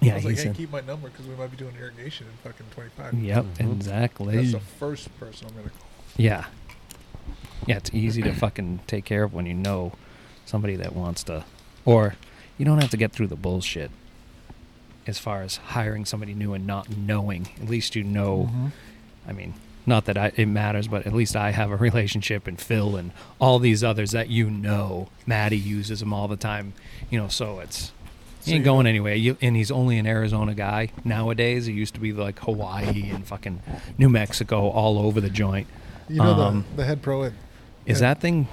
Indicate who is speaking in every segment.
Speaker 1: Yeah,
Speaker 2: I was
Speaker 1: he
Speaker 2: like, hey,
Speaker 1: said-
Speaker 2: keep my number because we might be doing irrigation in fucking 25.
Speaker 1: Yep,
Speaker 3: Mhm.
Speaker 1: exactly.
Speaker 2: That's the first person I'm going to call.
Speaker 1: yeah. Yeah, it's easy to fucking take care of when you know somebody that wants to. Or you don't have to get through the bullshit as far as hiring somebody new and not knowing. At least you know.
Speaker 2: Mm-hmm.
Speaker 1: I mean, not that I, it matters, but at least I have a relationship and Phil and all these others that you know. Maddie uses them all the time, you know. So it's he
Speaker 2: So
Speaker 1: ain't
Speaker 2: you-
Speaker 1: going anywhere. You, and he's only an Arizona guy nowadays. It used to be like Hawaii and fucking New Mexico, all over the joint.
Speaker 2: You know
Speaker 1: Um,
Speaker 2: the, the head pro at
Speaker 1: Is
Speaker 2: Yeah.
Speaker 1: that thing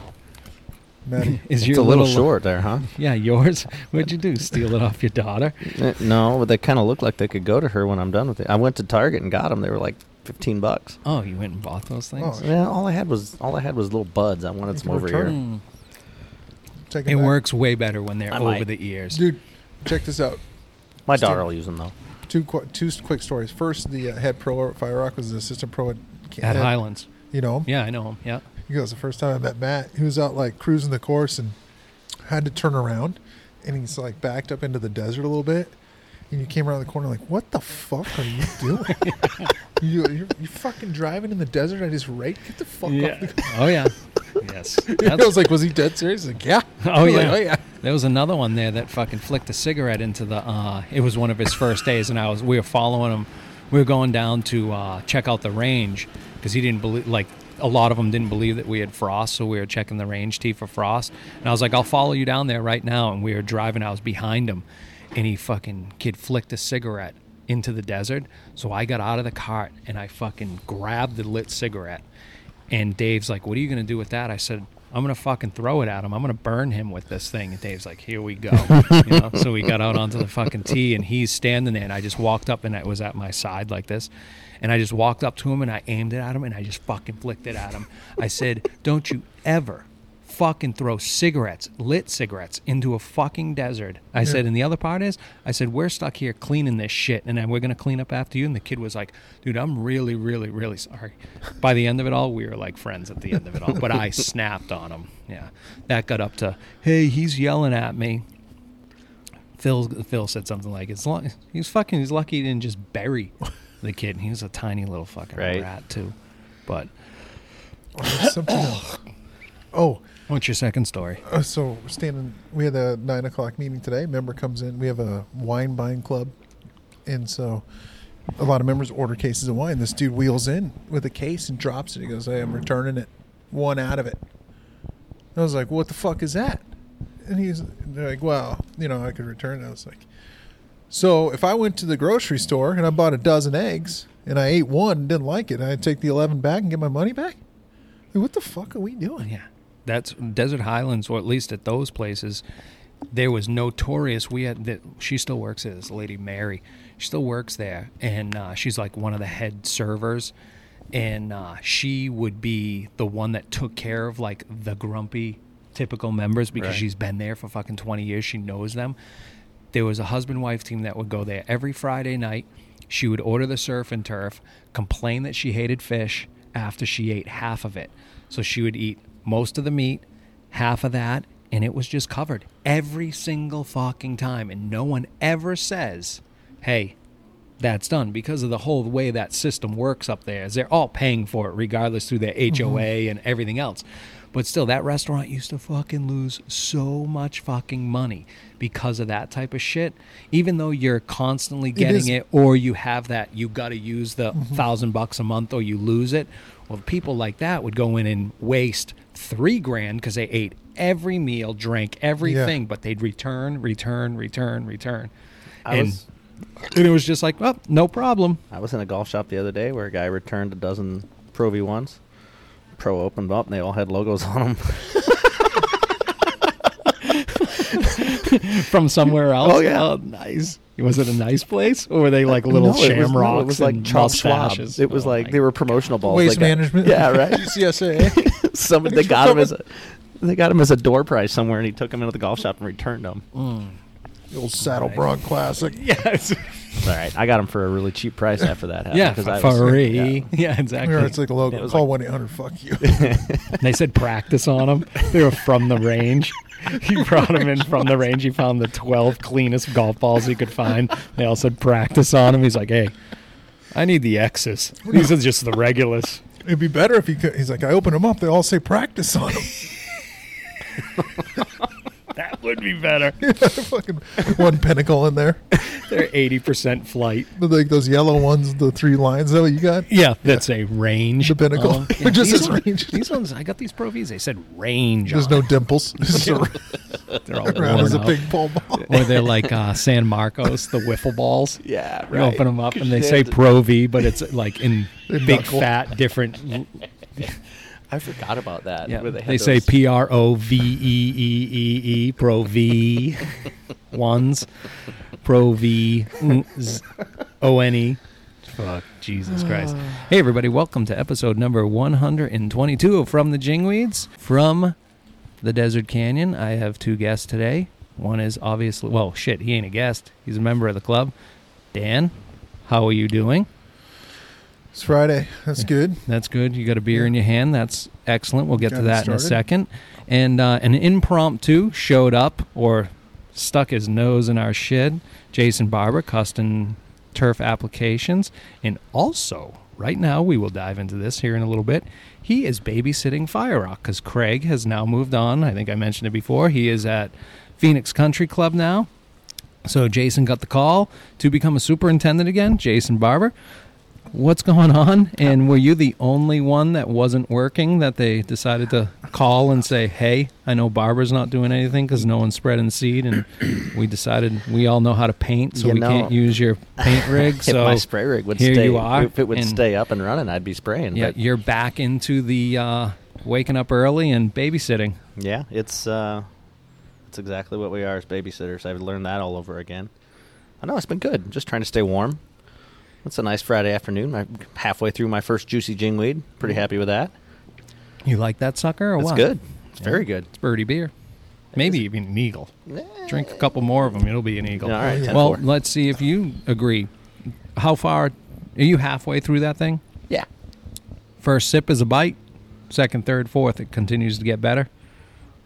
Speaker 2: Maddie.
Speaker 1: is
Speaker 3: It's
Speaker 1: your
Speaker 3: a little,
Speaker 1: little
Speaker 3: short there, huh?
Speaker 1: Yeah, yours. What'd you do? Steal it off your daughter?
Speaker 3: Eh, No, but they kind of look like they could go to her when I'm done with it. I went to Target and got them. They were like fifteen bucks.
Speaker 1: Oh, you went and bought those things.
Speaker 2: Oh,
Speaker 3: Yeah, all I had was all I had was little buds. I wanted
Speaker 2: You
Speaker 3: some
Speaker 2: can
Speaker 3: over
Speaker 2: return
Speaker 3: here.
Speaker 1: Mm.
Speaker 3: Oh,
Speaker 2: Take
Speaker 1: It
Speaker 2: back.
Speaker 1: works way better when they're
Speaker 3: I
Speaker 1: over
Speaker 3: might.
Speaker 1: the ears.
Speaker 2: Dude, check this out.
Speaker 3: My daughter will use them though.
Speaker 2: Two qu- two s- quick stories. First, the uh, head pro at Fire Rock was the assistant pro at, Ca-
Speaker 1: At Highlands.
Speaker 2: You know him?
Speaker 1: Yeah, I know 'em. Yeah.
Speaker 2: He goes, the first time I met Matt, he was out like cruising the course and had to turn around. And he's like backed up into the desert a little bit. And you came around the corner like, what the fuck are you doing? you, you're, you fucking driving in the desert at his rate? Get the fuck off the
Speaker 1: oh yeah. Yes.
Speaker 2: I was like, was he dead serious? He's Like, yeah.
Speaker 1: Oh,
Speaker 2: I was
Speaker 1: yeah.
Speaker 2: Like, oh yeah.
Speaker 1: There was another one there that fucking flicked a cigarette into the. Uh, it was one of his first days, and I was we were following him. We were going down to uh, check out the range because he didn't believe like a lot of them didn't believe that we had frost, so we were checking the range tee for frost. And I was like, I'll follow you down there right now. And we were driving. I was behind him, and he fucking kid flicked a cigarette into the desert. So I got out of the cart and I fucking grabbed the lit cigarette. And Dave's like, "What are you gonna do with that?" I said, "I'm gonna fucking throw it at him. I'm gonna burn him with this thing." And Dave's like, "Here we go." you know? So we got out onto the fucking tee, and he's standing there. And I just walked up, and it was at my side like this. And I just walked up to him, and I aimed it at him, and I just fucking flicked it at him. I said, "Don't you ever." Fucking throw cigarettes, lit cigarettes, into a fucking desert. I said, and the other part is, I said, we're stuck here cleaning this shit, and then we're gonna clean up after you. And the kid was like, dude, I'm really, really, really sorry. By the end of it all, we were like friends at the end of it all. But I snapped on him. Yeah, that got up to, hey, he's yelling at me. Phil, Phil said something like, as long he was fucking, he's lucky he didn't just bury the kid. And he was a tiny little fucking
Speaker 3: Right.
Speaker 1: rat too. But
Speaker 2: There's something else. Oh,
Speaker 1: what's your second story?
Speaker 2: uh, so we're standing. We had a nine o'clock meeting today. Member comes in. We have a wine buying club, and so a lot of members order cases of wine. This dude wheels in with a case and drops it. He goes, "Hey, I'm returning it. One out of it." I was like, "What the fuck is that?" And he's they're like, "Well, you know, I could return." it." I was like, "So if I went to the grocery store and I bought a dozen eggs and I ate one and didn't like it, and I take the eleven back and get my money back? Like, what the fuck are we doing?"
Speaker 1: Oh, Yeah. That's Desert Highlands, or at least at those places, there was notorious. We had that she still works there, this lady Mary. She still works there, and uh, she's like one of the head servers. And uh, she would be the one that took care of like the grumpy, typical members because
Speaker 3: Right.
Speaker 1: she's been there for fucking 20 years. She knows them. There was a husband wife team that would go there every Friday night. She would order the surf and turf, complain that she hated fish after she ate half of it. So she would eat most of the meat, half of that, and it was just covered every single fucking time. And no one ever says, hey, that's done because of the whole way that system works up there is they're all paying for it regardless through their HOA and everything else. But still that restaurant used to fucking lose so much fucking money because of that type of shit. Even though you're constantly getting
Speaker 2: is-
Speaker 1: it, or you have that you gotta use the thousand bucks a month or you lose it. Well people like that would go in and waste three grand because they ate every meal, drank everything, but they'd return, return, return, return.
Speaker 3: I
Speaker 1: And-
Speaker 3: was
Speaker 1: and it was just like, well, no problem.
Speaker 3: I was in a golf shop the other day where a guy returned a dozen Pro V ones. Pro opened up and they all had logos on them.
Speaker 1: From somewhere else.
Speaker 3: Oh, yeah. Uh,
Speaker 1: nice. Was it a nice place, or were they like little
Speaker 3: No, it was-
Speaker 1: shamrocks?
Speaker 3: no, It was like
Speaker 1: and
Speaker 3: Charles Schwab.
Speaker 1: mustaches?
Speaker 3: It was
Speaker 1: Oh,
Speaker 3: like
Speaker 1: my-
Speaker 3: they were promotional balls.
Speaker 2: Waste
Speaker 3: They got-
Speaker 2: management.
Speaker 3: Yeah, right.
Speaker 2: GCSA.
Speaker 3: Somebody they got him as a, they got him as a door prize somewhere, and he took him into the golf shop and returned them.
Speaker 2: The old Saddle
Speaker 1: Right.
Speaker 2: Bronc Classic.
Speaker 1: Yes.
Speaker 3: All right, I got them for a really cheap price after that happened.
Speaker 1: Yeah,
Speaker 3: 'cause
Speaker 1: for
Speaker 3: I was-
Speaker 1: free.
Speaker 3: yeah.
Speaker 1: Yeah, exactly.
Speaker 2: Or it's like a
Speaker 3: It
Speaker 2: logo.
Speaker 3: was
Speaker 2: Call one eight hundred. Fuck you.
Speaker 1: And they said practice on them. They were from the range. He brought them in from the range. He found the 12 cleanest golf balls he could find. They all said practice on them. He's like, hey, I need the X's. These are just the regulars.
Speaker 2: It'd be better if he could. He's like, I open them up. They all say practice on them.
Speaker 1: That would be better.
Speaker 2: Fucking one pinnacle in there.
Speaker 1: They're 80% flight.
Speaker 2: Like those yellow ones, the three lines. Is that what you got?
Speaker 1: Yeah, that's a range. Um,
Speaker 2: The pinnacle. It just
Speaker 1: these,
Speaker 2: says
Speaker 1: ones,
Speaker 2: range.
Speaker 1: these ones, I got these Pro Vs. They said range.
Speaker 2: There's
Speaker 1: on
Speaker 2: no
Speaker 1: them.
Speaker 2: dimples. This is a,
Speaker 1: They're all
Speaker 2: round as
Speaker 1: worn
Speaker 2: a
Speaker 1: out.
Speaker 2: big ball ball.
Speaker 1: Or they're like uh, San Marcos, the wiffle balls.
Speaker 3: Yeah, right.
Speaker 1: You open them up
Speaker 3: 'Cause
Speaker 1: and they
Speaker 3: you
Speaker 1: say
Speaker 3: had to-
Speaker 1: Pro V, but it's like in
Speaker 2: In
Speaker 1: big,
Speaker 2: knuckle.
Speaker 1: fat, different.
Speaker 3: I forgot about that.
Speaker 1: Yeah,
Speaker 3: where
Speaker 1: they
Speaker 3: had
Speaker 1: say
Speaker 3: those-
Speaker 1: P R O V E E E E Pro V ones, Pro V mm, Z- O N E. Fuck, Jesus Christ. Hey, everybody, welcome to episode number 122 of From the Jingweeds. From the Desert Canyon, I have two guests today. One is obviously, well, shit, he ain't a guest. He's a member of the club. Dan, how are you doing?
Speaker 2: It's Friday. That's good.
Speaker 1: That's good. You got a beer in your hand. That's excellent. We'll get
Speaker 2: Got
Speaker 1: to
Speaker 2: it
Speaker 1: that in a
Speaker 2: started.
Speaker 1: second. And uh, an impromptu showed up or stuck his nose in our shed. Jason Barber, Custom Turf Applications. And also, right now, we will dive into this here in a little bit. He is babysitting Fire Rock because Craig has now moved on. I think I mentioned it before. He is at Phoenix Country Club now. So Jason got the call to become a superintendent again, Jason Barber. What's going on? And were you the only one that wasn't working that they decided to call and say, "Hey, I know Barber's not doing anything because no one's spreading seed, and we decided we all know how to paint, so
Speaker 3: You
Speaker 1: we
Speaker 3: know,
Speaker 1: can't use your paint rig."
Speaker 3: If
Speaker 1: so
Speaker 3: my spray rig would
Speaker 1: here
Speaker 3: stay,
Speaker 1: you are,
Speaker 3: if it would
Speaker 1: and-
Speaker 3: stay up and running, I'd be spraying.
Speaker 1: yeah,
Speaker 3: but
Speaker 1: you're back into the uh, waking up early and babysitting.
Speaker 3: yeah, it's uh, it's exactly what we are as babysitters. I've learned that all over again. I know it's been good. Just trying to stay warm. It's a nice Friday afternoon. I'm halfway through my first juicy jingweed.
Speaker 1: Mm.
Speaker 3: Pretty happy with that.
Speaker 1: You like that sucker or
Speaker 3: It's
Speaker 1: what?
Speaker 3: good. It's
Speaker 1: Yeah.
Speaker 3: very good.
Speaker 1: It's birdie beer, maybe even an eagle. Drink a couple more of them, it'll be an eagle.
Speaker 3: All right, 10-4.
Speaker 1: Well, let's see if you agree. How far are you halfway through that thing?
Speaker 3: yeah.
Speaker 1: First sip is a bite. Second, third, fourth, it continues to get better.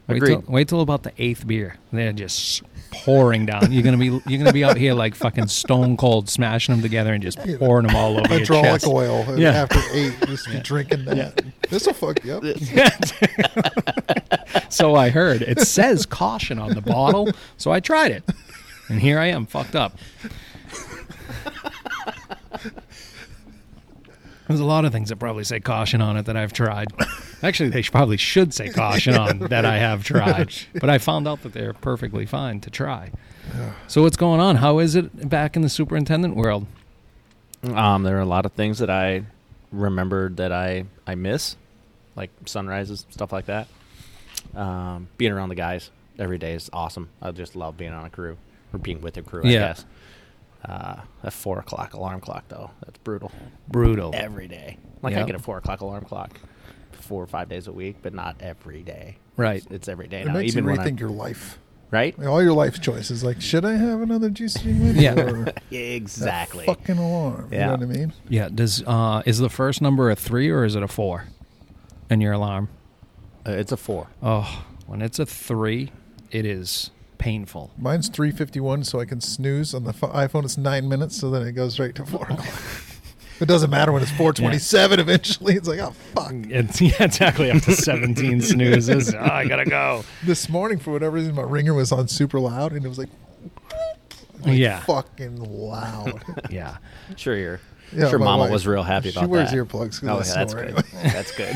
Speaker 1: Wait till,
Speaker 3: Agreed.
Speaker 1: wait till about the eighth beer. They're just pouring down. You're gonna be you're gonna be out here like fucking stone cold, smashing them together and just pouring them all over your
Speaker 2: Hydraulic
Speaker 1: chest.
Speaker 2: oil. and
Speaker 1: Yeah.
Speaker 2: After eight, just be drinking that. This will fuck you up.
Speaker 1: so I heard. It says caution on the bottle, so I tried it, and here I am, fucked up. There's a lot of things that probably say caution on it that I've tried. Actually, they sh- probably should say caution on that I have tried, but I found out that they're perfectly fine to try. So what's going on? How is it back in the superintendent world?
Speaker 3: Um, there are a lot of things that I remembered that I I miss, like sunrises, stuff like that. Um, being around the guys every day is awesome. I just love being on a crew or being with a crew. I
Speaker 1: Yeah.
Speaker 3: guess. Uh, a four o'clock alarm clock though, that's brutal
Speaker 1: Brutal.
Speaker 3: every day. Like I
Speaker 1: Yep.
Speaker 3: get a four o'clock alarm clock four or five days a week, but not every day.
Speaker 1: Right.
Speaker 3: It's, it's every day
Speaker 2: It
Speaker 3: now.
Speaker 2: makes you
Speaker 3: Even when I'm,
Speaker 2: rethink your life.
Speaker 3: right?
Speaker 2: I mean, all your life choices. Like, should I have another juicy jingling?
Speaker 1: Yeah.
Speaker 2: Or
Speaker 3: Exactly.
Speaker 2: fucking alarm.
Speaker 3: Yeah.
Speaker 2: You know what I mean?
Speaker 1: Yeah. Does uh, is the first number a three or is it a four? In your alarm.
Speaker 3: Uh, it's a four.
Speaker 1: Oh, when it's a three, it is painful.
Speaker 2: Mine's 351, so I can snooze. On the pho- iPhone, it's nine minutes, so then it goes right to four o'clock. it doesn't matter when it's 427 eventually. It's like, oh, fuck.
Speaker 3: Mm,
Speaker 1: It's yeah, exactly up to 17 snoozes. Oh, I gotta go.
Speaker 2: This morning, for whatever reason, my ringer was on super loud, and it was like
Speaker 1: Yeah,
Speaker 2: fucking loud.
Speaker 1: yeah.
Speaker 3: I'm sure your
Speaker 2: Yeah,
Speaker 3: sure
Speaker 2: my
Speaker 3: mama
Speaker 2: wife.
Speaker 3: was real happy
Speaker 2: She
Speaker 3: about
Speaker 2: wears
Speaker 3: that.
Speaker 2: earplugs 'cause
Speaker 3: Oh
Speaker 2: I
Speaker 3: yeah, that's
Speaker 2: snore
Speaker 3: good.
Speaker 2: anyway.
Speaker 3: That's good.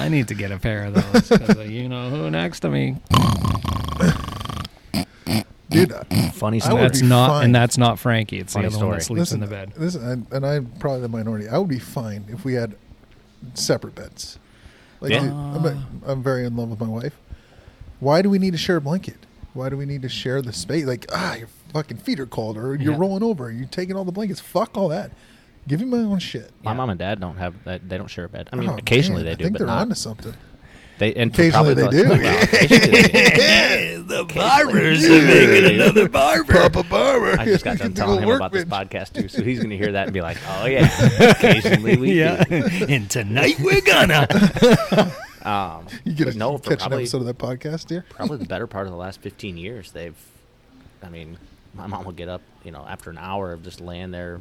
Speaker 1: I need to get a pair of those because you know who next to me.
Speaker 2: Dude, I-
Speaker 3: Funny
Speaker 2: I
Speaker 3: story.
Speaker 2: would
Speaker 1: That's
Speaker 2: be
Speaker 1: not,
Speaker 2: fine.
Speaker 1: and that's not Frankie. It's
Speaker 3: Funny
Speaker 1: the other one that
Speaker 3: story.
Speaker 1: sleeps in the bed.
Speaker 2: Listen, and, and I'm probably the minority. I would be fine if we had separate beds. Like,
Speaker 3: Yeah.
Speaker 2: dude, I'm, a, I'm very in love with my wife. Why do we need to share a blanket? Why do we need to share the space? Like, ah, your fucking feet are cold, or you're
Speaker 1: Yeah.
Speaker 2: rolling over, you're taking all the blankets. Fuck all that. Give me my own shit.
Speaker 3: My mom and dad don't have that. They don't share a bed. I mean,
Speaker 2: Oh,
Speaker 3: occasionally
Speaker 2: man,
Speaker 3: they
Speaker 2: I
Speaker 3: do,
Speaker 2: think
Speaker 3: but
Speaker 2: they're
Speaker 3: not.
Speaker 2: onto something.
Speaker 3: They and for
Speaker 2: Occasionally
Speaker 3: probably
Speaker 2: they
Speaker 3: the-
Speaker 2: do.
Speaker 3: Wow, occasionally they do.
Speaker 2: the
Speaker 3: barbers
Speaker 2: are making another barber. Papa Barber.
Speaker 3: I just
Speaker 2: Look
Speaker 3: got done
Speaker 2: at the
Speaker 3: telling him
Speaker 2: little
Speaker 3: about this
Speaker 2: workbench.
Speaker 3: podcast too, so he's going to hear that and be like, "Oh yeah, occasionally we
Speaker 1: yeah.
Speaker 3: do."
Speaker 1: and tonight we're gonna.
Speaker 3: Um,
Speaker 2: You get
Speaker 3: but
Speaker 2: to
Speaker 3: no, for
Speaker 2: catch an
Speaker 3: probably
Speaker 2: episode of that podcast, dear.
Speaker 3: probably the better part of the last 15 years they've i mean my mom will get up you know after an hour of just laying there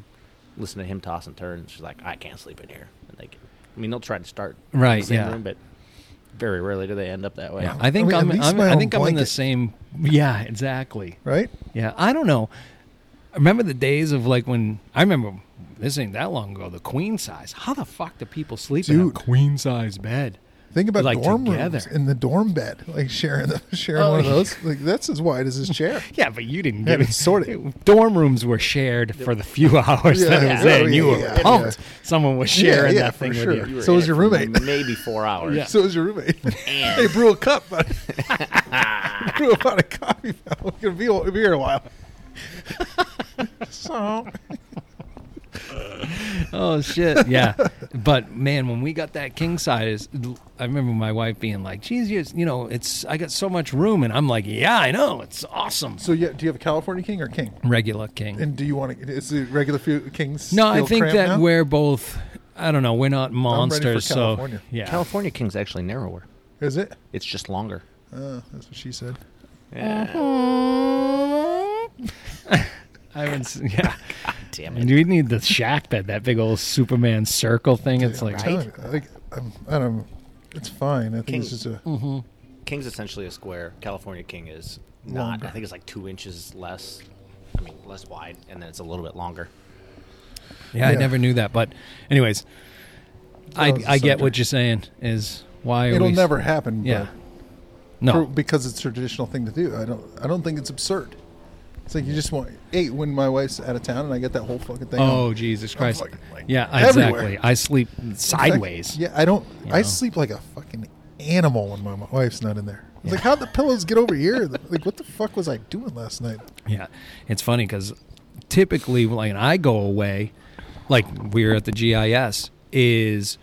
Speaker 3: listening to him toss and turn and she's like i can't sleep in here and like i mean they'll try to start in
Speaker 1: Right,
Speaker 3: the same
Speaker 1: yeah.
Speaker 3: room, but very rarely do they end up that way
Speaker 1: Yeah, I think
Speaker 2: mean, at
Speaker 1: I am
Speaker 2: least
Speaker 1: I'm,
Speaker 2: my
Speaker 1: I
Speaker 2: own
Speaker 1: think I'm in the
Speaker 2: blanket.
Speaker 1: same. Yeah, exactly.
Speaker 2: Right?
Speaker 1: Yeah, I don't know. I remember the days of like when I remember this ain't that long ago. The queen size. How the fuck do people sleep in a
Speaker 2: Dude.
Speaker 1: queen size bed?
Speaker 2: Think about
Speaker 1: Like,
Speaker 2: dorm
Speaker 1: together.
Speaker 2: rooms in the dorm bed, like sharing the, sharing
Speaker 1: Oh,
Speaker 2: one of
Speaker 1: yeah.
Speaker 2: those. Like that's as wide as his chair.
Speaker 1: Yeah, but you didn't
Speaker 2: Yeah,
Speaker 1: get
Speaker 2: but sort of.
Speaker 1: Dorm rooms were shared for the few hours that it
Speaker 2: Yeah,
Speaker 1: was there,
Speaker 2: yeah,
Speaker 1: and you
Speaker 2: yeah,
Speaker 1: were
Speaker 2: yeah,
Speaker 1: pumped. Someone was
Speaker 2: Yeah,
Speaker 1: sharing
Speaker 2: yeah,
Speaker 1: that
Speaker 2: for
Speaker 1: thing
Speaker 2: sure.
Speaker 1: with you.
Speaker 3: You were
Speaker 2: So
Speaker 3: in
Speaker 2: was
Speaker 3: it
Speaker 2: your
Speaker 3: for
Speaker 2: roommate.
Speaker 3: maybe four hours
Speaker 1: Yeah.
Speaker 2: So is your roommate. hey, brew a cup. bud. brew about a coffee. pal. We're gonna be, we'll be here a while. so
Speaker 1: Oh shit, yeah. but man, when we got that king size, I remember my wife being like, "Geez, you you know, it's I got so much room," and I'm like, "Yeah, I know, it's awesome."
Speaker 2: so yeah, do you have a California king or king?
Speaker 1: Regular king.
Speaker 2: And do you want to? Is the regular few kings?
Speaker 1: no, I
Speaker 2: still
Speaker 1: think
Speaker 2: cramped
Speaker 1: that
Speaker 2: now?
Speaker 1: we're both. I don't know. We're not
Speaker 2: I'm ready for
Speaker 1: monsters, so
Speaker 2: California.
Speaker 1: yeah.
Speaker 3: california king's actually narrower
Speaker 2: is it.
Speaker 3: it's just longer
Speaker 2: Uh, that's what she said.
Speaker 1: I haven't. seen- Yeah,
Speaker 3: damn
Speaker 1: and we need the shack bed, that big old Superman circle thing. It's like
Speaker 3: Right.
Speaker 2: Telling you, I, think, I'm, I don't. It's fine. I think
Speaker 3: King- Mm-hmm.
Speaker 2: it's just a.
Speaker 3: king's essentially a square california king is not
Speaker 2: Longer.
Speaker 3: i think it's like two inches less i mean less wide and then it's a little bit longer
Speaker 1: Yeah, I
Speaker 2: Yeah.
Speaker 1: never knew that. But, anyways, I,
Speaker 2: was the
Speaker 1: I get
Speaker 2: subject.
Speaker 1: what you're saying. Is why are
Speaker 2: It'll
Speaker 1: we-
Speaker 2: never happen.
Speaker 1: Yeah.
Speaker 2: But
Speaker 1: No.
Speaker 2: for- because it's a traditional thing to do. I don't. I don't think it's absurd. It's like you just want. Hey, when my wife's out of town and I get that whole fucking thing.
Speaker 1: oh Jesus Christ!
Speaker 2: fucking, like,
Speaker 1: yeah,
Speaker 2: everywhere.
Speaker 1: exactly. I sleep
Speaker 2: I'm-
Speaker 1: sideways.
Speaker 2: Yeah, I don't.
Speaker 1: You
Speaker 2: I
Speaker 1: know.
Speaker 2: sleep like a fucking animal when my my wife's not in there. It's like how'd the pillows get over here? Like what the fuck was I doing last night?
Speaker 1: Yeah, it's funny because typically when I go away, like we're at the GIS, is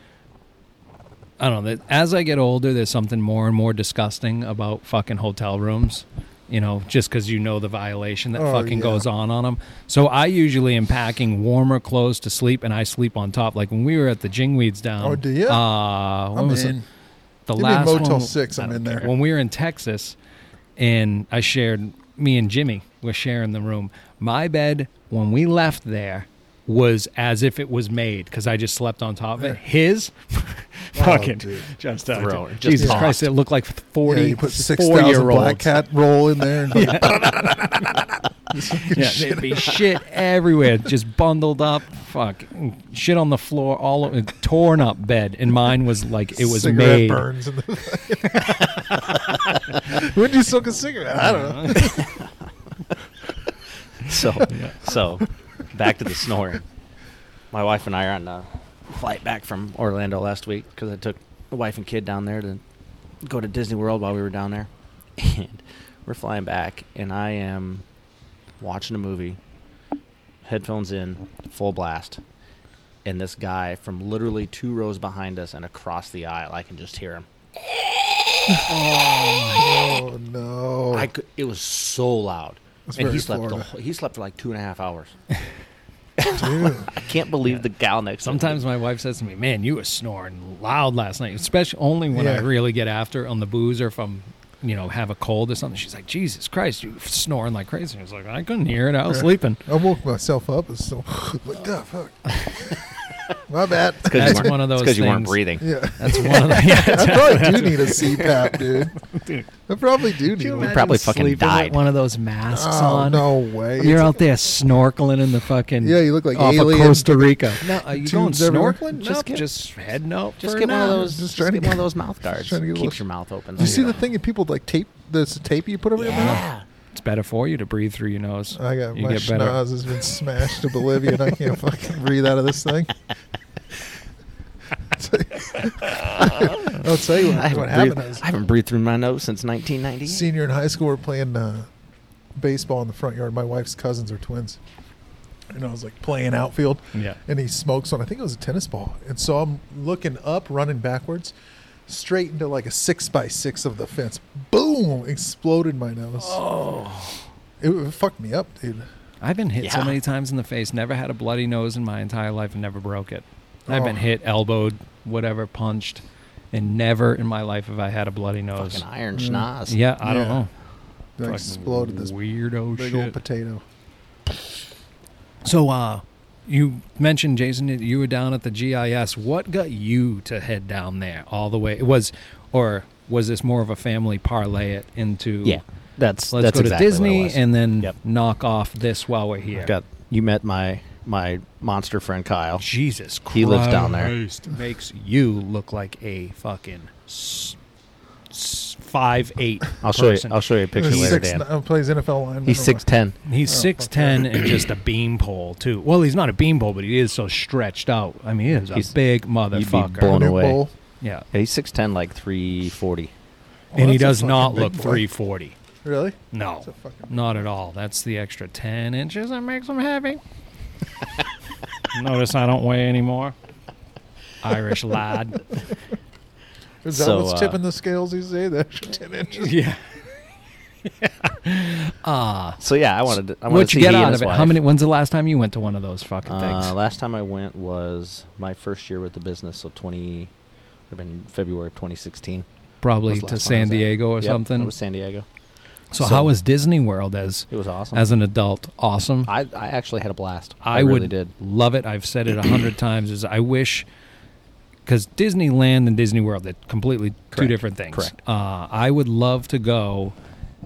Speaker 1: I don't know. that As I get older, there's something more and more disgusting about fucking hotel rooms. You know, just because you know the violation that
Speaker 2: Oh,
Speaker 1: fucking
Speaker 2: yeah.
Speaker 1: goes on on them. So I usually am packing warmer clothes to sleep, and I sleep on top. Like when we were at the Jingweeds down.
Speaker 2: Oh, do ya?
Speaker 1: Uh, when
Speaker 2: I'm
Speaker 1: was it?
Speaker 2: in.
Speaker 1: The
Speaker 2: Give me
Speaker 1: last
Speaker 2: Motel
Speaker 1: one-
Speaker 2: Six.
Speaker 1: I
Speaker 2: I'm
Speaker 1: don't
Speaker 2: in there.
Speaker 1: when we were in Texas, and I shared me and Jimmy were sharing the room. My bed when we left there was as if it was made because I just slept on top of it. His, fucking
Speaker 2: Oh, dude.
Speaker 1: just, uh,
Speaker 3: Throw it. Just
Speaker 1: Jesus
Speaker 3: tossed.
Speaker 1: Christ! It looked like
Speaker 2: Yeah,
Speaker 1: forty
Speaker 2: you put six
Speaker 1: four
Speaker 2: thousand
Speaker 1: year
Speaker 2: black
Speaker 1: olds.
Speaker 2: cat roll in there. And Just fucking
Speaker 1: Yeah,
Speaker 2: shit.
Speaker 1: there'd be shit everywhere, just bundled up, fuck, shit on the floor, all over, torn up bed, and mine was like it was
Speaker 2: cigarette
Speaker 1: made.
Speaker 2: burns. In the when do you smoke a cigarette? I don't know.
Speaker 1: Uh-huh.
Speaker 3: So, so back to the snoring. My wife and I are on a flight back from Orlando last week because I took the wife and kid down there to go to Disney World while we were down there, and we're flying back, and I am watching a movie, headphones in, full blast, and this guy from literally two rows behind us and across the aisle, I can just hear him.
Speaker 2: Oh no!
Speaker 3: I could, it was so loud,
Speaker 2: That's
Speaker 3: and he
Speaker 2: very
Speaker 3: slept. The,
Speaker 2: Florida.
Speaker 3: whole- he slept for like two and a half hours.
Speaker 2: Dude.
Speaker 3: I can't believe the gal next. to me.
Speaker 1: Sometimes my wife says to me, "Man, you were snoring loud last night, especially only when I
Speaker 2: Yeah.
Speaker 1: really get after on the booze or if I'm, you know, have a cold or something." She's like, "Jesus Christ, you snoring like crazy." I was like, "I couldn't hear it. I was sleeping."
Speaker 2: I woke myself up and so like, God, fuck. My bad.
Speaker 1: That's one of those
Speaker 3: because you weren't
Speaker 1: things.
Speaker 3: breathing.
Speaker 2: Yeah,
Speaker 1: That's one of the. Yeah,
Speaker 2: I probably do need a CPAP, dude. I probably do need. one.
Speaker 3: probably fucking
Speaker 1: sleeping with
Speaker 3: died.
Speaker 1: One of those masks
Speaker 2: Oh
Speaker 1: on.
Speaker 2: no way!
Speaker 1: You're out there snorkeling in the fucking.
Speaker 2: Yeah, you look like
Speaker 1: off
Speaker 2: alien.
Speaker 1: of Costa Rica. No, are you going
Speaker 2: Tubes everywhere.
Speaker 1: snorkeling?
Speaker 3: Just
Speaker 1: Just,
Speaker 3: get-
Speaker 1: just heading out.
Speaker 3: Just
Speaker 1: for
Speaker 3: get one
Speaker 1: now.
Speaker 3: of those.
Speaker 2: Just
Speaker 3: Just,
Speaker 2: trying to
Speaker 3: get
Speaker 2: get-
Speaker 3: one of those mouth guards.
Speaker 2: trying to get a
Speaker 3: Keeps
Speaker 2: little-
Speaker 3: your mouth open.
Speaker 2: Did you see
Speaker 3: Yeah.
Speaker 2: the thing that people like tape? This tape you put over your mouth.
Speaker 3: Yeah.
Speaker 1: It's better for you to breathe through your nose.
Speaker 2: I got
Speaker 1: you
Speaker 2: my
Speaker 1: get better.
Speaker 2: schnoz has been smashed to Bolivia, and I can't fucking breathe out of this thing. I'll tell you
Speaker 3: I
Speaker 2: what, what happened.
Speaker 3: haven't, breathed,
Speaker 2: is
Speaker 3: I haven't breathed through my nose since 1990.
Speaker 2: senior in high school, we're playing uh, baseball in the front yard. My wife's cousins are twins, and I was like playing outfield.
Speaker 1: Yeah.
Speaker 2: and he smokes on. I think it was a tennis ball, and so I'm looking up, running backwards, straight into like a six by six of the fence. Boom! Exploded my nose.
Speaker 3: Oh,
Speaker 2: It, it fucked me up, dude.
Speaker 1: I've been hit so
Speaker 3: Yeah.
Speaker 1: many times in the face. Never had a bloody nose in my entire life and never broke it. I've been
Speaker 2: Oh.
Speaker 1: hit, elbowed, whatever, punched, and never in my life have I had a bloody nose.
Speaker 3: fucking iron
Speaker 2: Mm.
Speaker 3: schnoz.
Speaker 1: Yeah, I don't
Speaker 2: Yeah.
Speaker 1: know.
Speaker 2: It
Speaker 1: Fucking
Speaker 2: exploded this
Speaker 1: weirdo
Speaker 2: big
Speaker 1: shit.
Speaker 2: old potato.
Speaker 1: so, uh, you mentioned Jason that you were down at the GIS. What got you to head down there all the way? It was, or was this more of a family parlay it into?
Speaker 3: yeah. That's
Speaker 1: Let's
Speaker 3: that's
Speaker 1: go to
Speaker 3: exactly what it
Speaker 1: Disney
Speaker 3: was.
Speaker 1: and then
Speaker 3: Yep.
Speaker 1: knock off this while we're here.
Speaker 3: I've got you met my my monster friend Kyle.
Speaker 1: Jesus Christ.
Speaker 3: He lives down there.
Speaker 1: Makes you look like a fucking s- s- five eight.
Speaker 3: I'll show you.
Speaker 1: person.
Speaker 3: I'll show you a picture
Speaker 2: He's
Speaker 3: later,
Speaker 2: six,
Speaker 3: Dan.
Speaker 2: uh, plays NFL line.
Speaker 3: He's six ten.
Speaker 1: He's
Speaker 2: Oh,
Speaker 1: six ten and just a beanpole too. Well, he's not a beanpole, but he is so stretched out. I mean, he is
Speaker 3: He's-
Speaker 1: a big
Speaker 3: be
Speaker 1: motherfucker.
Speaker 3: blown
Speaker 2: New
Speaker 3: away.
Speaker 2: bowl.
Speaker 1: Yeah,
Speaker 3: Yeah, he's six ten, like three forty.
Speaker 2: Well,
Speaker 1: and he
Speaker 2: that's
Speaker 1: does
Speaker 2: a
Speaker 1: not
Speaker 2: fucking
Speaker 1: look
Speaker 2: big boy.
Speaker 1: three forty.
Speaker 2: Really?
Speaker 1: No,
Speaker 2: That's a fucking big
Speaker 1: not at all. That's the extra ten inches that makes him heavy. Notice I don't weigh anymore. Irish lad.
Speaker 2: Is that
Speaker 3: So,
Speaker 2: what's
Speaker 3: uh,
Speaker 2: tipping the scales these days? The extra ten inches.
Speaker 1: yeah. Ah.
Speaker 3: So yeah, I wanted. To, I wanted
Speaker 1: What'd
Speaker 3: to
Speaker 1: you
Speaker 3: see
Speaker 1: get
Speaker 3: he and
Speaker 1: out
Speaker 3: his
Speaker 1: of it? How
Speaker 3: wife.
Speaker 1: many? When's the last time you went to one of those fucking things?
Speaker 3: Uh, last time I went was my first year with the business, so twenty. Would have been February of 2016.
Speaker 1: Probably
Speaker 3: was
Speaker 1: to
Speaker 3: the last one I
Speaker 1: San
Speaker 3: was at.
Speaker 1: Diego or
Speaker 3: Yep, It
Speaker 1: something.
Speaker 3: was San Diego.
Speaker 1: so,
Speaker 3: so-
Speaker 1: how was Disney World as
Speaker 3: It was awesome.
Speaker 1: as an adult? Awesome.
Speaker 3: I, I actually had a blast.
Speaker 1: I,
Speaker 3: really
Speaker 1: would
Speaker 3: did.
Speaker 1: love it. I've said it a hundred times. Is I wish because Disneyland and Disney World they're completely two
Speaker 3: Correct.
Speaker 1: different things.
Speaker 3: Correct.
Speaker 1: Uh, I would love to go.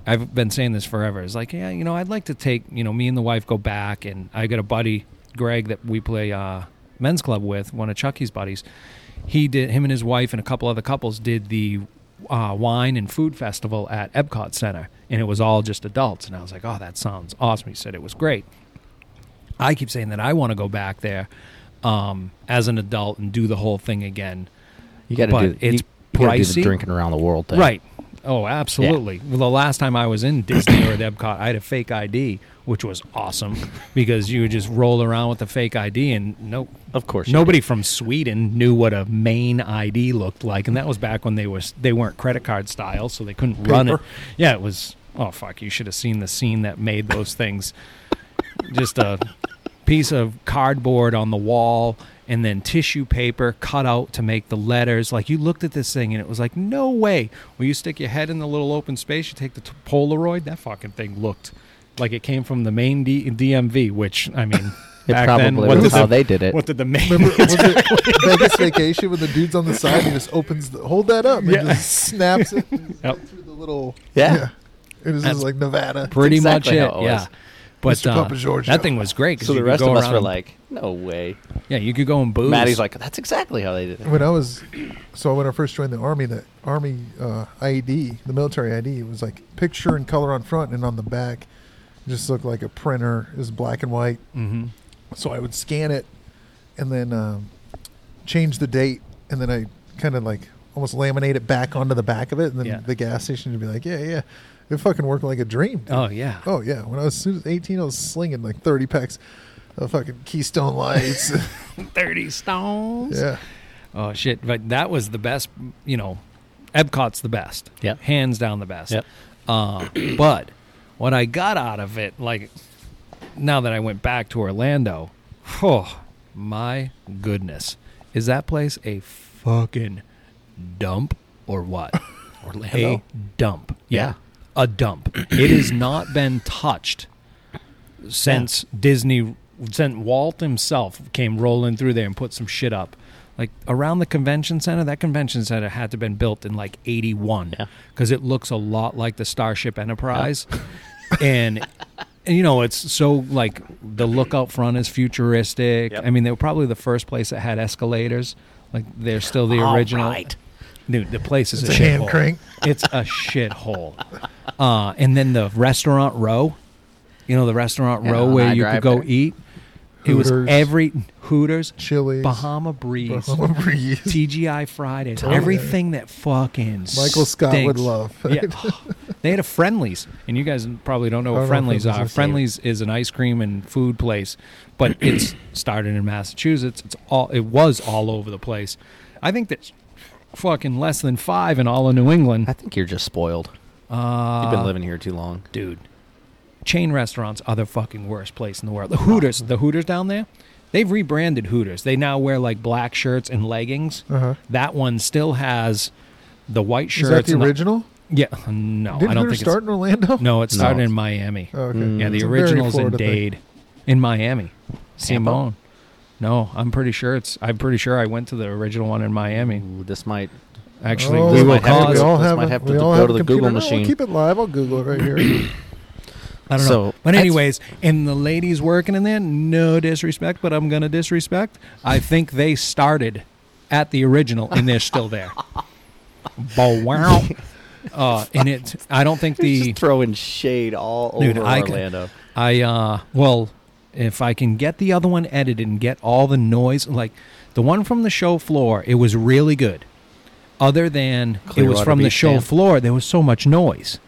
Speaker 1: I've been saying this forever. It's like, yeah, you know, I'd like to take you know me and the wife go back, and I got a buddy Greg that we play uh, men's club with, one of Chucky's buddies. He did him and his wife and a couple other couples did the uh, wine and food festival at Epcot Center, and it was all just adults. And I was like, oh, that sounds awesome. He said it was great. I keep saying that I want to go back there um, as an adult and do the whole thing again.
Speaker 3: You got
Speaker 1: but
Speaker 3: to do.
Speaker 1: it's
Speaker 3: you, you gotta do the
Speaker 1: pricey.
Speaker 3: drinking around the world thing.
Speaker 1: Right. Oh, absolutely. Well, the last time I was in Disney or at Epcot, I had a fake ID, which was awesome because you would just roll around with the fake ID and no,
Speaker 3: Of course. you
Speaker 1: nobody from Sweden knew what a main ID looked like, and that was back when they was they weren't credit card style, so they couldn't run it.
Speaker 2: Paper.
Speaker 1: Yeah, it was. Oh fuck! You should have seen the scene that made those things. Just a piece of cardboard on the wall, and then tissue paper cut out to make the letters. Like you looked at this thing, and it was like, no way. Well, you stick your head in the little open space, you take the t- Polaroid. That fucking thing looked like it came from the main D- DMV, which I mean.
Speaker 3: It
Speaker 1: back
Speaker 3: probably
Speaker 1: then, what
Speaker 3: was
Speaker 1: did
Speaker 3: how
Speaker 1: the-
Speaker 3: they did it.
Speaker 1: what did the main
Speaker 2: Remember was it Vegas Vacation when the dude's on the side and just opens the hold that up and
Speaker 1: Yeah.
Speaker 2: just snaps it
Speaker 1: Yep.
Speaker 2: through the little
Speaker 3: Yeah.
Speaker 2: It is
Speaker 1: That's
Speaker 2: just like Nevada.
Speaker 1: pretty
Speaker 3: exactly
Speaker 1: much
Speaker 3: how
Speaker 1: it,
Speaker 3: it was.
Speaker 1: yeah. But uh,
Speaker 2: Mr. Papa George,
Speaker 1: that
Speaker 2: yeah.
Speaker 1: thing was great. 'cause
Speaker 3: So
Speaker 1: you
Speaker 3: the
Speaker 1: could
Speaker 3: rest
Speaker 1: go
Speaker 3: of us were
Speaker 1: around-
Speaker 3: like, "No way."
Speaker 1: yeah, you could go and booze.
Speaker 3: Maddie's like, "That's exactly how they did it."
Speaker 2: When I was so when I first joined the army, the army uh, ID, the military ID, it was like picture and color on front and on the back, just looked like a printer. It was black and white.
Speaker 1: mm-hmm.
Speaker 2: so I would scan it and then um, change the date, and then I kind of like almost laminate it back onto the back of it, and then
Speaker 1: Yeah.
Speaker 2: the gas station would be like, "Yeah, yeah, it fucking worked like a dream." dude."
Speaker 1: oh yeah,
Speaker 2: Oh, yeah, when I was soon as eighteen, I was slinging like thirty packs of fucking Keystone Lights.
Speaker 1: thirty stones.
Speaker 2: yeah,
Speaker 1: Oh shit! But that was the best. You know, Epcot's the best.
Speaker 3: Yeah.
Speaker 1: hands down the best.
Speaker 3: Yep.
Speaker 1: Uh, but what I got out of it, like now that I went back to Orlando, oh my goodness, is that place a fucking dump or what?
Speaker 3: Orlando.
Speaker 1: A dump.
Speaker 3: Yeah.
Speaker 1: A dump. it has not been touched since Disney sent Walt himself came rolling through there and put some shit up. Like around the convention center, that convention center had to been built in like eighty one
Speaker 3: Yeah.
Speaker 1: because it looks a lot like the Starship Enterprise, and and you know it's so like the look out front is futuristic.
Speaker 3: Yep.
Speaker 1: I mean, they were probably the first place that had escalators. Like they're still the
Speaker 3: All
Speaker 1: original.
Speaker 3: right.
Speaker 1: Dude, the place is
Speaker 2: It's
Speaker 1: a
Speaker 2: a hand
Speaker 1: shithole.
Speaker 2: crank.
Speaker 1: It's a shithole. Uh, and then the restaurant row, you know, the restaurant
Speaker 3: Yeah,
Speaker 1: row
Speaker 3: on
Speaker 1: where
Speaker 3: I
Speaker 1: you could
Speaker 3: Drive
Speaker 1: go
Speaker 3: there.
Speaker 1: eat. It was
Speaker 2: Hooters.
Speaker 1: every Hooters,
Speaker 2: Chili's,
Speaker 1: Bahama Breeze,
Speaker 2: Bahama Breeze.
Speaker 1: TGI Fridays,
Speaker 2: Oh, yeah.
Speaker 1: everything that fucking
Speaker 2: Michael Scott would
Speaker 1: stinks.
Speaker 2: love.
Speaker 1: yeah, they had a Friendlies, and you guys probably don't know what
Speaker 2: I don't know if
Speaker 1: Friendlies
Speaker 2: it was
Speaker 1: are.
Speaker 2: the same.
Speaker 1: Friendlies is an ice cream and food place, but it's started in Massachusetts. It's all it was all over the place. I think that fucking less than five in all of New England.
Speaker 3: I think you're just spoiled.
Speaker 1: Uh,
Speaker 3: You've been living here too long.
Speaker 1: dude. Chain restaurants are the fucking worst place in the world. The Hooters, the Hooters down there, they've rebranded Hooters. They now wear like black shirts and leggings.
Speaker 2: Uh huh.
Speaker 1: That one still has the white
Speaker 2: Is
Speaker 1: shirts.
Speaker 2: that the
Speaker 1: and
Speaker 2: original?
Speaker 1: yeah, uh, no,
Speaker 2: Didn't
Speaker 1: Oh, I don't
Speaker 2: Hooters
Speaker 1: think
Speaker 2: start in Orlando?
Speaker 1: it's. No, it started
Speaker 3: No.
Speaker 1: in Miami.
Speaker 2: Oh, okay.
Speaker 3: Mm.
Speaker 1: yeah, the
Speaker 2: It's a very
Speaker 1: original's in
Speaker 2: Florida thing.
Speaker 1: Dade, in Miami.
Speaker 3: Tampa?
Speaker 1: Simone. No, I'm pretty sure it's. I'm pretty sure I went to the original one in Miami.
Speaker 3: Ooh, this might.
Speaker 1: Actually,
Speaker 2: Oh,
Speaker 1: we
Speaker 3: this
Speaker 1: will
Speaker 3: might have to
Speaker 1: cause.
Speaker 2: We all
Speaker 3: this
Speaker 2: have
Speaker 3: might
Speaker 2: a-
Speaker 3: have to
Speaker 2: we
Speaker 3: go
Speaker 2: all
Speaker 3: to
Speaker 2: have a
Speaker 3: the
Speaker 2: computer.
Speaker 3: Google
Speaker 2: No, we'll
Speaker 3: machine.
Speaker 2: keep it live. I'll Google it right here.
Speaker 1: I don't
Speaker 3: So,
Speaker 1: know. But
Speaker 3: that's-
Speaker 1: anyways, and the ladies working in there, no disrespect, but I'm gonna disrespect. I think they started at the original and they're still there. Bow wow. Uh, and it, I don't think the
Speaker 3: just throwing shade all
Speaker 1: Dude,
Speaker 3: over
Speaker 1: I can-
Speaker 3: Orlando.
Speaker 1: I uh well, if I can get the other one edited and get all the noise like the one from the show floor, it was really good. Other than it was
Speaker 3: Clearwater
Speaker 1: from the
Speaker 3: Beach
Speaker 1: show
Speaker 3: Dam.
Speaker 1: floor, there was so much noise.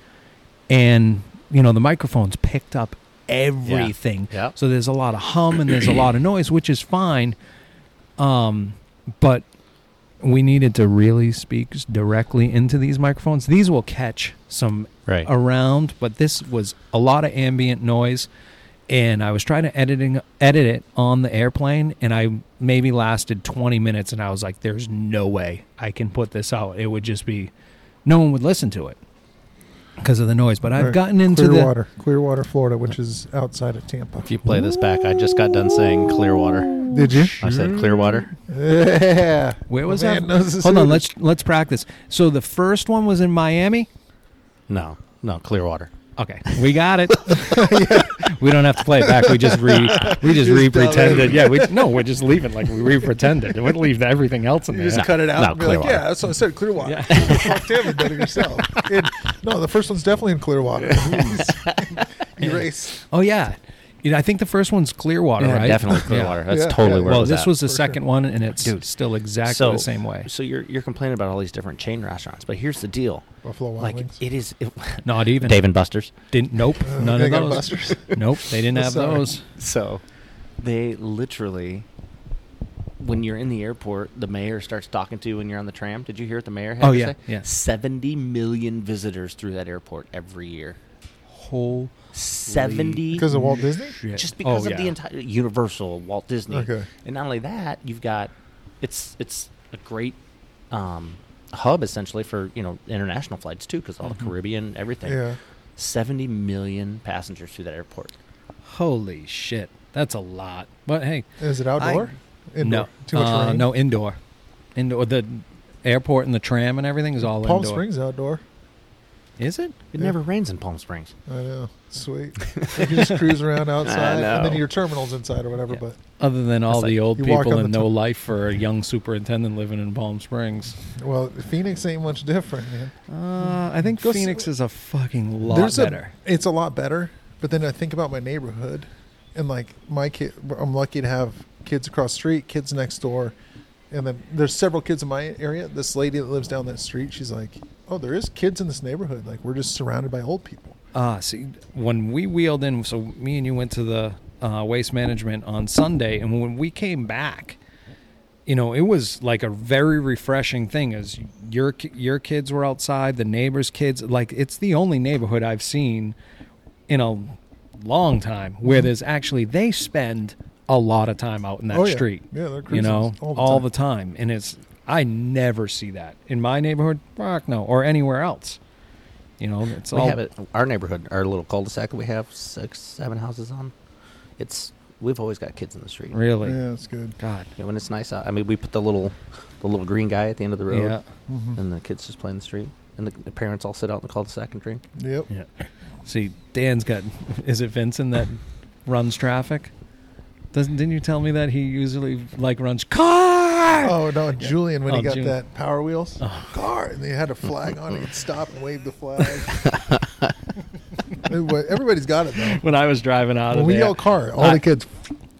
Speaker 1: And you know, the microphones picked up everything.
Speaker 3: Yep.
Speaker 1: So there's a lot of hum and there's a lot of noise, which is fine. Um but we needed to really speak directly into these microphones. These will catch some
Speaker 3: right.
Speaker 1: around, but this was a lot of ambient noise. And I was trying to editing edit it on the airplane, and I maybe lasted 20 minutes, and I was like, "There's no way I can put this out. It would just be, no one would listen to it because of the noise." But I've
Speaker 2: Right.
Speaker 1: gotten into the
Speaker 2: Clearwater, Clearwater, Florida, which is outside of Tampa.
Speaker 3: If you play this back, I just got done saying Clearwater.
Speaker 2: Did you?
Speaker 3: I said Clearwater.
Speaker 2: Yeah.
Speaker 1: Where was
Speaker 2: My
Speaker 1: that?
Speaker 2: man knows his
Speaker 1: Hold on,
Speaker 2: Hooters.
Speaker 1: let's let's practice. So the first one was in Miami.
Speaker 3: No, no, Clearwater.
Speaker 1: Okay, we got it. We don't have to play it back. We just re we just,
Speaker 2: Just
Speaker 1: re
Speaker 2: tell
Speaker 1: pretended. Yeah, we no, we're just leaving like we re pretended. We leave everything else in
Speaker 2: You
Speaker 1: there.
Speaker 2: just cut it out
Speaker 3: No,
Speaker 2: and be like,
Speaker 3: Clearwater.
Speaker 2: yeah, that's what I said, Clearwater. Fuck them and done it yourself. It- no, the first one's definitely in Clearwater. Erase.
Speaker 1: Oh yeah, You know, I think the first one's Clearwater,
Speaker 3: Yeah,
Speaker 1: right?
Speaker 3: Definitely
Speaker 1: Yeah.
Speaker 3: Clearwater. That's
Speaker 2: Yeah. Yeah.
Speaker 3: totally where it
Speaker 1: Well,
Speaker 3: was
Speaker 1: this
Speaker 3: at.
Speaker 1: was the
Speaker 2: For sure.
Speaker 1: second one, and it's
Speaker 3: Dude.
Speaker 1: still exactly the same way.
Speaker 3: So you're you're complaining about all these different chain restaurants, but here's the deal.
Speaker 2: Buffalo Wild
Speaker 3: like
Speaker 2: Wings.
Speaker 3: it is it,
Speaker 1: Not even
Speaker 3: Dave and Buster's.
Speaker 1: Didn't. Nope. None
Speaker 2: They
Speaker 1: of
Speaker 2: got
Speaker 1: those.
Speaker 2: Buster's.
Speaker 1: Nope. They didn't have
Speaker 2: Sorry.
Speaker 1: those.
Speaker 3: So they literally when you're in the airport, the mayor starts talking to you when you're on the tram. Did you hear what the mayor had
Speaker 1: Oh,
Speaker 3: to
Speaker 1: yeah,
Speaker 3: say?
Speaker 1: yeah.
Speaker 3: 70 million visitors through that airport every year.
Speaker 1: Whole
Speaker 3: 70
Speaker 2: Because of Walt Disney?
Speaker 1: shit.
Speaker 3: just because
Speaker 1: Oh,
Speaker 3: of the
Speaker 1: yeah.
Speaker 3: entire Universal, Walt Disney.
Speaker 2: Okay.
Speaker 3: And not only that, you've got it's it's a great um, hub essentially for you know international flights too, because all
Speaker 1: Mhm.
Speaker 3: the Caribbean, everything.
Speaker 2: Mm-hmm. Yeah.
Speaker 3: Seventy million passengers through that airport.
Speaker 1: Holy shit. That's a lot. But hey,
Speaker 2: Is it outdoor? Indoor?
Speaker 1: no,
Speaker 2: Too much
Speaker 1: uh,
Speaker 2: rain?
Speaker 1: no indoor, indoor. The airport and the tram and everything is all
Speaker 2: Palm
Speaker 1: indoor.
Speaker 2: Springs outdoor.
Speaker 1: Is it?
Speaker 3: It
Speaker 2: Yeah.
Speaker 3: never rains in Palm Springs.
Speaker 2: I know. Sweet. you can just cruise around outside and then
Speaker 3: know.
Speaker 2: your terminal's inside or whatever, but
Speaker 1: Other than all
Speaker 3: It's like
Speaker 1: the old
Speaker 2: you walk
Speaker 1: people
Speaker 2: on
Speaker 1: and
Speaker 2: the
Speaker 1: no
Speaker 2: top.
Speaker 1: life for a young superintendent living in Palm Springs.
Speaker 2: well, Phoenix ain't much different, man.
Speaker 1: Uh, I think
Speaker 2: Go see
Speaker 1: Phoenix
Speaker 2: what-
Speaker 1: is a fucking lot
Speaker 2: There's
Speaker 1: better.
Speaker 2: A, it's a lot better. But then I think about my neighborhood, and like my kid, I'm lucky to have kids across the street, kids next door, and then there's several kids in my area. This lady that lives down that street, she's like, "Oh, there is kids in this neighborhood. Like we're just surrounded by old people."
Speaker 1: Ah, see, when we wheeled in, so me and you went to the uh, waste management on Sunday, and when we came back, you know, it was like a very refreshing thing. As your ki- your kids were outside, the neighbors' kids, like it's the only neighborhood I've seen in a long time where there's actually they spend a lot of time out in that
Speaker 2: Oh, yeah.
Speaker 1: street.
Speaker 2: Yeah, they're
Speaker 1: you
Speaker 2: cruising
Speaker 1: know,
Speaker 2: all the
Speaker 1: all
Speaker 2: time.
Speaker 1: the time, and it's I never see that in my neighborhood, fuck no, or anywhere else. You know, it's
Speaker 3: We
Speaker 1: all
Speaker 3: have it. Our neighborhood, our little cul-de-sac that we have six, seven houses on. It's we've always got kids in the street.
Speaker 1: really.
Speaker 2: yeah, it's good.
Speaker 1: God.
Speaker 3: And when it's nice out, I mean, we put the little the little green guy at the end of the road,
Speaker 1: Yeah.
Speaker 2: hmm
Speaker 3: and the kids just play in the street, and the, the parents all sit out in the cul-de-sac and drink.
Speaker 2: Yep.
Speaker 1: Yeah. See, Dan's got. Is it Vincent that runs traffic? Doesn't didn't you tell me that he usually like runs car?
Speaker 2: Oh no, Julian when
Speaker 1: Oh,
Speaker 2: he got
Speaker 1: June.
Speaker 2: that Power Wheels car, and they had a flag on it, he'd stop and wave the flag. Everybody's got it though.
Speaker 1: When I was driving out
Speaker 2: When
Speaker 1: of
Speaker 2: we
Speaker 1: there,
Speaker 2: yell car, all
Speaker 1: I-
Speaker 2: the kids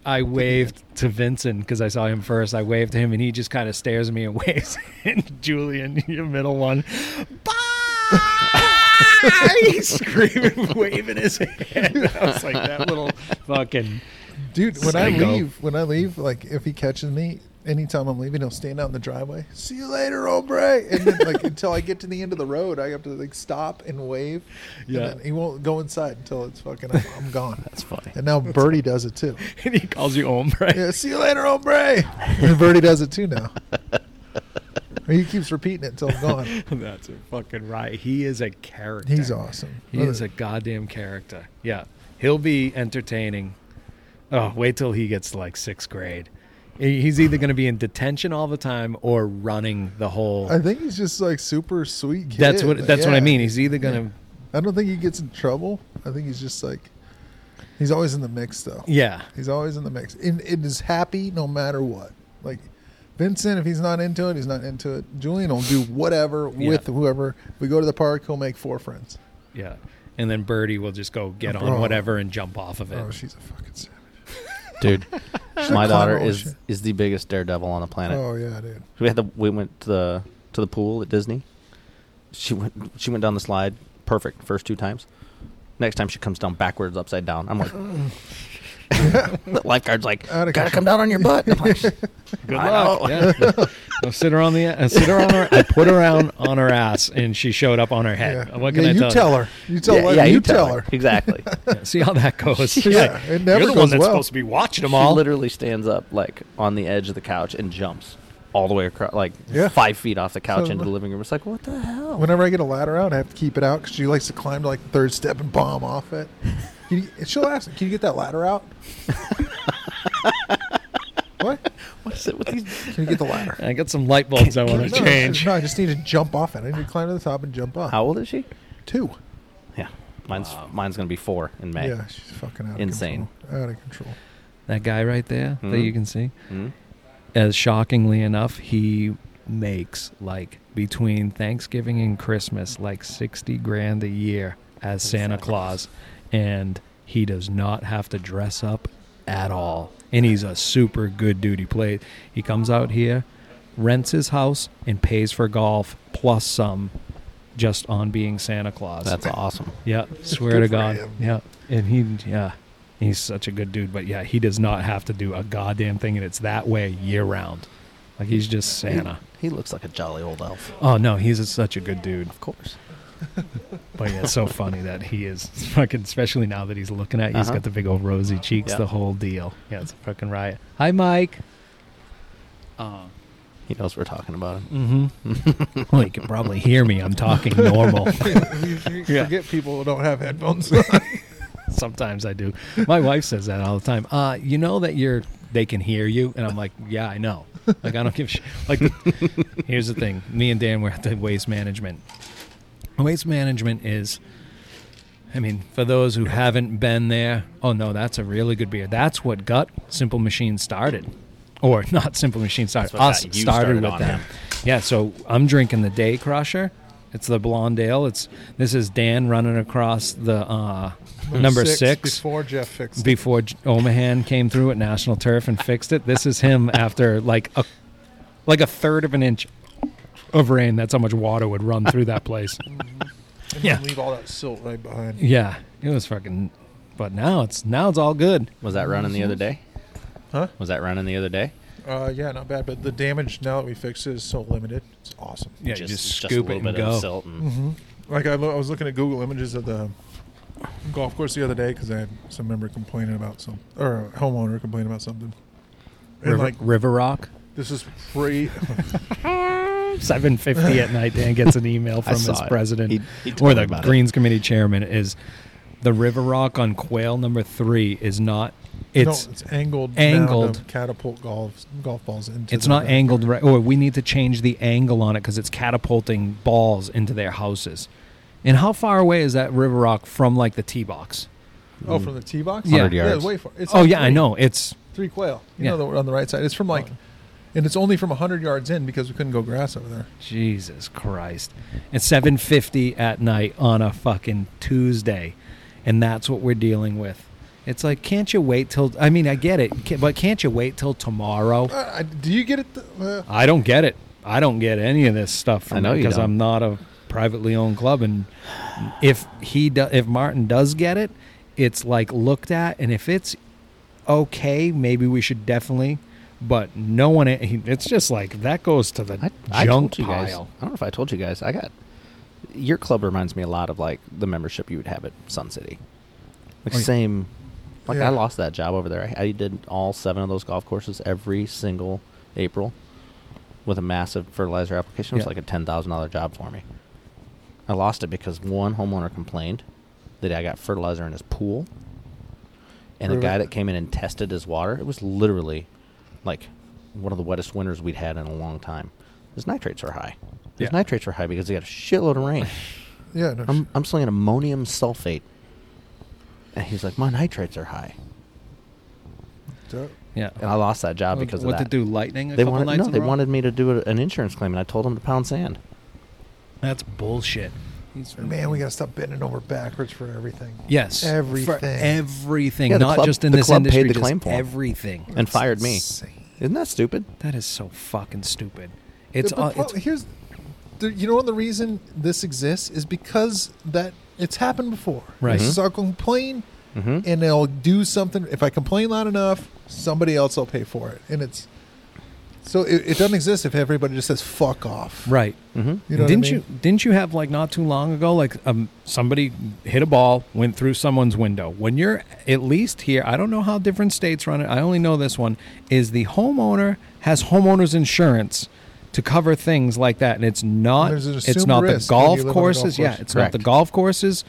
Speaker 1: I waved to Vincent because I saw him first. I waved to him, and he just kind of stares at me and waves. and Julian, your middle one, bye! He's screaming, waving his hand. I was like that little fucking.
Speaker 2: Dude, when I
Speaker 1: Psycho.
Speaker 2: leave, when I leave, like if he catches me, anytime I'm leaving, he'll stand out in the driveway. See you later, hombre. And then, like until I get to the end of the road, I have to like stop and wave.
Speaker 1: Yeah.
Speaker 2: And then he won't go inside until it's fucking. I'm, I'm gone.
Speaker 3: That's funny.
Speaker 2: And now Birdie does it too.
Speaker 1: and he calls you hombre.
Speaker 2: Yeah. See you later, hombre. And Birdie does it too now. he keeps repeating it until I'm gone.
Speaker 1: That's a fucking right. He is a character.
Speaker 2: He's awesome.
Speaker 1: He is a goddamn character. Yeah. He'll be entertaining. Oh, wait till he gets to like sixth grade. He- He's either going to be in detention all the time or running the whole.
Speaker 2: I think he's just like super sweet kid.
Speaker 1: That's what.
Speaker 2: Like,
Speaker 1: That's what I
Speaker 2: yeah.
Speaker 1: mean. He's either going to.
Speaker 2: I don't think he gets in trouble. I think he's just like he's always in the mix though.
Speaker 1: Yeah.
Speaker 2: He's always in the mix. And it is happy no matter what. Like Vincent, if he's not into it, he's not into it. Julian will do whatever
Speaker 1: Yeah.
Speaker 2: with whoever. We go to the park, he'll make four friends.
Speaker 1: Yeah. And then Birdie will just go get on
Speaker 2: Bro.
Speaker 1: whatever and jump off of it.
Speaker 2: Oh, she's a fucking savage.
Speaker 3: dude. my daughter
Speaker 2: Clown
Speaker 3: is
Speaker 2: shit.
Speaker 3: is the biggest daredevil on the planet.
Speaker 2: Oh yeah, dude.
Speaker 3: We had the we went to the to the pool at Disney. She went she went down the slide perfect first two times. Next time she comes down backwards upside down. I'm like the lifeguard's like
Speaker 2: Out of control."
Speaker 3: gotta come down on your butt. I'm like,
Speaker 1: Good
Speaker 3: I
Speaker 1: luck.
Speaker 3: know.
Speaker 1: Yeah. No, sit her on the. Uh, sit her on her. I put her on on her ass, and she showed up on her head.
Speaker 2: Yeah.
Speaker 1: What can
Speaker 2: Yeah,
Speaker 1: I
Speaker 2: you
Speaker 1: tell
Speaker 2: tell her. You tell
Speaker 3: yeah,
Speaker 2: her.
Speaker 3: yeah,
Speaker 2: you, tell her.
Speaker 3: exactly.
Speaker 1: Yeah, See how that goes.
Speaker 2: Yeah, it never
Speaker 1: You're the one
Speaker 2: goes
Speaker 1: that's
Speaker 2: well.
Speaker 1: supposed to be watching them
Speaker 3: she
Speaker 1: all.
Speaker 3: literally stands up like on the edge of the couch and jumps all the way across, like
Speaker 2: Yeah.
Speaker 3: five feet off the couch
Speaker 2: So-
Speaker 3: into the living room. It's like what the hell?
Speaker 2: Whenever I get a ladder out, I have to keep it out because she likes to climb to like the third step and bomb off it. Can you, and she'll ask, "Can you get that ladder out?" what?
Speaker 3: What is it with these?
Speaker 2: Can you get the ladder?
Speaker 1: I got some light bulbs I want to
Speaker 2: No,
Speaker 1: change.
Speaker 2: No, I just need to jump off it. I need to climb to the top and jump off.
Speaker 3: How old is she?
Speaker 2: Two.
Speaker 3: Yeah, mine's
Speaker 1: Um,
Speaker 3: mine's gonna be four in May.
Speaker 2: Yeah, she's fucking out of
Speaker 3: Insane.
Speaker 2: control. Out of control.
Speaker 1: That guy right there that
Speaker 3: Mhm.
Speaker 1: you can see,
Speaker 3: Mhm.
Speaker 1: as shockingly enough, he makes like between Thanksgiving and Christmas like 60 grand a year as Santa Claus. And he does not have to dress up at all. And he's a super good dude. He play. He comes out here, rents his house, and pays for golf plus some just on being Santa Claus.
Speaker 3: That's awesome.
Speaker 1: Yeah, swear to
Speaker 2: for
Speaker 1: God.
Speaker 2: him.
Speaker 1: Yeah, and he, yeah, he's such a good dude. But yeah, he does not have to do a goddamn thing, and it's that way year round. Like he's just Santa.
Speaker 3: He looks like a jolly old elf.
Speaker 1: Oh no, he's a, such a good dude.
Speaker 3: Of course.
Speaker 1: But yeah, it's so funny that he is fucking. Especially now that he's looking at you, he's
Speaker 3: Uh-huh.
Speaker 1: got the big old rosy cheeks,
Speaker 3: Yeah.
Speaker 1: the whole deal. Yeah, it's a fucking riot. Hi, Mike. Uh,
Speaker 3: He knows we're talking about him.
Speaker 1: mm-hmm. well, you can probably hear me. I'm talking normal.
Speaker 2: You f-
Speaker 1: Yeah.
Speaker 2: Forget people who don't have headphones.
Speaker 1: Sometimes I do. My wife says that all the time. Uh, you know that you're they can hear you, and I'm like, yeah, I know. Like I don't give a shit. Like, the, here's the thing: me and Dan were at the waste management. Waste management is, I mean, for those who haven't been there, oh no, that's a really good beer. That's what got Simple Machine started, or not Simple Machine started.
Speaker 3: That's
Speaker 1: Us
Speaker 3: what got
Speaker 1: started,
Speaker 3: you started
Speaker 1: with
Speaker 3: on
Speaker 1: them.
Speaker 3: it.
Speaker 1: Yeah, so I'm drinking the Day Crusher. It's the blonde ale. It's this is Dan running across the uh, number six,
Speaker 2: Before Jeff fixed it.
Speaker 1: before J- Omahan came through at National Turf and fixed it. This is him after like a like a third of an inch of rain. That's how much water would run through that place.
Speaker 2: And
Speaker 1: yeah.
Speaker 2: Leave all that silt right behind.
Speaker 1: Yeah, it was fucking. But now it's now it's all good.
Speaker 3: Was that running the other day?
Speaker 2: Huh?
Speaker 3: Was that running the other day?
Speaker 2: Uh, yeah, not bad. But the damage now that we fixed it is so limited. It's awesome.
Speaker 1: Yeah, you just, scoop
Speaker 3: a little
Speaker 1: it and
Speaker 3: bit
Speaker 1: go.
Speaker 3: of silt
Speaker 2: Mm-hmm.
Speaker 3: and
Speaker 2: Like I, lo- I was looking at Google images of the golf course the other day because I had some member complaining about some or a homeowner complaining about something. And
Speaker 1: River,
Speaker 2: like
Speaker 1: River Rock,
Speaker 2: this is pre.
Speaker 1: seven fifty at night. Dan gets an email
Speaker 3: I
Speaker 1: from
Speaker 3: saw
Speaker 1: his
Speaker 3: it.
Speaker 1: president
Speaker 3: He- he told
Speaker 1: or
Speaker 3: me
Speaker 1: the
Speaker 3: about it.
Speaker 1: Greens Committee chairman is the River Rock on Quail number three is not. It's
Speaker 2: no, it's angled.
Speaker 1: angled.
Speaker 2: mound of catapult golf golf balls into.
Speaker 1: It's
Speaker 2: the
Speaker 1: not
Speaker 2: ground.
Speaker 1: angled right. Or we need to change the angle on it because it's catapulting balls into their houses. And how far away is that River Rock from like the tee box?
Speaker 2: Oh, from the tee box.
Speaker 1: 100
Speaker 2: yeah,
Speaker 3: yards.
Speaker 2: way far. It's
Speaker 1: oh
Speaker 2: like
Speaker 1: yeah, I
Speaker 2: three-
Speaker 1: know. It's
Speaker 2: Three quail. You
Speaker 1: Yeah.
Speaker 2: know, the, on the right side. It's from like, and it's only from hundred yards in because we couldn't go grass over there.
Speaker 1: Jesus Christ. It's 7:50 at night on a fucking Tuesday, and that's what we're dealing with. It's like, can't you wait till? I mean, I get it, ca- but can't you wait till tomorrow?
Speaker 2: Uh, I- do you get it? Th- uh,
Speaker 1: I don't get it. I don't get any of this stuff from
Speaker 3: I know you
Speaker 1: because
Speaker 3: don't.
Speaker 1: I'm not a privately owned club. And if he do, if Martin does get it, it's like looked at, and if it's okay, maybe we should definitely. But no one, it's just like that goes to the
Speaker 3: I
Speaker 1: junk
Speaker 3: told you guys.
Speaker 1: pile.
Speaker 3: I don't know if I told you guys. I got your club reminds me a lot of like the membership you would have at Sun City. Like
Speaker 1: Oh, yeah.
Speaker 3: same. Like
Speaker 2: Yeah.
Speaker 3: I lost that job over there. I, I did all seven of those golf courses every single April with a massive fertilizer application. It was
Speaker 1: Yeah.
Speaker 3: like a ten thousand dollar job for me. I lost it because one homeowner complained that I got fertilizer in his pool, and the
Speaker 2: Really?
Speaker 3: guy that came in and tested his water, it was literally like one of the wettest winters we'd had in a long time. His nitrates are high. His
Speaker 1: Yeah.
Speaker 3: nitrates are high because he got a shitload of rain.
Speaker 2: Yeah, no,
Speaker 3: I'm, I'm slinging ammonium sulfate, and he's like, my nitrates are high,
Speaker 2: duh.
Speaker 1: Yeah.
Speaker 3: and I lost that job
Speaker 1: What-
Speaker 3: Oh, because
Speaker 1: what
Speaker 3: of that.
Speaker 1: to do? Lightning? A
Speaker 3: they
Speaker 1: couple
Speaker 3: wanted
Speaker 1: nights
Speaker 3: no,
Speaker 1: in
Speaker 3: they
Speaker 1: a row?
Speaker 3: wanted me to do a- an insurance claim, and I told them to pound sand.
Speaker 1: That's bullshit. He's,
Speaker 2: man, we gotta stop bending over backwards for everything.
Speaker 1: yes,
Speaker 2: everything.
Speaker 1: For everything,
Speaker 3: Yeah, the
Speaker 1: not
Speaker 3: club-
Speaker 1: just in
Speaker 3: the
Speaker 1: this
Speaker 3: club paid
Speaker 1: industry,
Speaker 3: the
Speaker 1: just
Speaker 3: claim for 'em.
Speaker 1: everything.
Speaker 3: And fired me.
Speaker 2: insane.
Speaker 3: Isn't that stupid?
Speaker 1: That is so fucking stupid. It's,
Speaker 2: Yeah, but
Speaker 1: uh,
Speaker 2: prob-
Speaker 1: it's
Speaker 2: here's, the, you know, what the reason this exists is because that it's happened before.
Speaker 1: Right. Mhm.
Speaker 2: So I'll complain,
Speaker 3: Mm-hmm.
Speaker 2: and they'll do something. If I complain loud enough, somebody else will pay for it, and it's so it, it doesn't exist if everybody just says fuck off.
Speaker 1: right.
Speaker 3: mm-hmm.
Speaker 2: You know what I
Speaker 1: didn't
Speaker 2: mean?
Speaker 1: you didn't you have like not too long ago like um somebody hit a ball went through someone's window when you're at least here i don't know how different states run it i only know this one is the homeowner has homeowners insurance to cover things like that and it's not
Speaker 2: There's an
Speaker 1: it's
Speaker 2: assumed
Speaker 1: not the
Speaker 2: risk when you
Speaker 1: golf
Speaker 2: live on a golf
Speaker 1: courses yeah
Speaker 2: course.
Speaker 1: it's not the
Speaker 3: Correct.
Speaker 1: golf courses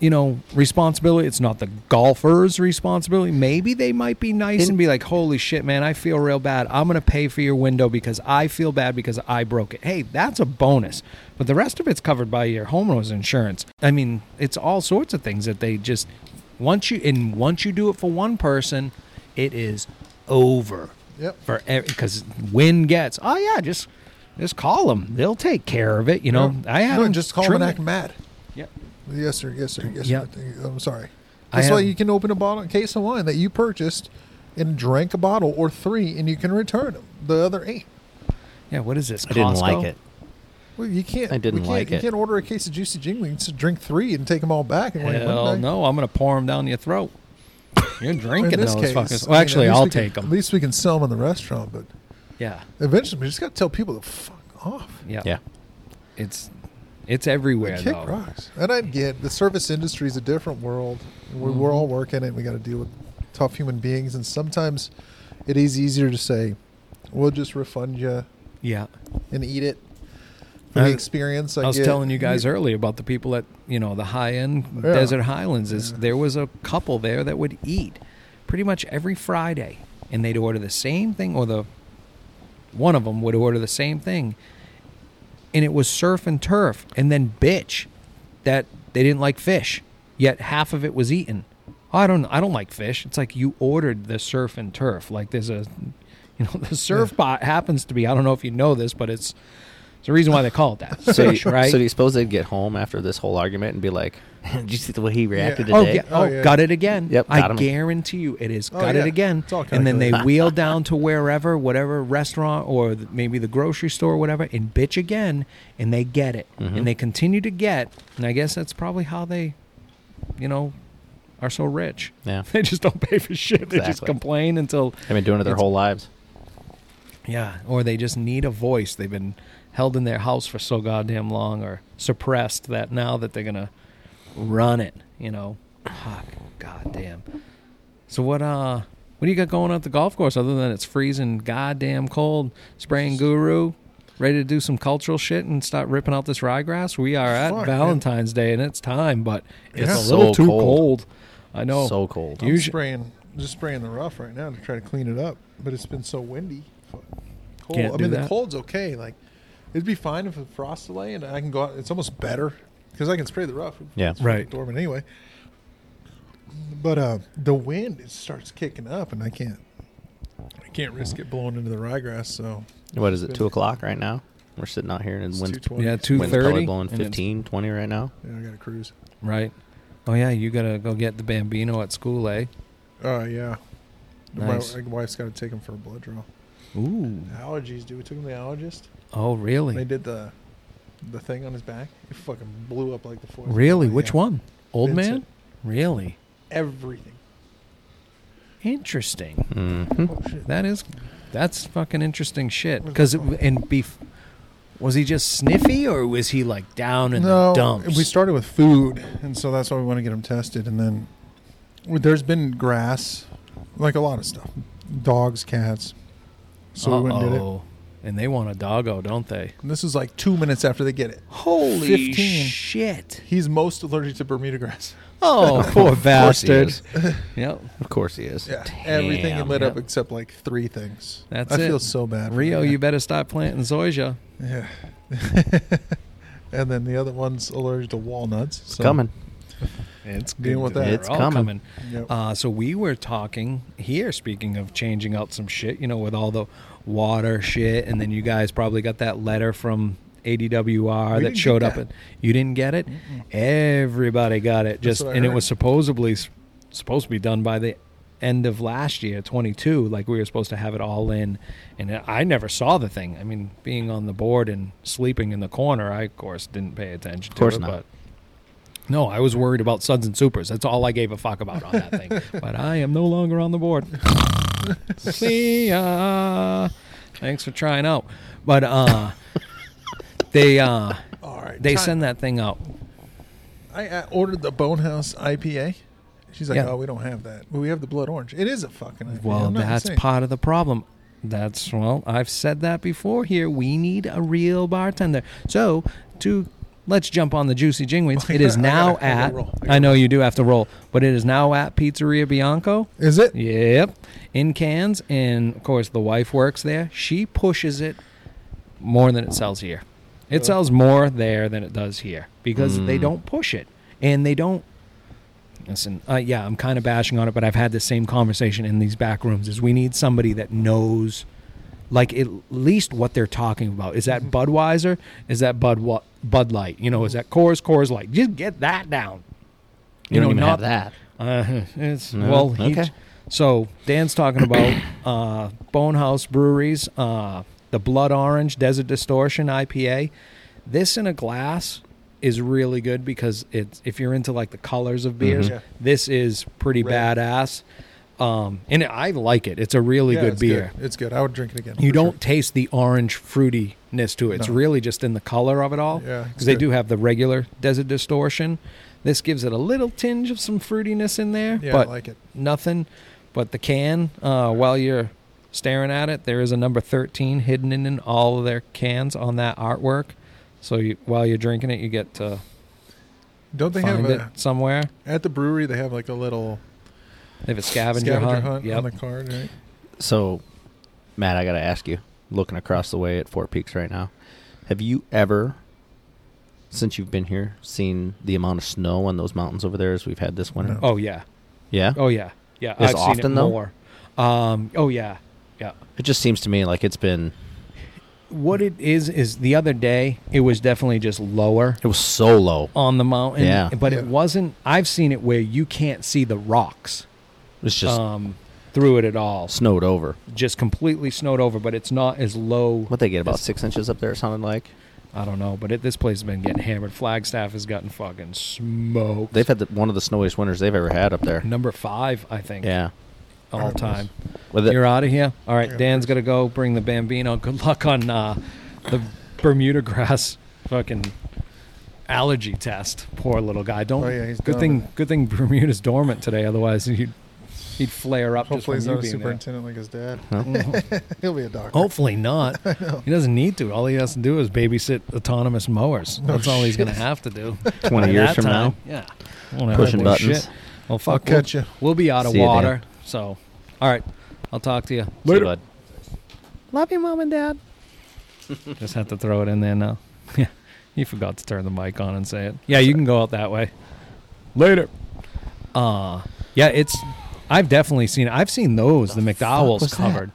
Speaker 1: you know responsibility it's not the golfer's responsibility maybe they might be nice
Speaker 3: In-
Speaker 1: and be like holy shit man i feel real bad i'm gonna pay for your window because i feel bad because i broke it hey that's a bonus but the rest of it's covered by your homeowner's insurance i mean it's all sorts of things that they just once you and once you do it for one person it is over
Speaker 2: Yep.
Speaker 1: for because wind gets oh yeah just just call them they'll take care of it you know i had
Speaker 2: no,
Speaker 1: them
Speaker 2: just call them
Speaker 1: trim
Speaker 2: and
Speaker 1: it.
Speaker 2: act mad.
Speaker 1: Yep.
Speaker 2: Yes, sir. Yes, sir. Yes,
Speaker 1: Yep.
Speaker 2: sir. I'm sorry.
Speaker 1: I
Speaker 2: That's why
Speaker 1: have-
Speaker 2: you can open a bottle, case of wine that you purchased, and drink a bottle or three, and you can return the other eight.
Speaker 1: yeah what is this
Speaker 3: I didn't
Speaker 1: Costco?
Speaker 3: like it.
Speaker 2: Well, you can't.
Speaker 3: I
Speaker 2: we
Speaker 3: didn't
Speaker 2: can't-
Speaker 3: like
Speaker 2: You
Speaker 3: it.
Speaker 2: can't order a case of Juicy Jingling. Just drink three and take them all back. And wait one
Speaker 1: Hell
Speaker 2: day.
Speaker 1: no! I'm gonna pour them down your throat. You're
Speaker 2: In
Speaker 1: drinking
Speaker 2: this
Speaker 1: those
Speaker 2: case,
Speaker 1: fuckers.
Speaker 2: I mean,
Speaker 1: Well,
Speaker 2: at
Speaker 1: actually,
Speaker 2: least
Speaker 1: I'll
Speaker 2: we can-
Speaker 1: take them.
Speaker 2: At least we can sell them in the restaurant, but
Speaker 1: yeah,
Speaker 2: eventually we just got to tell people to fuck off.
Speaker 1: yeah,
Speaker 3: Yeah.
Speaker 1: It's it's everywhere
Speaker 2: Kick
Speaker 1: though.
Speaker 2: rocks. And I get the service industry is a different world. We're, we're
Speaker 1: Mm-hmm.
Speaker 2: all working it. We got to deal with tough human beings, and sometimes it is easier to say, "We'll just refund you
Speaker 1: Yeah,
Speaker 2: and eat it." For
Speaker 1: I-
Speaker 2: the experience, I,
Speaker 1: I was
Speaker 2: get.
Speaker 1: telling you guys earlier about the people at you know the high end
Speaker 2: Yeah.
Speaker 1: desert highlands. Is
Speaker 2: Yeah.
Speaker 1: there was a couple there that would eat pretty much every Friday, and they'd order the same thing, or the one of them would order the same thing, and it was surf and turf, and then bitch that they didn't like fish, yet half of it was eaten. I don't I don't like fish. It's like you ordered the surf and turf. Like there's a you know the surf pot happens to be I don't know if you know this, but it's it's the reason why they call it that.
Speaker 3: So, you,
Speaker 1: right?
Speaker 3: so do you suppose they'd get home after this whole argument and be like, "Did you see the way he reacted
Speaker 2: Yeah.
Speaker 1: Oh,
Speaker 3: today?"
Speaker 1: yeah. oh,
Speaker 2: Oh, yeah.
Speaker 1: got it again.
Speaker 3: Yep,
Speaker 1: I
Speaker 3: got 'em.
Speaker 1: guarantee you it is
Speaker 2: Oh,
Speaker 1: got
Speaker 2: yeah.
Speaker 1: it again.
Speaker 2: It's all
Speaker 1: And then they
Speaker 2: calculated.
Speaker 1: wheel down to wherever, whatever restaurant or th- maybe the grocery store, whatever, and bitch again, and they get it,
Speaker 3: Mm-hmm.
Speaker 1: and they continue to get. And I guess that's probably how they, you know, are so rich.
Speaker 3: Yeah.
Speaker 1: they just don't pay for shit. They just
Speaker 3: Exactly.
Speaker 1: complain until
Speaker 3: They've been doing it their
Speaker 1: It's-
Speaker 3: whole lives.
Speaker 1: yeah, or they just need a voice. They've been held in their house for so goddamn long or suppressed that now that they're going to run it, you know. Fuck, goddamn. So what uh what do you got going on at the golf course other than it's freezing goddamn cold, spraying guru, ready to do some cultural shit and start ripping out this ryegrass? We are at
Speaker 2: Fuck, man.
Speaker 1: Valentine's Day and it's time, but it's
Speaker 2: Yeah.
Speaker 1: a little
Speaker 3: So
Speaker 1: too
Speaker 3: cold.
Speaker 1: cold. I know.
Speaker 3: So cold.
Speaker 2: I'm
Speaker 1: You- usually-
Speaker 2: spraying, just spraying the rough right now to try to clean it up, but it's been so windy. Fuck. Cold.
Speaker 1: Can't
Speaker 2: I
Speaker 1: do
Speaker 2: mean, the
Speaker 1: that.
Speaker 2: cold's okay. Like, it'd be fine if the frost delay and I can go out. It's almost better because I can spray the rough.
Speaker 3: Yeah.
Speaker 2: It's fucking
Speaker 1: Right.
Speaker 2: Dormant anyway. But uh, the wind it starts kicking up, and I can't. I can't risk it blowing into the ryegrass. So
Speaker 3: What is it? Two o'clock right now. We're sitting out here and
Speaker 2: it's
Speaker 3: wind's,
Speaker 2: 220.
Speaker 1: yeah,
Speaker 3: wind's
Speaker 1: 230
Speaker 3: probably blowing
Speaker 1: and it's-
Speaker 3: 15, 20 right now.
Speaker 2: Yeah, I got to cruise.
Speaker 1: Right. Oh yeah, you got to go get the bambino at school, eh?
Speaker 2: Oh yeah.
Speaker 1: Nice.
Speaker 2: My, my wife's got to take him for a blood draw.
Speaker 1: Ooh.
Speaker 2: Allergies, dude. We took him to the allergist.
Speaker 1: Oh,
Speaker 2: They
Speaker 1: really?
Speaker 2: did the the thing on his back. It fucking blew up like the fourth.
Speaker 1: Really?
Speaker 2: Oh, Yeah.
Speaker 1: Which one? Old man?
Speaker 2: Vincent.
Speaker 1: Really?
Speaker 2: Everything.
Speaker 1: Interesting.
Speaker 3: Mm-hmm.
Speaker 2: Oh shit.
Speaker 1: That is That's fucking interesting shit.
Speaker 2: What is
Speaker 1: Because
Speaker 2: that called?
Speaker 1: and beef, was he just sniffy or was he like down in
Speaker 2: no,
Speaker 1: the dumps?
Speaker 2: we started with food, and so that's why we want to get them tested. And then well, there's been grass, like a lot of stuff, dogs, cats. So we went and did it.
Speaker 1: Uh-oh. And they want a doggo, don't they?
Speaker 2: And this is like two minutes after they get it.
Speaker 1: Holy
Speaker 2: 15.
Speaker 1: shit!
Speaker 2: He's most allergic to Bermuda grass.
Speaker 1: Oh, poor bastard.
Speaker 3: is.
Speaker 1: Yep.
Speaker 3: Of course he is.
Speaker 2: Yeah, everything he
Speaker 1: Damn,
Speaker 2: lit
Speaker 1: yep.
Speaker 2: up except like three things.
Speaker 1: That's
Speaker 2: I
Speaker 1: it.
Speaker 2: feel so bad. for
Speaker 1: Rio,
Speaker 2: the guy.
Speaker 1: you better stop planting zoysia.
Speaker 2: Yeah. and then the other one's allergic to walnuts.
Speaker 3: It's
Speaker 2: so-
Speaker 3: coming.
Speaker 1: It's
Speaker 2: Deal
Speaker 1: good
Speaker 2: with
Speaker 1: that
Speaker 2: that.
Speaker 1: they're
Speaker 2: It's
Speaker 1: all
Speaker 3: coming.
Speaker 2: Yep.
Speaker 1: Uh, so we were talking here, speaking of changing out some shit, you know, with all the water shit, and then you guys probably got that letter from ADWR
Speaker 2: We didn't
Speaker 1: that showed
Speaker 2: get
Speaker 1: up.
Speaker 2: that.
Speaker 1: And you didn't get it. Everybody got it. Just
Speaker 2: what I
Speaker 1: and it
Speaker 2: heard.
Speaker 1: was supposedly s- supposed to be done by the end of last year, 22. Like we were supposed to have it all in, and I never saw the thing. I mean, being on the board and sleeping in the corner, I of course didn't pay attention.
Speaker 3: Of course
Speaker 1: to it,
Speaker 3: not.
Speaker 1: But no, I was worried about Suds and Supers. That's all I gave a fuck about on that thing. But I am no longer on the board. See ya. Thanks for trying out. But uh, they uh,
Speaker 2: All right.
Speaker 1: they
Speaker 2: time.
Speaker 1: send that thing out.
Speaker 2: I, I ordered the Bonehouse IPA. She's like,
Speaker 1: Yeah.
Speaker 2: oh, we don't have that. But we have the blood orange. It is a fucking IPA.
Speaker 1: Well,
Speaker 2: I'm not
Speaker 1: that's
Speaker 2: insane.
Speaker 1: part of the problem. That's well, I've said that before here. We need a real bartender. So to let's jump on the juicy jingwings. It is
Speaker 2: I gotta-
Speaker 1: now
Speaker 2: I gotta
Speaker 1: at
Speaker 2: roll. I
Speaker 1: I,
Speaker 2: gotta
Speaker 1: know you do have to roll, but it is now at Pizzeria Bianco.
Speaker 2: Is it?
Speaker 1: Yep. In cans. And of course, the wife works there. She pushes it more than it sells here.
Speaker 3: Uh.
Speaker 1: It sells more there than it does here because
Speaker 3: Mm.
Speaker 1: they don't push it. And they don't. Listen, uh, yeah, I'm kind of bashing on it, but I've had the same conversation in these back rooms is we need somebody that knows like at least what they're talking about. Is that
Speaker 3: Mm-hmm.
Speaker 1: Budweiser? Is that Bud what Bud Light? You know, is that Coors Coors Light? Just get that down.
Speaker 3: You,
Speaker 1: You
Speaker 3: don't
Speaker 1: know,
Speaker 3: even
Speaker 1: not-
Speaker 3: have that.
Speaker 1: Uh, it's
Speaker 3: No?
Speaker 1: well, he,
Speaker 3: Okay.
Speaker 1: So Dan's talking about uh, Bonehouse Breweries, uh, the Blood Orange Desert Distortion IPA. This in a glass is really good because it's if you're into like the colors of beers,
Speaker 2: Mhm. Yeah.
Speaker 1: this is pretty
Speaker 2: Red.
Speaker 1: badass. Um, and I like it. It's a really
Speaker 2: Yeah,
Speaker 1: good
Speaker 2: it's
Speaker 1: beer.
Speaker 2: It's good. I would drink it again.
Speaker 1: You
Speaker 2: for sure.
Speaker 1: don't taste the orange fruitiness to it. It's
Speaker 2: No.
Speaker 1: really just in the color of it all.
Speaker 2: Yeah, it's
Speaker 1: because they
Speaker 2: good.
Speaker 1: do have the regular desert distortion. This gives it a little tinge of some fruitiness in there,
Speaker 2: Yeah,
Speaker 1: but
Speaker 2: I like it.
Speaker 1: nothing. But the can, uh, while you're staring at it, there is a number thirteen hidden in, in all of their cans on that artwork. So you, while you're drinking it, you get to
Speaker 2: Don't they have
Speaker 1: find it
Speaker 2: a,
Speaker 1: somewhere.
Speaker 2: at the brewery? They have like a little
Speaker 1: They have a scavenger,
Speaker 2: scavenger hunt,
Speaker 1: hunt. Yep.
Speaker 2: on the card, right?
Speaker 3: So, Matt, I got to ask you, looking across the way at Fort Peaks right now, have you ever, since you've been here, seen the amount of snow on those mountains over there as we've had this winter?
Speaker 2: No.
Speaker 1: oh yeah,
Speaker 3: Yeah?
Speaker 1: oh yeah, yeah.
Speaker 3: Is
Speaker 1: I've seen
Speaker 3: often,
Speaker 1: it
Speaker 3: though?
Speaker 1: more. Um, oh yeah, yeah.
Speaker 3: It just seems to me like it's been,
Speaker 1: what it is is the other day it was definitely just lower
Speaker 3: it was so low.
Speaker 1: on the mountain
Speaker 3: Yeah.
Speaker 1: but
Speaker 2: Yeah.
Speaker 1: it wasn't i've seen it where you can't see the rocks
Speaker 3: It's just
Speaker 1: um, through it at all
Speaker 3: snowed over.
Speaker 1: just completely snowed over but it's not as low
Speaker 3: What they get, about six inches up there, it sounded like?
Speaker 1: i don't know but it, this place has been getting hammered flagstaff has gotten fucking smoked
Speaker 3: They've had the, one of the snowiest winters they've ever had up there.
Speaker 1: number five i think
Speaker 3: Yeah.
Speaker 1: all time
Speaker 3: With it,
Speaker 1: You're out of here. All right,
Speaker 2: Yeah.
Speaker 1: Dan's gonna go bring the bambino. Good luck on uh, the Bermuda grass fucking allergy test. Poor little guy. Don't.
Speaker 2: Oh, yeah, he's
Speaker 1: good
Speaker 2: done
Speaker 1: thing.
Speaker 2: with it.
Speaker 1: Good thing Bermuda's dormant today. Otherwise, he'd he'd flare up.
Speaker 2: Hopefully,
Speaker 1: just
Speaker 2: he's not
Speaker 1: from
Speaker 2: a
Speaker 1: you being there.
Speaker 2: superintendent like his dad.
Speaker 1: Mhm.
Speaker 2: He'll be a doctor.
Speaker 1: Hopefully not. He doesn't need to. All he has to do is babysit autonomous mowers.
Speaker 2: No
Speaker 1: That's all he's
Speaker 2: shit.
Speaker 1: gonna have to do.
Speaker 3: 20
Speaker 1: By
Speaker 3: years
Speaker 1: that
Speaker 3: from now?
Speaker 1: Yeah. Won't have
Speaker 3: Pushing
Speaker 1: to do
Speaker 3: buttons.
Speaker 1: shit. Well,
Speaker 2: I'll
Speaker 1: fuck. We'll,
Speaker 2: catch you.
Speaker 1: we'll be out of
Speaker 3: See ya, Dan.
Speaker 1: water. So, all right. I'll talk to you
Speaker 3: See, bud.
Speaker 1: Love you, mom and dad. Just had to throw it in there now. Yeah, you forgot to turn the mic on and say it. Yeah, you can go out that way. Later. Uh yeah, it's. I've definitely seen. I've seen those. The, McDowell's
Speaker 3: was that?
Speaker 1: covered.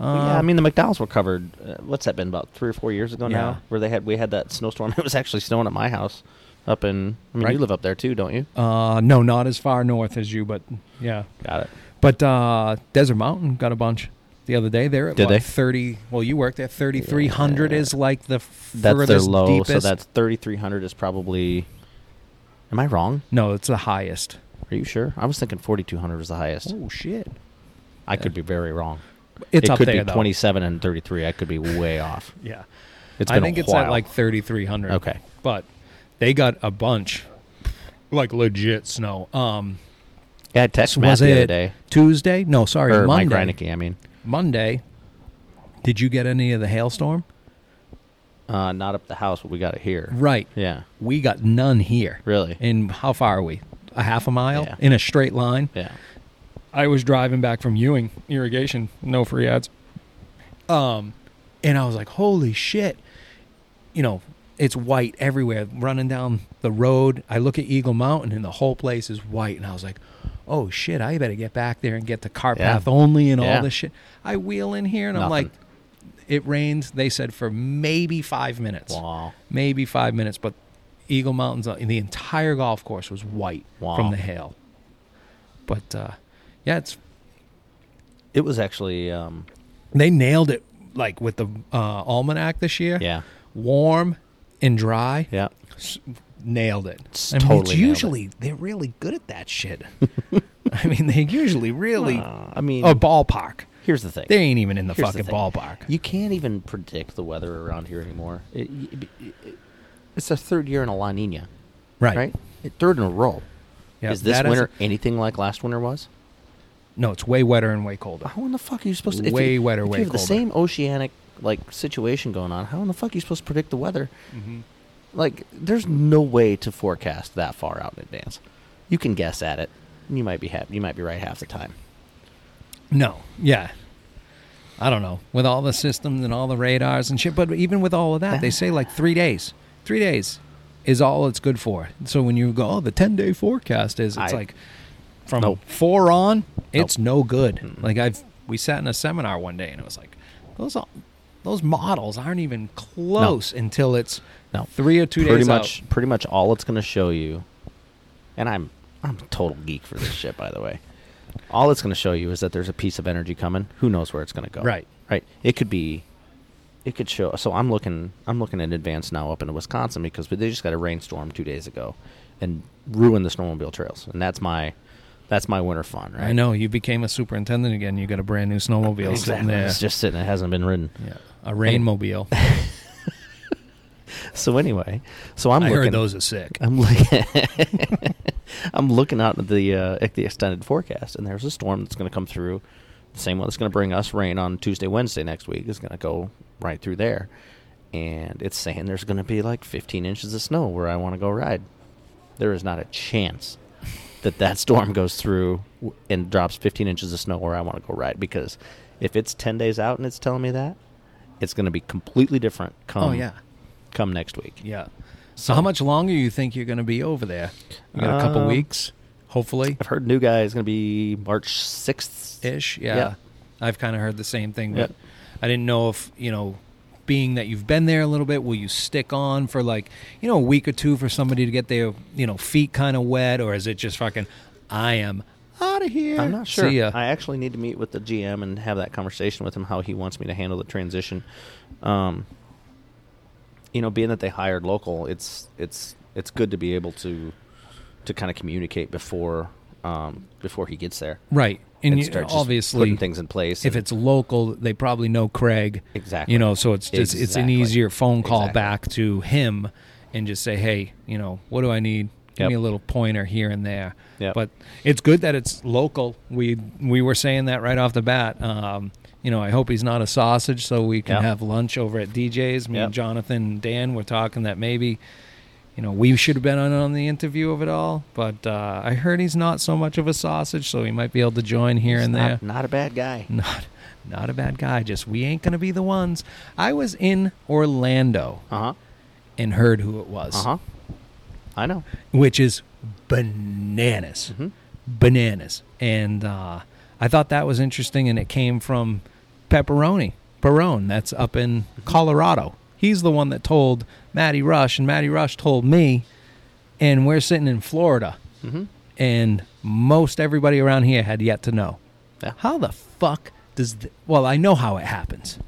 Speaker 1: Uh,
Speaker 3: Well, yeah, I mean the McDowell's were covered. Uh, what's that been about three or four years ago
Speaker 1: Yeah.
Speaker 3: now? Where they had we had that snowstorm. It was actually snowing at my house up in. I mean,
Speaker 1: Right.
Speaker 3: you live up there too, don't you?
Speaker 1: Uh, no, not as far north as you, but yeah.
Speaker 3: Got it.
Speaker 1: But uh, Desert Mountain got a bunch the other day. They're at
Speaker 3: Did
Speaker 1: what,
Speaker 3: they?
Speaker 1: thirty. Well, you worked at thirty three hundred
Speaker 3: Yeah.
Speaker 1: is like the
Speaker 3: That's
Speaker 1: furthest
Speaker 3: their low.
Speaker 1: deepest.
Speaker 3: So that's thirty three hundred is probably. Am I wrong?
Speaker 1: no, it's the highest.
Speaker 3: Are you sure? I was thinking forty two hundred was the highest.
Speaker 1: Oh shit.
Speaker 3: I could be very wrong.
Speaker 1: It's
Speaker 3: it
Speaker 1: up
Speaker 3: could
Speaker 1: there
Speaker 3: be
Speaker 1: though.
Speaker 3: 27 and 33. I could be way off.
Speaker 1: Yeah,
Speaker 3: It's
Speaker 1: I
Speaker 3: been
Speaker 1: think
Speaker 3: a
Speaker 1: it's
Speaker 3: while.
Speaker 1: at like thirty three hundred.
Speaker 3: Okay.
Speaker 1: but they got a bunch, like legit snow. Um,
Speaker 3: yeah, I texted Matt
Speaker 1: was
Speaker 3: the
Speaker 1: it
Speaker 3: other day
Speaker 1: Tuesday? No, sorry,
Speaker 3: or Mike
Speaker 1: Monday.
Speaker 3: Reinecke. I mean,
Speaker 1: Monday. Did you get any of the hailstorm?
Speaker 3: uh, not up the house, but we got it here.
Speaker 1: Right.
Speaker 3: Yeah,
Speaker 1: We got none here.
Speaker 3: really.
Speaker 1: And how far are we? A half a mile
Speaker 3: Yeah.
Speaker 1: in a straight line.
Speaker 3: Yeah,
Speaker 1: I was driving back from Ewing irrigation, no free ads. Um, and I was like, holy shit. You know, it's white everywhere running down the road. I look at Eagle Mountain and the whole place is white. And I was like, oh shit, I better get back there and get the car
Speaker 3: Yeah.
Speaker 1: path only and
Speaker 3: Yeah.
Speaker 1: all this shit. I wheel in here and I'm
Speaker 3: Nothing.
Speaker 1: like, it rained, they said, for maybe five minutes.
Speaker 3: wow.
Speaker 1: Maybe five minutes, but Eagle Mountains, uh, the entire golf course was white
Speaker 3: Wow.
Speaker 1: from the hail. But uh, yeah, it's
Speaker 3: It was actually, um,
Speaker 1: they nailed it like with the uh, almanac this year.
Speaker 3: yeah,
Speaker 1: warm and dry,
Speaker 3: yeah.
Speaker 1: nailed it.
Speaker 3: It's
Speaker 1: I mean,
Speaker 3: totally
Speaker 1: it's
Speaker 3: nailed it.
Speaker 1: usually they're really good at that shit. I mean, they usually really
Speaker 3: Uh, I mean,
Speaker 1: a ballpark.
Speaker 3: here's the thing.
Speaker 1: oh, They ain't even in the
Speaker 3: Here's the
Speaker 1: fucking
Speaker 3: thing.
Speaker 1: ballpark.
Speaker 3: You can't even predict the weather around here anymore. It, it- it- it's the third year in a La Nina, right? Third in a row.
Speaker 1: Yeah,
Speaker 3: is this
Speaker 1: that
Speaker 3: winter anything like last winter was?
Speaker 1: no, it's way wetter and way colder.
Speaker 3: How in the fuck are you supposed to? if
Speaker 1: Way
Speaker 3: you,
Speaker 1: wetter,
Speaker 3: if
Speaker 1: way
Speaker 3: you have
Speaker 1: colder.
Speaker 3: the same oceanic like situation going on. How in the fuck are you supposed to predict the weather?
Speaker 1: Mm-hmm.
Speaker 3: Like, there's no way to forecast that far out in advance. You can guess at it. and You might be happy. You might be right half the time.
Speaker 1: No, yeah. I don't know. With all the systems and all the radars and shit, but even with all of that,
Speaker 3: Uh-huh.
Speaker 1: they say like three days. Three days is all it's good for. So when you go, oh, the ten day forecast is, it's
Speaker 3: I-
Speaker 1: like from
Speaker 3: Nope.
Speaker 1: four on, it's no good. Like I've we sat in a seminar one day and it was like those all, those models aren't even close until it's
Speaker 3: No.
Speaker 1: three or two
Speaker 3: pretty
Speaker 1: days
Speaker 3: much,
Speaker 1: out.
Speaker 3: pretty much all it's going to show you. And I'm I'm a total geek for this shit, by the way. All it's going to show you is that there's a piece of energy coming. Who knows where it's going to go?
Speaker 1: Right.
Speaker 3: right. It could be, it could show. So I'm looking, I'm looking in advance now up into Wisconsin because they just got a rainstorm two days ago, and ruined the snowmobile trails. And that's my, that's my winter fun. Right.
Speaker 1: I know you became a superintendent again. You got a brand new snowmobile sitting
Speaker 3: Exactly.
Speaker 1: there.
Speaker 3: It's just sitting. It hasn't been ridden.
Speaker 1: yeah, a rainmobile.
Speaker 3: So anyway, so I'm
Speaker 1: I
Speaker 3: looking.
Speaker 1: heard those are sick.
Speaker 3: I'm looking. I'm looking out at the uh, at the extended forecast, and there's a storm that's going to come through. The same one that's going to bring us rain on Tuesday, Wednesday next week is going to go right through there, and it's saying there's going to be like 15 inches of snow where I want to go ride. There is not a chance that that storm goes through w- and drops 15 inches of snow where I want to go ride because if it's 10 days out and it's telling me that, it's going to be completely different. Come
Speaker 1: Oh, yeah.
Speaker 3: come next week.
Speaker 1: Yeah. So, how much longer you think you're going to be over there? You got a couple
Speaker 3: Um,
Speaker 1: weeks, hopefully,
Speaker 3: I've heard new guy is going to be March 6th.
Speaker 1: ish. Yeah.
Speaker 3: Yeah.
Speaker 1: I've kind of heard the same thing, but
Speaker 3: Yeah.
Speaker 1: I didn't know if you know, being that you've been there a little bit, will you stick on for like you know a week or two for somebody to get their you know feet kind of wet, or is it just fucking I am out of here?
Speaker 3: I'm not sure.
Speaker 1: See ya.
Speaker 3: I actually need to meet with the GM and have that conversation with him how he wants me to handle the transition. Um, you know, being that they hired local, it's it's it's good to be able to to kind of communicate before um, before he gets there
Speaker 1: right. And you,
Speaker 3: start just
Speaker 1: obviously,
Speaker 3: putting things in place.
Speaker 1: if
Speaker 3: and-
Speaker 1: it's local, they probably know Craig.
Speaker 3: Exactly.
Speaker 1: You know, so it's just it's an
Speaker 3: Exactly.
Speaker 1: easier phone call
Speaker 3: Exactly.
Speaker 1: back to him and just say, hey, you know, what do I need? Give
Speaker 3: Yep.
Speaker 1: me a little pointer here and there.
Speaker 3: Yep.
Speaker 1: But it's good that it's local. We we were saying that right off the bat. Um, you know, I hope he's not a sausage, so we can
Speaker 3: Yep.
Speaker 1: have lunch over at DJ's. Me
Speaker 3: Yep.
Speaker 1: and Jonathan and Dan were talking that maybe, you know, we should have been on, on the interview of it all. But uh, I heard he's not so much of a sausage, so he might be able to join here
Speaker 3: He's
Speaker 1: and there
Speaker 3: not, not a bad guy.
Speaker 1: not not a bad guy just we ain't gonna be the ones i was in orlando
Speaker 3: Uh huh.
Speaker 1: and heard who it was
Speaker 3: Uh huh. I know.
Speaker 1: which is bananas
Speaker 3: Mhm.
Speaker 1: bananas and uh, i thought that was interesting and it came from pepperoni perone that's up in
Speaker 3: Mm-hmm.
Speaker 1: colorado he's the one that told matty rush and matty rush told me and we're sitting in florida
Speaker 3: Mm-hmm.
Speaker 1: and most everybody around here had yet to know
Speaker 3: Yeah.
Speaker 1: how the fuck does th- well i know how it happens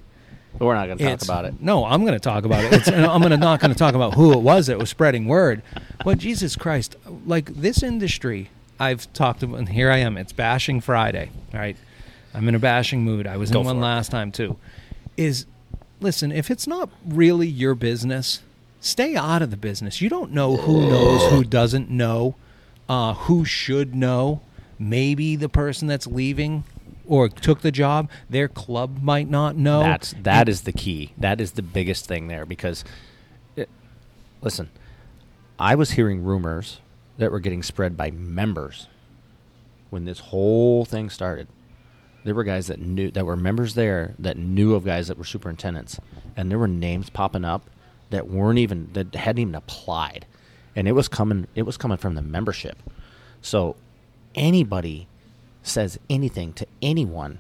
Speaker 3: But we're not going to talk
Speaker 1: It's-
Speaker 3: about it.
Speaker 1: No, I'm going to talk about it. It's, I'm going to not going to talk about who it was that was spreading word. But Jesus Christ, like this industry, I've talked about, and here I am. It's bashing Friday, right? I'm in a bashing mood. I was
Speaker 3: Go
Speaker 1: in one
Speaker 3: for it.
Speaker 1: last time too. Is listen, if it's not really your business, stay out of the business. You don't know who knows, who doesn't know, uh, who should know. Maybe the person that's leaving or took the job, their club might not know.
Speaker 3: That's that is the key. That is the biggest thing there because, it, listen, I was hearing rumors that were getting spread by members when this whole thing started. There were guys that knew that were members there that knew of guys that were superintendents, and there were names popping up that weren't even that hadn't even applied, and it was coming. It was coming from the membership. So anybody says anything to anyone,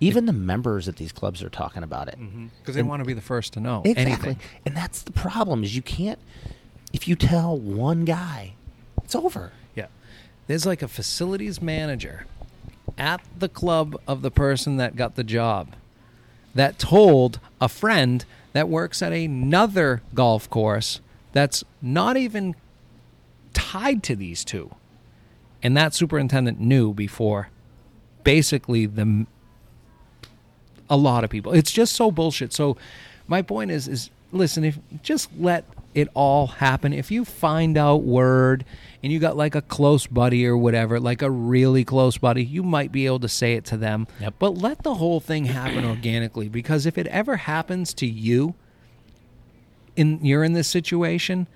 Speaker 3: even the members at these clubs are talking about it.
Speaker 1: because they want to be the first to know.
Speaker 3: Exactly.
Speaker 1: Mm-hmm. Anything.
Speaker 3: And that's the problem is you can't if you tell one guy, it's over.
Speaker 1: Yeah. There's like a facilities manager at the club of the person that got the job that told a friend that works at another golf course that's not even tied to these two. And that superintendent knew before basically the m- a lot of people. It's just so bullshit. So my point is is listen, if just let it all happen. If you find out word and you got like a close buddy or whatever, like a really close buddy, you might be able to say it to them.
Speaker 3: Yep.
Speaker 1: But let the whole thing happen organically because if it ever happens to you in you're in this situation,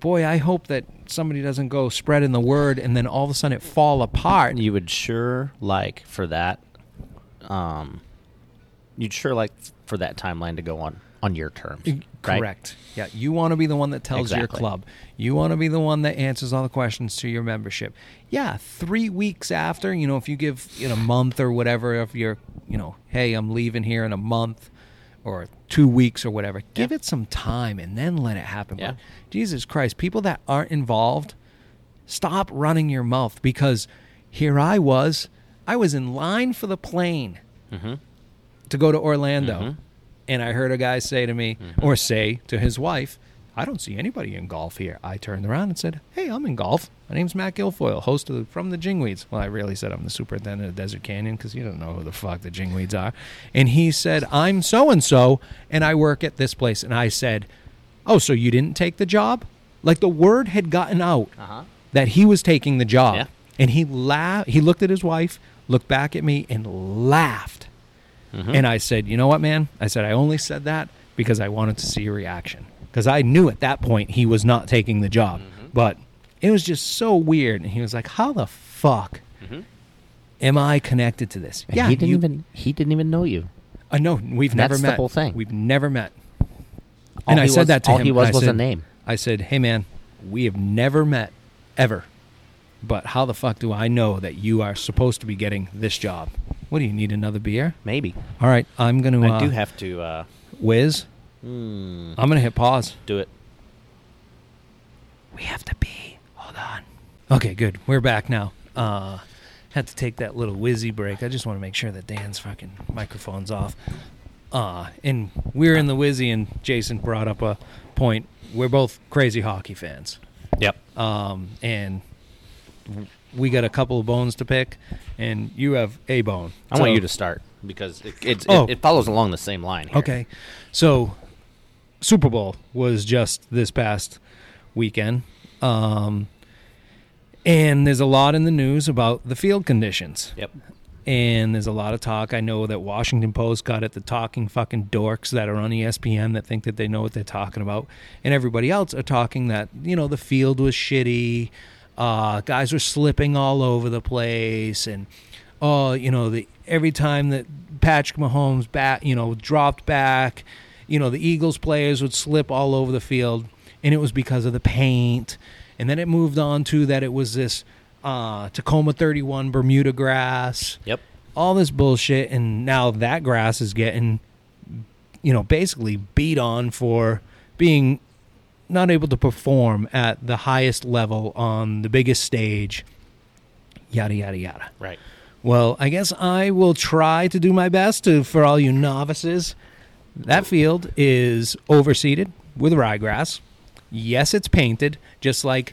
Speaker 1: boy, I hope that somebody doesn't go spreading the word and then all of a sudden it fall apart.
Speaker 3: You would sure like for that um you'd sure like for that timeline to go on on your terms. right?
Speaker 1: Correct. Yeah, you want to be the one that tells your
Speaker 3: Exactly.
Speaker 1: club. You want to be the one that answers all the questions to your membership. Yeah, three weeks after, you know, if you give in a month or whatever, if you're, you know, hey, I'm leaving here in a month or two weeks or whatever, give it some time and then let it happen.
Speaker 3: Yeah.
Speaker 1: But Jesus Christ, people that aren't involved, stop running your mouth because here I was, I was in line for the plane to go to Orlando. And I heard a guy say to me, or say to his wife, I don't see anybody in golf here. I turned around and said, Hey, I'm in golf. My name's Matt Guilfoyle, host of the, From the Jingweeds. Well, I really said I'm the superintendent of Desert Canyon because you don't know who the fuck the Jingweeds are. And he said, I'm so and so, and I work at this place. And I said, Oh, so you didn't take the job? Like the word had gotten out that he was taking the job.
Speaker 3: Yeah.
Speaker 1: And he laughed. He looked at his wife, looked back at me, and laughed. And I said, you know what, man? I said, I only said that because I wanted to see your reaction. Because I knew at that point he was not taking the job. But it was just so weird. And he was like, how the fuck am I connected to this?
Speaker 3: And he didn't even he didn't even know you.
Speaker 1: Uh, no, we've never
Speaker 3: That's the
Speaker 1: met.
Speaker 3: whole thing.
Speaker 1: We've never met.
Speaker 3: All
Speaker 1: and I
Speaker 3: he
Speaker 1: said
Speaker 3: was-
Speaker 1: that to
Speaker 3: all
Speaker 1: him.
Speaker 3: he was
Speaker 1: and I
Speaker 3: was a
Speaker 1: said-
Speaker 3: name.
Speaker 1: I said, "Hey, man, we have never met ever, but how the fuck do I know that you are supposed to be getting this job? What do you need another beer?
Speaker 3: Maybe.
Speaker 1: All right, I'm gonna. Uh,
Speaker 3: I do have to uh
Speaker 1: Wiz.
Speaker 3: Hmm.
Speaker 1: I'm gonna hit pause.
Speaker 3: do it.
Speaker 1: We have to pee. Hold on. Okay, good. We're back now. Uh, had to take that little whizzy break. I just want to make sure that Dan's fucking microphone's off. Uh, and we're in the whizzy, and Jason brought up a point. We're both crazy hockey fans.
Speaker 3: Yep.
Speaker 1: Um, and we got a couple of bones to pick, and you have a bone.
Speaker 3: I want
Speaker 1: So-
Speaker 3: you to start because it it's,
Speaker 1: Oh.
Speaker 3: it, it follows along the same line. Here.
Speaker 1: Okay. So Super Bowl was just this past weekend. Um and there's a lot in the news about the field conditions.
Speaker 3: Yep.
Speaker 1: And there's a lot of talk. I know that Washington Post got at the talking fucking dorks that are on E ESPN that think that they know what they're talking about. And everybody else are talking that, you know, the field was shitty. Uh, guys were slipping all over the place. And, oh, you know, the, every time that Patrick Mahomes bat, you know, dropped back, you know, the Eagles players would slip all over the field. And it was because of the paint. And then it moved on to that it was this uh, Tacoma 31 Bermuda grass
Speaker 3: Yep.
Speaker 1: all this bullshit and now that grass is getting you know basically beat on for being not able to perform at the highest level on the biggest stage yada yada yada
Speaker 3: Right.
Speaker 1: well i guess i will try to do my best to for all you novices that field is overseeded with ryegrass yes it's painted just like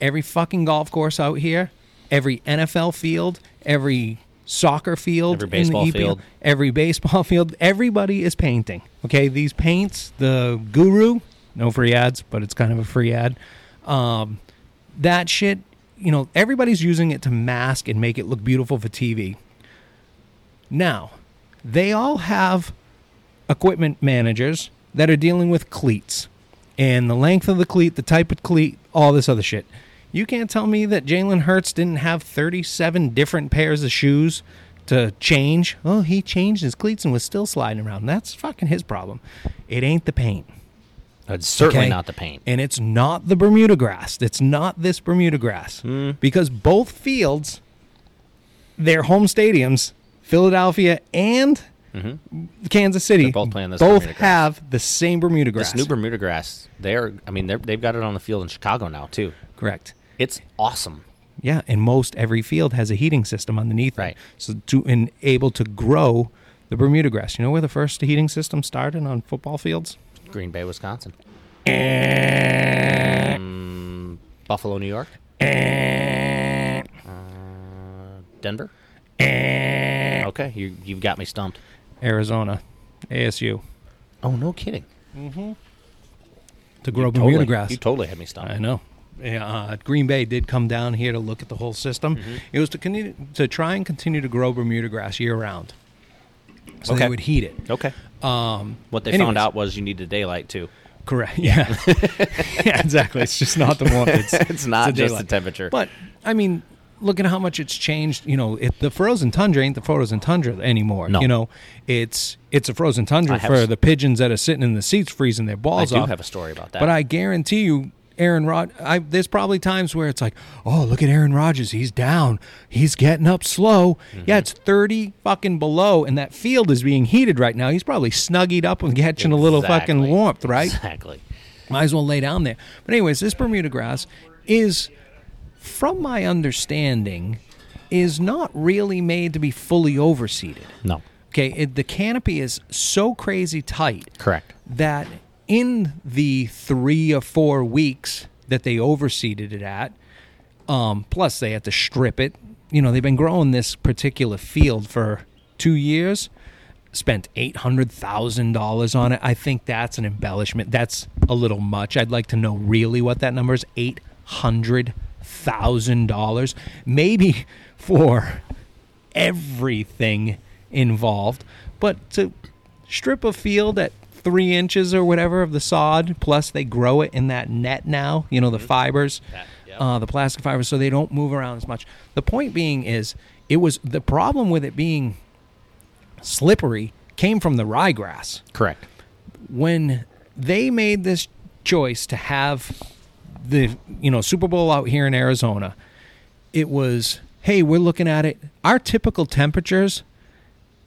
Speaker 1: every fucking golf course out here every nfl field every soccer field,
Speaker 3: Every
Speaker 1: in
Speaker 3: baseball
Speaker 1: the EPL,
Speaker 3: field.
Speaker 1: every baseball field. Everybody is painting. Okay, these paints, the guru, no free ads, but it's kind of a free ad. Um, that shit, you know, everybody's using it to mask and make it look beautiful for TV. Now, they all have equipment managers that are dealing with cleats and the length of the cleat, the type of cleat, all this other shit. You can't tell me that Jalen Hurts didn't have 37 different pairs of shoes to change. Oh, he changed his cleats and was still sliding around. That's fucking his problem. It ain't the paint.
Speaker 3: It's certainly
Speaker 1: Okay.
Speaker 3: not the paint.
Speaker 1: And it's not the Bermuda grass. It's not this Bermuda grass. Because both fields, their home stadiums, Philadelphia and Kansas City,
Speaker 3: They're both playing this
Speaker 1: both
Speaker 3: Bermuda grass.
Speaker 1: have the same Bermuda grass.
Speaker 3: This new Bermuda grass, they're I mean they're, they've got it on the field in Chicago now too.
Speaker 1: Correct.
Speaker 3: It's awesome.
Speaker 1: Yeah, and most every field has a heating system underneath it.
Speaker 3: Right.
Speaker 1: So to and able to grow the Bermuda grass. You know where the first heating system started on football fields?
Speaker 3: Green Bay, Wisconsin. Mm, Buffalo, New York. Uh, Denver. Okay, you you've got me stumped.
Speaker 1: Arizona, ASU,
Speaker 3: Oh no, kidding.
Speaker 1: to grow Bermuda
Speaker 3: Totally,
Speaker 1: grass.
Speaker 3: you totally had me stumped.
Speaker 1: I know. Yeah, uh, Green Bay did come down here to look at the whole system.
Speaker 3: Mm-hmm.
Speaker 1: It was to continue, to try and continue to grow Bermuda grass year round. So
Speaker 3: Okay.
Speaker 1: they would heat it.
Speaker 3: Okay.
Speaker 1: Um,
Speaker 3: What they
Speaker 1: anyways.
Speaker 3: found out was you needed daylight too.
Speaker 1: Correct. Yeah. yeah. Exactly. It's just not the one. It's,
Speaker 3: It's not
Speaker 1: a
Speaker 3: just
Speaker 1: daylight.
Speaker 3: the temperature.
Speaker 1: But I mean, look at how much it's changed. You know, it, the frozen tundra ain't the frozen tundra anymore.
Speaker 3: No.
Speaker 1: You know, it's it's a frozen tundra
Speaker 3: I have
Speaker 1: for
Speaker 3: s-
Speaker 1: the pigeons that are sitting in the seats freezing their
Speaker 3: I
Speaker 1: balls
Speaker 3: do
Speaker 1: off.
Speaker 3: have a story about that.
Speaker 1: But I guarantee you, Aaron Rod. I, there's probably times where it's like, oh, look at Aaron Rodgers. He's down. He's getting up slow.
Speaker 3: Mm-hmm.
Speaker 1: Yeah, it's 30 fucking below, and that field is being heated right now. He's probably snuggied up and catching a little fucking
Speaker 3: Exactly.
Speaker 1: warmth, right?
Speaker 3: Exactly.
Speaker 1: Might as well lay down there. But anyways, this Bermuda grass is, from my understanding, is not really made to be fully overseeded.
Speaker 3: No.
Speaker 1: Okay, it, the canopy is so crazy tight
Speaker 3: Correct.
Speaker 1: that in the three or four weeks that they overseeded it at, um, plus they had to strip it. You know, they've been growing this particular field for two years. Spent eight hundred thousand dollars on it. I think that's an embellishment. That's a little much. I'd like to know really what that number is. Eight hundred thousand dollars, maybe for everything involved. But to strip a field at three inches or whatever of the sod, plus they grow it in that net now, you know, the fibers,
Speaker 3: That- yep.
Speaker 1: uh, the plastic fibers, so they don't move around as much. The point being is, it was the problem with it being slippery came from the ryegrass
Speaker 3: Correct.
Speaker 1: when they made this choice to have the you know Super Bowl out here in Arizona, it was hey we're looking at it. Our typical temperatures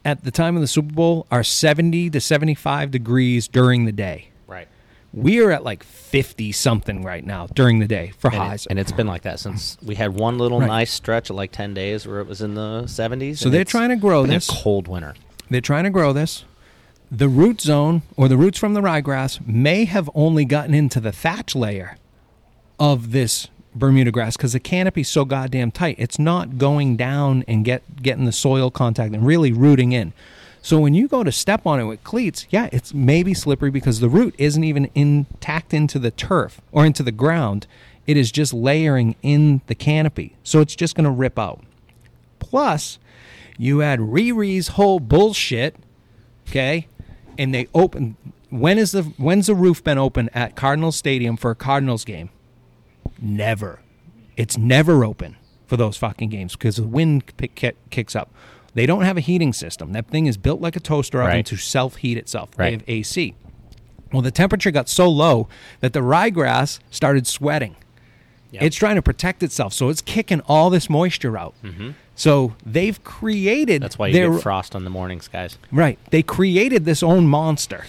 Speaker 1: at the time of the Super Bowl are seventy to seventy five degrees during the day.
Speaker 3: Right.
Speaker 1: We are at like fifty something right now during the day for
Speaker 3: And,
Speaker 1: highs.
Speaker 3: it, and it's been like that since we had one little
Speaker 1: Right.
Speaker 3: nice stretch of like 10 days where it was in the 70s.
Speaker 1: So
Speaker 3: and
Speaker 1: they're
Speaker 3: it's
Speaker 1: trying to grow
Speaker 3: been
Speaker 1: this.
Speaker 3: A cold winter.
Speaker 1: They're trying to grow this. The root zone or the roots from the ryegrass may have only gotten into the thatch layer of this Bermuda grass because the canopy's so goddamn tight. It's not going down and get getting the soil contact and really rooting in. So when you go to step on it with cleats, yeah, it's maybe slippery because the root isn't even intact into the turf or into the ground. It is just layering in the canopy. So it's just going to rip out. Plus, you had Riri's whole bullshit, okay? And they open. When is the when's the roof been open at Cardinals Stadium for a Cardinals game? Never. It's never open for those fucking games because the wind pick, kick, kicks up. They don't have a heating system. That thing is built like a toaster oven
Speaker 3: Right.
Speaker 1: to self heat itself. They
Speaker 3: Right.
Speaker 1: have AC. Well, the temperature got so low that the ryegrass started sweating. It's trying to protect itself, so it's kicking all this moisture out. So they've created
Speaker 3: Mm-hmm. That's why you
Speaker 1: their
Speaker 3: get frost on the mornings, guys.
Speaker 1: right. They created this own monster,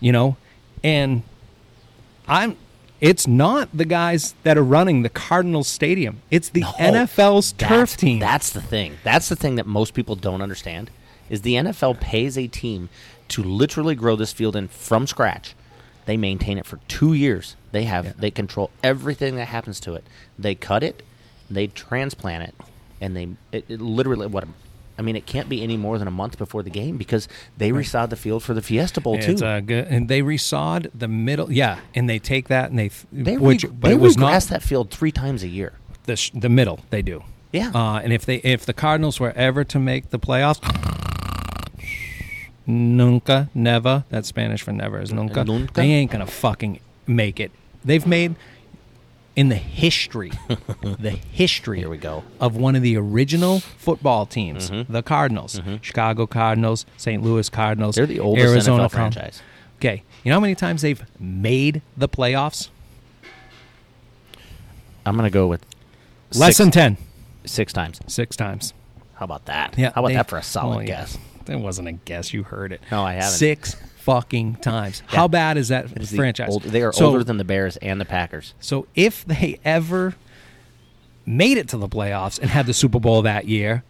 Speaker 1: you know, and I'm. It's not the guys that are running the Cardinals Stadium. It's the NFL's turf
Speaker 3: Oh, That's-
Speaker 1: team.
Speaker 3: That's the thing. That's the thing that most people don't understand is the NFL pays a team to literally grow this field in from scratch. They maintain it for 2 years. They have they control everything that happens to it. They cut it, they transplant it, and they it, it literally what I mean, it can't be any more than a month before the game because they resod the field for the Fiesta Bowl too.
Speaker 1: It's uh, a good, and they resawed the middle. Yeah, and they take that and they, th-
Speaker 3: they
Speaker 1: which,
Speaker 3: re-
Speaker 1: but
Speaker 3: they
Speaker 1: it was
Speaker 3: regrass
Speaker 1: not
Speaker 3: that field three times a year.
Speaker 1: the sh- the middle. They do.
Speaker 3: Yeah.
Speaker 1: Uh, and if they if the Cardinals were ever to make the playoffs, nunca, never. That's Spanish for never is nunca.
Speaker 3: Nunca.
Speaker 1: They ain't gonna fucking make it. They've made in the history, the history.
Speaker 3: Here we go. Mm-hmm.
Speaker 1: Of one of the original football teams, the Cardinals, Chicago Cardinals, St. Louis Cardinals.
Speaker 3: They're the oldest
Speaker 1: Arizona
Speaker 3: NFL
Speaker 1: Card-
Speaker 3: franchise.
Speaker 1: Okay, you know how many times they've made the playoffs?
Speaker 3: I'm gonna go with
Speaker 1: Less
Speaker 3: six-
Speaker 1: than ten.
Speaker 3: six times.
Speaker 1: Six times.
Speaker 3: How about that?
Speaker 1: Yeah.
Speaker 3: How about
Speaker 1: they-
Speaker 3: that for a solid
Speaker 1: well, yeah.
Speaker 3: guess?
Speaker 1: That wasn't a guess. You heard it.
Speaker 3: No, I haven't.
Speaker 1: Six fucking times.
Speaker 3: Yeah.
Speaker 1: How bad is that
Speaker 3: It is the
Speaker 1: franchise?
Speaker 3: old- they are
Speaker 1: so,
Speaker 3: older than the Bears and the Packers.
Speaker 1: So if they ever made it to the playoffs and had the Super Bowl that year,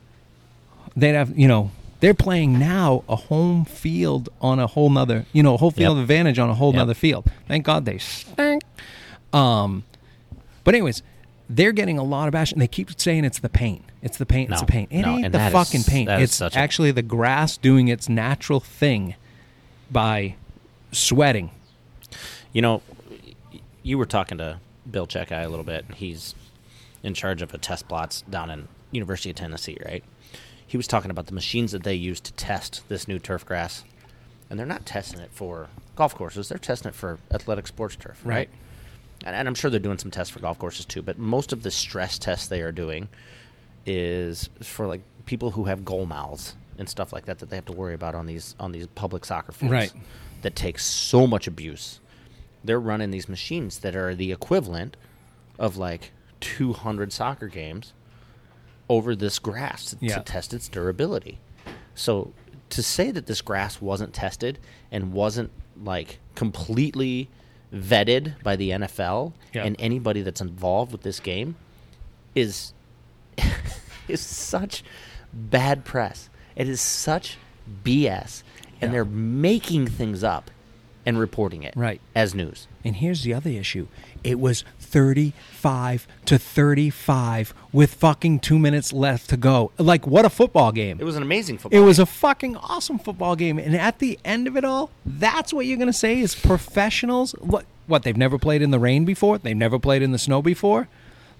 Speaker 1: they'd have you know they're playing now a home field on a whole nother you know whole field
Speaker 3: Yep.
Speaker 1: advantage on a whole
Speaker 3: Yep.
Speaker 1: nother field. Thank God they stink. Um, but anyways, they're getting a lot of bash, and they keep saying it's the paint. It's the paint. It's
Speaker 3: No,
Speaker 1: the paint. It
Speaker 3: no,
Speaker 1: ain't
Speaker 3: and
Speaker 1: the
Speaker 3: that is-
Speaker 1: fucking paint.
Speaker 3: that is
Speaker 1: It's
Speaker 3: such a-
Speaker 1: actually the grass doing its natural thing by sweating.
Speaker 3: You know, y- you were talking to Bill Checkeye a little bit. He's in charge of a test plots down in University of Tennessee, right? He was talking about the machines that they use to test this new turf grass, and they're not testing it for golf courses. They're testing it for athletic sports turf, right?
Speaker 1: Right.
Speaker 3: And, and I'm sure they're doing some tests for golf courses too. But most of the stress tests they are doing is for like people who have goal mouths and stuff like that that they have to worry about on these on these public soccer fields
Speaker 1: Right.
Speaker 3: that take so much abuse. They're running these machines that are the equivalent of like 200 soccer games over this grass to
Speaker 1: Yeah.
Speaker 3: test its durability. So to say that this grass wasn't tested and wasn't like completely vetted by the NFL
Speaker 1: Yeah.
Speaker 3: and anybody that's involved with this game is is such bad press. It is such BS,
Speaker 1: Yeah.
Speaker 3: and they're making things up and reporting it
Speaker 1: Right.
Speaker 3: as news.
Speaker 1: And here's the other issue. It was 35 to 35 with fucking 2 minutes left to go. Like what a football game.
Speaker 3: It was an amazing football.
Speaker 1: It was a fucking awesome football game and at the end of it all, that's what you're going to say is professionals what what they've never played in the rain before, they've never played in the snow before.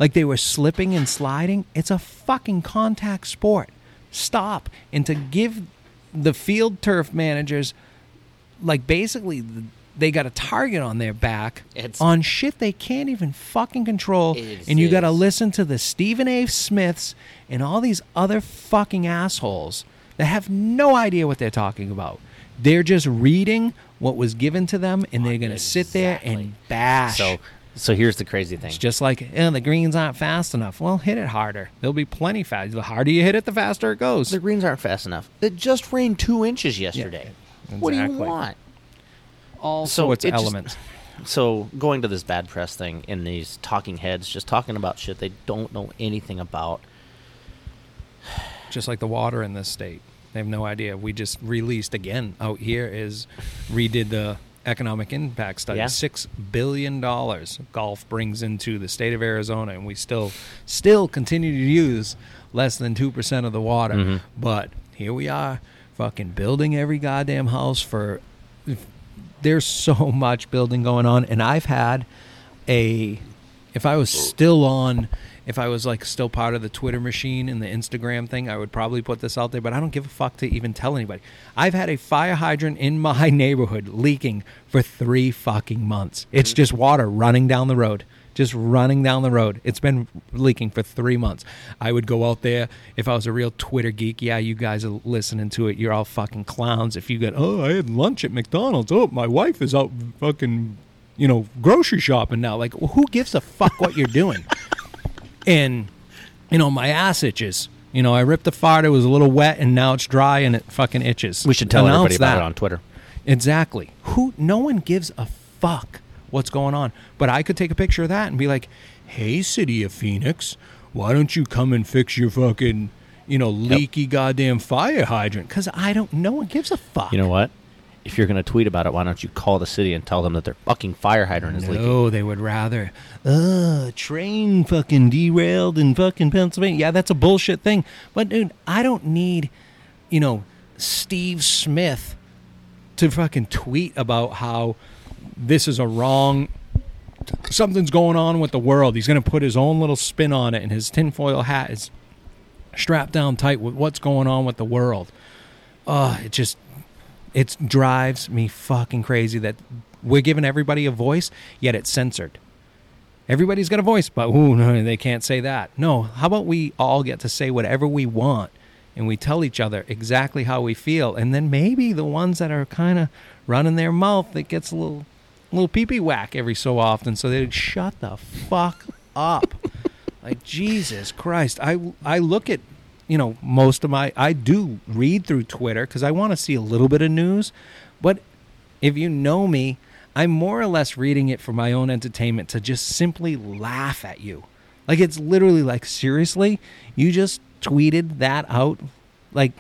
Speaker 1: Like they were slipping and sliding. It's a fucking contact sport. Stop and to give the field turf managers like basically th- they got a target on their back
Speaker 3: It's-
Speaker 1: on shit they can't even fucking control
Speaker 3: It
Speaker 1: and you got to
Speaker 3: is.
Speaker 1: listen to the Stephen A Smiths and all these other fucking assholes that have no idea what they're talking about they're just reading what was given to them and they're going to sit there
Speaker 3: Exactly.
Speaker 1: and bash
Speaker 3: So, so here's the crazy thing.
Speaker 1: it's just like oh, the greens aren't fast enough well hit it harder there'll be plenty fast the harder you hit it the faster it goes
Speaker 3: the greens aren't fast enough. It just rained two inches yesterday. What do you
Speaker 1: exactly.
Speaker 3: want?
Speaker 1: all
Speaker 3: so
Speaker 1: sorts
Speaker 3: it
Speaker 1: of
Speaker 3: just-
Speaker 1: elements
Speaker 3: So going to this bad press thing in these talking heads, just talking about shit they don't know anything about.
Speaker 1: just like the water in this state. They have no idea. We just released again out here is redid the economic impact study.
Speaker 3: Yeah.
Speaker 1: Six billion dollars golf brings into the state of Arizona, and we still still continue to use less than two percent of the water. But here we are, fucking building every goddamn house for. There's so much building going on, and I've had a if I was still on, if I was like still part of the Twitter machine and the Instagram thing, I would probably put this out there, but I don't give a fuck to even tell anybody. I've had a fire hydrant in my neighborhood leaking for three fucking months. It's just water running down the road. Just running down the road. It's been leaking for three months. I would go out there if I was a real Twitter geek. Yeah, you guys are listening to it. You're all fucking clowns. If you get, oh, I had lunch at McDonald's. Oh, my wife is out fucking you know, grocery shopping now. Like, who gives a fuck what you're doing? and, you know, my ass itches. You know, I ripped the fart. It was a little wet, and now it's dry, and it fucking itches.
Speaker 3: We should tell
Speaker 1: Announce
Speaker 3: everybody about
Speaker 1: that.
Speaker 3: it on Twitter.
Speaker 1: Exactly. Who? No one gives a fuck what's going on. But I could take a picture of that and be like, "Hey, city of Phoenix, why don't you come and fix your fucking, you know, leaky goddamn fire hydrant?" Because I don't. No one gives a fuck.
Speaker 3: You know what? if you're going to tweet about it, why don't you call the city and tell them that their fucking fire hydrant is leaking?
Speaker 1: No, they would rather. Uh, train fucking derailed in fucking Pennsylvania. Yeah, that's a bullshit thing. But dude, I don't need, you know, Steve Smith to fucking tweet about how this is a wrong. Something's going on with the world. He's going to put his own little spin on it, and his tinfoil hat is strapped down tight with what's going on with the world. Uh, it just it drives me fucking crazy that we're giving everybody a voice, yet it's censored. Everybody's got a voice, but ooh, no, they can't say that. No, how about we all get to say whatever we want and we tell each other exactly how we feel, and then maybe the ones that are kind of running their mouth that gets a little little pee pee whack every so often, so they'd shut the fuck up. like Jesus Christ, I I look at you know most of my I do read through Twitter because I want to see a little bit of news, but if you know me, I'm more or less reading it for my own entertainment to just simply laugh at you. Like it's literally like seriously, you just tweeted that out like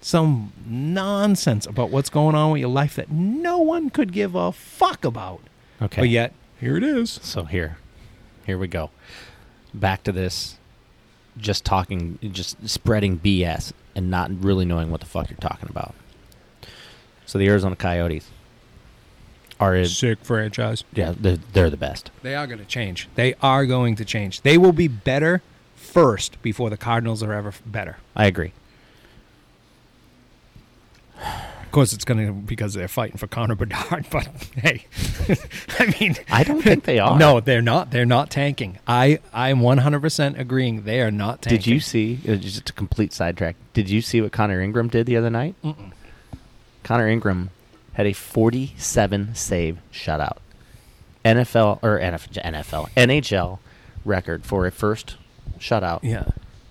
Speaker 1: some nonsense about what's going on with your life that no one could give a fuck about.
Speaker 3: Okay.
Speaker 1: But yet, here it is.
Speaker 3: So here, here we go. Back to this, just talking, just spreading BS and not really knowing what the fuck you're talking about. So the Arizona Coyotes are,
Speaker 1: Sick franchise.
Speaker 3: yeah, they're, they're the best.
Speaker 1: They are going to change. They are going to change. They will be better first before the Cardinals are ever f- better.
Speaker 3: I agree.
Speaker 1: Of course, it's going to because they're fighting for Connor Bedard. But hey, I mean,
Speaker 3: I don't think they are.
Speaker 1: No, they're not. They're not tanking. I I am 100% agreeing. They are not tanking.
Speaker 3: Did you see? It was just a complete sidetrack. Did you see what Connor Ingram did the other night?
Speaker 1: Mm-mm.
Speaker 3: Connor Ingram had a 47 save shutout, NFL or NFL, NFL NHL record for a first shutout.
Speaker 1: Yeah,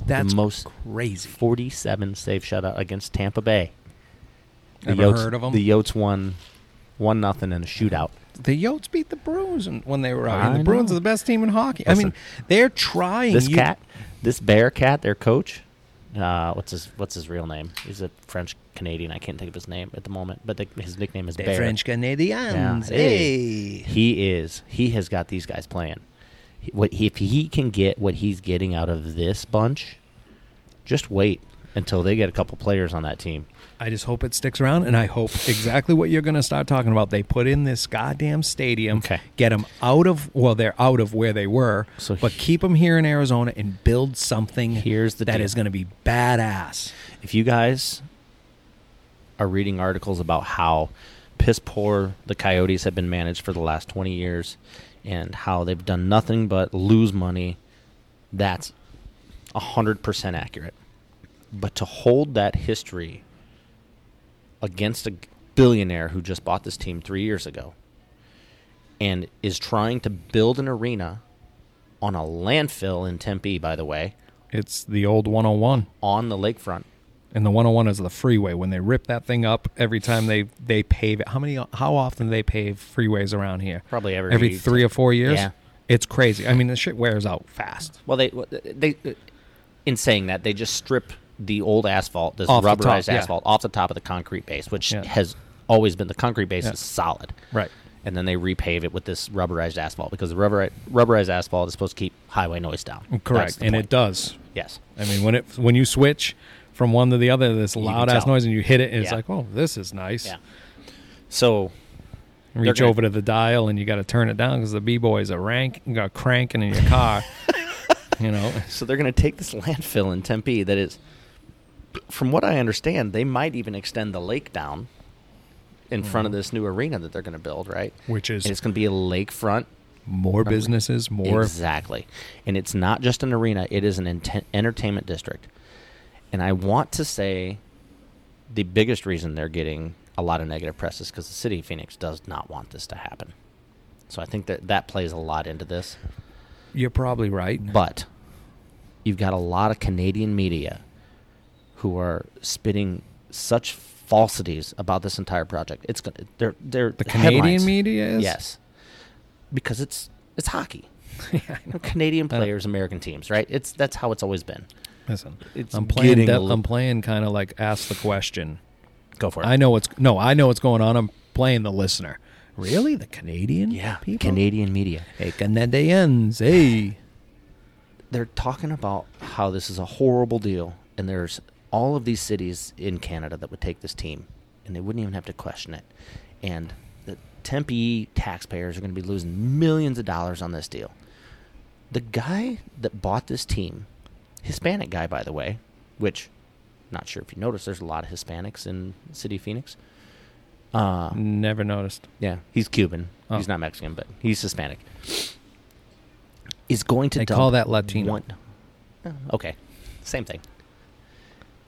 Speaker 1: that's
Speaker 3: most
Speaker 1: crazy.
Speaker 3: 47 save shutout against Tampa Bay.
Speaker 1: Ever
Speaker 3: Yotes,
Speaker 1: heard of 'em?
Speaker 3: The Yotes won one nothing in a shootout.
Speaker 1: the Yotes beat the Bruins and- when they were out. And
Speaker 3: I
Speaker 1: the Bruins
Speaker 3: know.
Speaker 1: are the best team in hockey. I
Speaker 3: Listen,
Speaker 1: mean, they're trying.
Speaker 3: This
Speaker 1: You-
Speaker 3: cat, this bear cat, their coach. Uh, what's his What's his real name? He's a French Canadian. I can't think of his name at the moment, but the, his nickname is
Speaker 1: the
Speaker 3: Bear.
Speaker 1: French Canadians.
Speaker 3: Yeah.
Speaker 1: Hey.
Speaker 3: He is. He has got these guys playing. He- What if he can get what he's getting out of this bunch? Just wait until they get a couple players on that team.
Speaker 1: I just hope it sticks around, and I hope exactly what you're going to start talking about. They put in this goddamn stadium,
Speaker 3: Okay.
Speaker 1: get them out of well, they're out of where they were,
Speaker 3: So
Speaker 1: but
Speaker 3: he-
Speaker 1: keep them here in Arizona and build something
Speaker 3: Here's the
Speaker 1: that
Speaker 3: deal.
Speaker 1: is going to be badass.
Speaker 3: If you guys are reading articles about how piss poor the Coyotes have been managed for the last 20 years and how they've done nothing but lose money, that's 100% accurate. But to hold that history against a billionaire who just bought this team three years ago and is trying to build an arena on a landfill in Tempe, by the way,
Speaker 1: It's the old 101,
Speaker 3: on the lakefront.
Speaker 1: and the 101 is the freeway. When they rip that thing up, every time they they pave it, how many how often do they pave freeways around here?
Speaker 3: Probably every-
Speaker 1: every three or four years.
Speaker 3: Yeah.
Speaker 1: It's crazy. I mean, the shit wears out fast.
Speaker 3: Well, they they in saying that they just strip the old asphalt, this
Speaker 1: Off the top,
Speaker 3: rubberized
Speaker 1: yeah.
Speaker 3: asphalt, off the top of the concrete base, which
Speaker 1: Yeah.
Speaker 3: has always been the concrete base
Speaker 1: Yeah.
Speaker 3: is solid,
Speaker 1: Right.
Speaker 3: And then they repave it with this rubberized asphalt because the rubber, rubberized asphalt is supposed to keep highway noise down. That's
Speaker 1: Mm, Correct,
Speaker 3: the
Speaker 1: and
Speaker 3: point.
Speaker 1: it does.
Speaker 3: Yes.
Speaker 1: I mean, when it when you switch from one to the other, this
Speaker 3: can
Speaker 1: loud ass
Speaker 3: tell.
Speaker 1: noise, and you hit it, and it's
Speaker 3: Yeah.
Speaker 1: like, oh, this is nice.
Speaker 3: Yeah. So
Speaker 1: And Reach
Speaker 3: gonna-
Speaker 1: over to the dial, and you got to turn it down because the b boys are rank, are cranking in your car. you know,
Speaker 3: so they're going to take this landfill in Tempe that is, from what I understand, they might even extend the lake down in front of this new arena that they're going to build, right?
Speaker 1: Mm-hmm. Which is-
Speaker 3: and it's going to be a lakefront
Speaker 1: more businesses, more.
Speaker 3: exactly, and it's not just an arena; it is an inten- entertainment district. And I want to say, the biggest reason they're getting a lot of negative press is because the city of Phoenix does not want this to happen. So I think that that plays a lot into this.
Speaker 1: You're probably right.
Speaker 3: But you've got a lot of Canadian media who are spitting such falsities about this entire project. It's gonna they're they're
Speaker 1: The Canadian
Speaker 3: headlines.
Speaker 1: media is?
Speaker 3: yes, because it's it's hockey. Canadian players, American teams, right? It's that's how it's always been.
Speaker 1: Listen,
Speaker 3: It's
Speaker 1: I'm playing.
Speaker 3: getting a
Speaker 1: de-
Speaker 3: li-
Speaker 1: I'm playing kind of like ask the question.
Speaker 3: Go for it.
Speaker 1: I know what's no, I know what's going on. I'm playing the listener. Really, the Canadian?
Speaker 3: yeah,
Speaker 1: people?
Speaker 3: Canadian media.
Speaker 1: Hey, Canadians. Hey,
Speaker 3: They're talking about how this is a horrible deal, and there's all of these cities in Canada that would take this team, and they wouldn't even have to question it. And the Tempe taxpayers are going to be losing millions of dollars on this deal. The guy that bought this team, Hispanic guy, by the way, which not sure if you noticed, there's a lot of Hispanics in the city of Phoenix. Uh,
Speaker 1: never noticed.
Speaker 3: Yeah, he's Cuban.
Speaker 1: Oh.
Speaker 3: He's not Mexican, but he's Hispanic. Is going to
Speaker 1: They
Speaker 3: dump
Speaker 1: call that Latino.
Speaker 3: one- Oh, okay, same thing.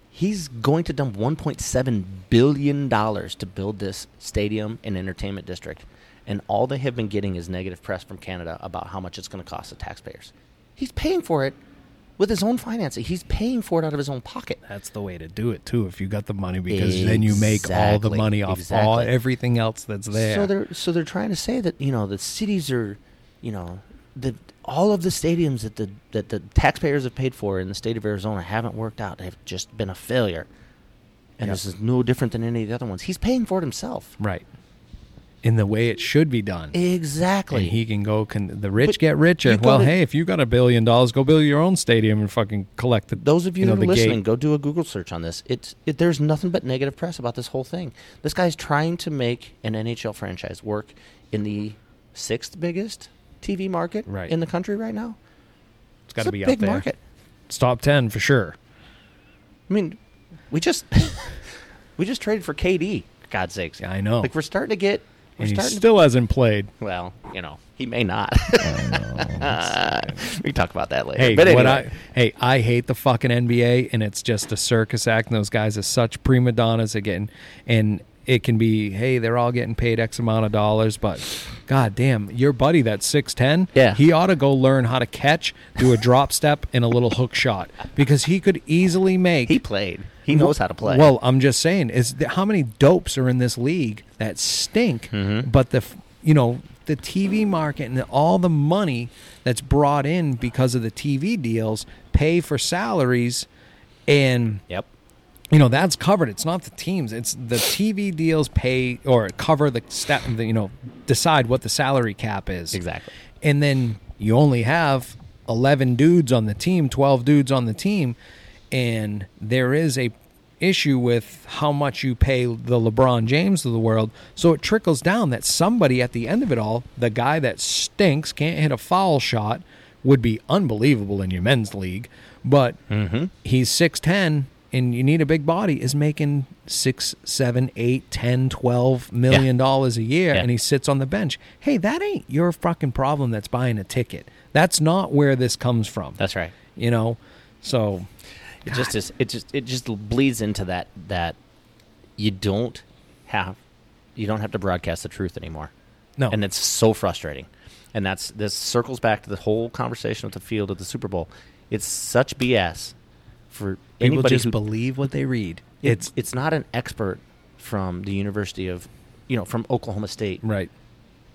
Speaker 3: He's going to dump 1.7 billion dollars to build this stadium and entertainment district, and all they have been getting is negative press from Canada about how much it's going to cost the taxpayers. He's paying for it with his own financing. He's paying for it out of his own pocket.
Speaker 1: That's the way to do it too. If you got the money, because then you make all the
Speaker 3: Exactly,
Speaker 1: money off all
Speaker 3: exactly.
Speaker 1: everything else that's there.
Speaker 3: So they're so they're trying to say that you know the cities are, you know, the all of the stadiums that the that the taxpayers have paid for in the state of Arizona haven't worked out. They've just been a failure, and this is no different than any of the other ones. He's paying for it himself.
Speaker 1: right in the way it should be done.
Speaker 3: Exactly.
Speaker 1: And he can go. Can the rich
Speaker 3: But
Speaker 1: get richer?
Speaker 3: you go
Speaker 1: Well,
Speaker 3: to-
Speaker 1: hey, if you got a billion dollars, go build your own stadium and fucking collect the.
Speaker 3: Those of you,
Speaker 1: know,
Speaker 3: that are
Speaker 1: the gate.
Speaker 3: listening, go do a Google search on this. It's it, there's nothing but negative press about this whole thing. This guy's trying to make an NHL franchise work in the sixth biggest TV market
Speaker 1: Right.
Speaker 3: in the country right now.
Speaker 1: It's got
Speaker 3: It's
Speaker 1: to
Speaker 3: a
Speaker 1: be
Speaker 3: big
Speaker 1: out there.
Speaker 3: market.
Speaker 1: It's top ten for sure.
Speaker 3: I mean, we just we just traded for KD. For God's sakes!
Speaker 1: Yeah, I know.
Speaker 3: Like we're starting to get. We're
Speaker 1: and he
Speaker 3: starting.
Speaker 1: still hasn't played.
Speaker 3: to, well, you know, he may not. we can talk about that later.
Speaker 1: Hey,
Speaker 3: but anyway,
Speaker 1: what I hey, I hate the fucking NBA, and it's just a circus act. And those guys are such prima donnas again, and it can be hey, they're all getting paid X amount of dollars, but god damn, your buddy that's six ten,
Speaker 3: Yeah.
Speaker 1: he ought to go learn how to catch, do a drop step, and a little hook shot because he could easily make.
Speaker 3: he played. He knows how to play.
Speaker 1: Well, I'm just saying, is th- how many dopes are in this league that stink?
Speaker 3: Mm-hmm.
Speaker 1: But the f- you know the TV market and all the money that's brought in because of the TV deals pay for salaries, and
Speaker 3: yep.
Speaker 1: you know that's covered. It's not the teams; it's the TV deals pay or cover the step. The, you know, decide what the salary cap is
Speaker 3: Exactly.
Speaker 1: and then you only have 11 dudes on the team 12 dudes on the team and there is a issue with how much you pay the lebron james of the world so it trickles down that somebody at the end of it all the guy that stinks can't hit a foul shot would be unbelievable in your men's league but
Speaker 3: Mm-hmm.
Speaker 1: he's 610 and you need a big body is making six seven eight ten twelve million dollars a year
Speaker 3: Yeah.
Speaker 1: and he sits on the bench. Hey, that ain't your fucking problem that's buying a ticket. That's not where this comes from.
Speaker 3: That's right.
Speaker 1: You know? So
Speaker 3: It just is. It just it just bleeds into that that you don't have you don't have to broadcast the truth anymore.
Speaker 1: no.
Speaker 3: and it's so frustrating. And that's this circles back to the whole conversation with the field at the Super Bowl. It's such BS for
Speaker 1: people
Speaker 3: anybody
Speaker 1: just
Speaker 3: who
Speaker 1: believe what they read.
Speaker 3: it's it's not an expert from the University of you know from Oklahoma State
Speaker 1: right.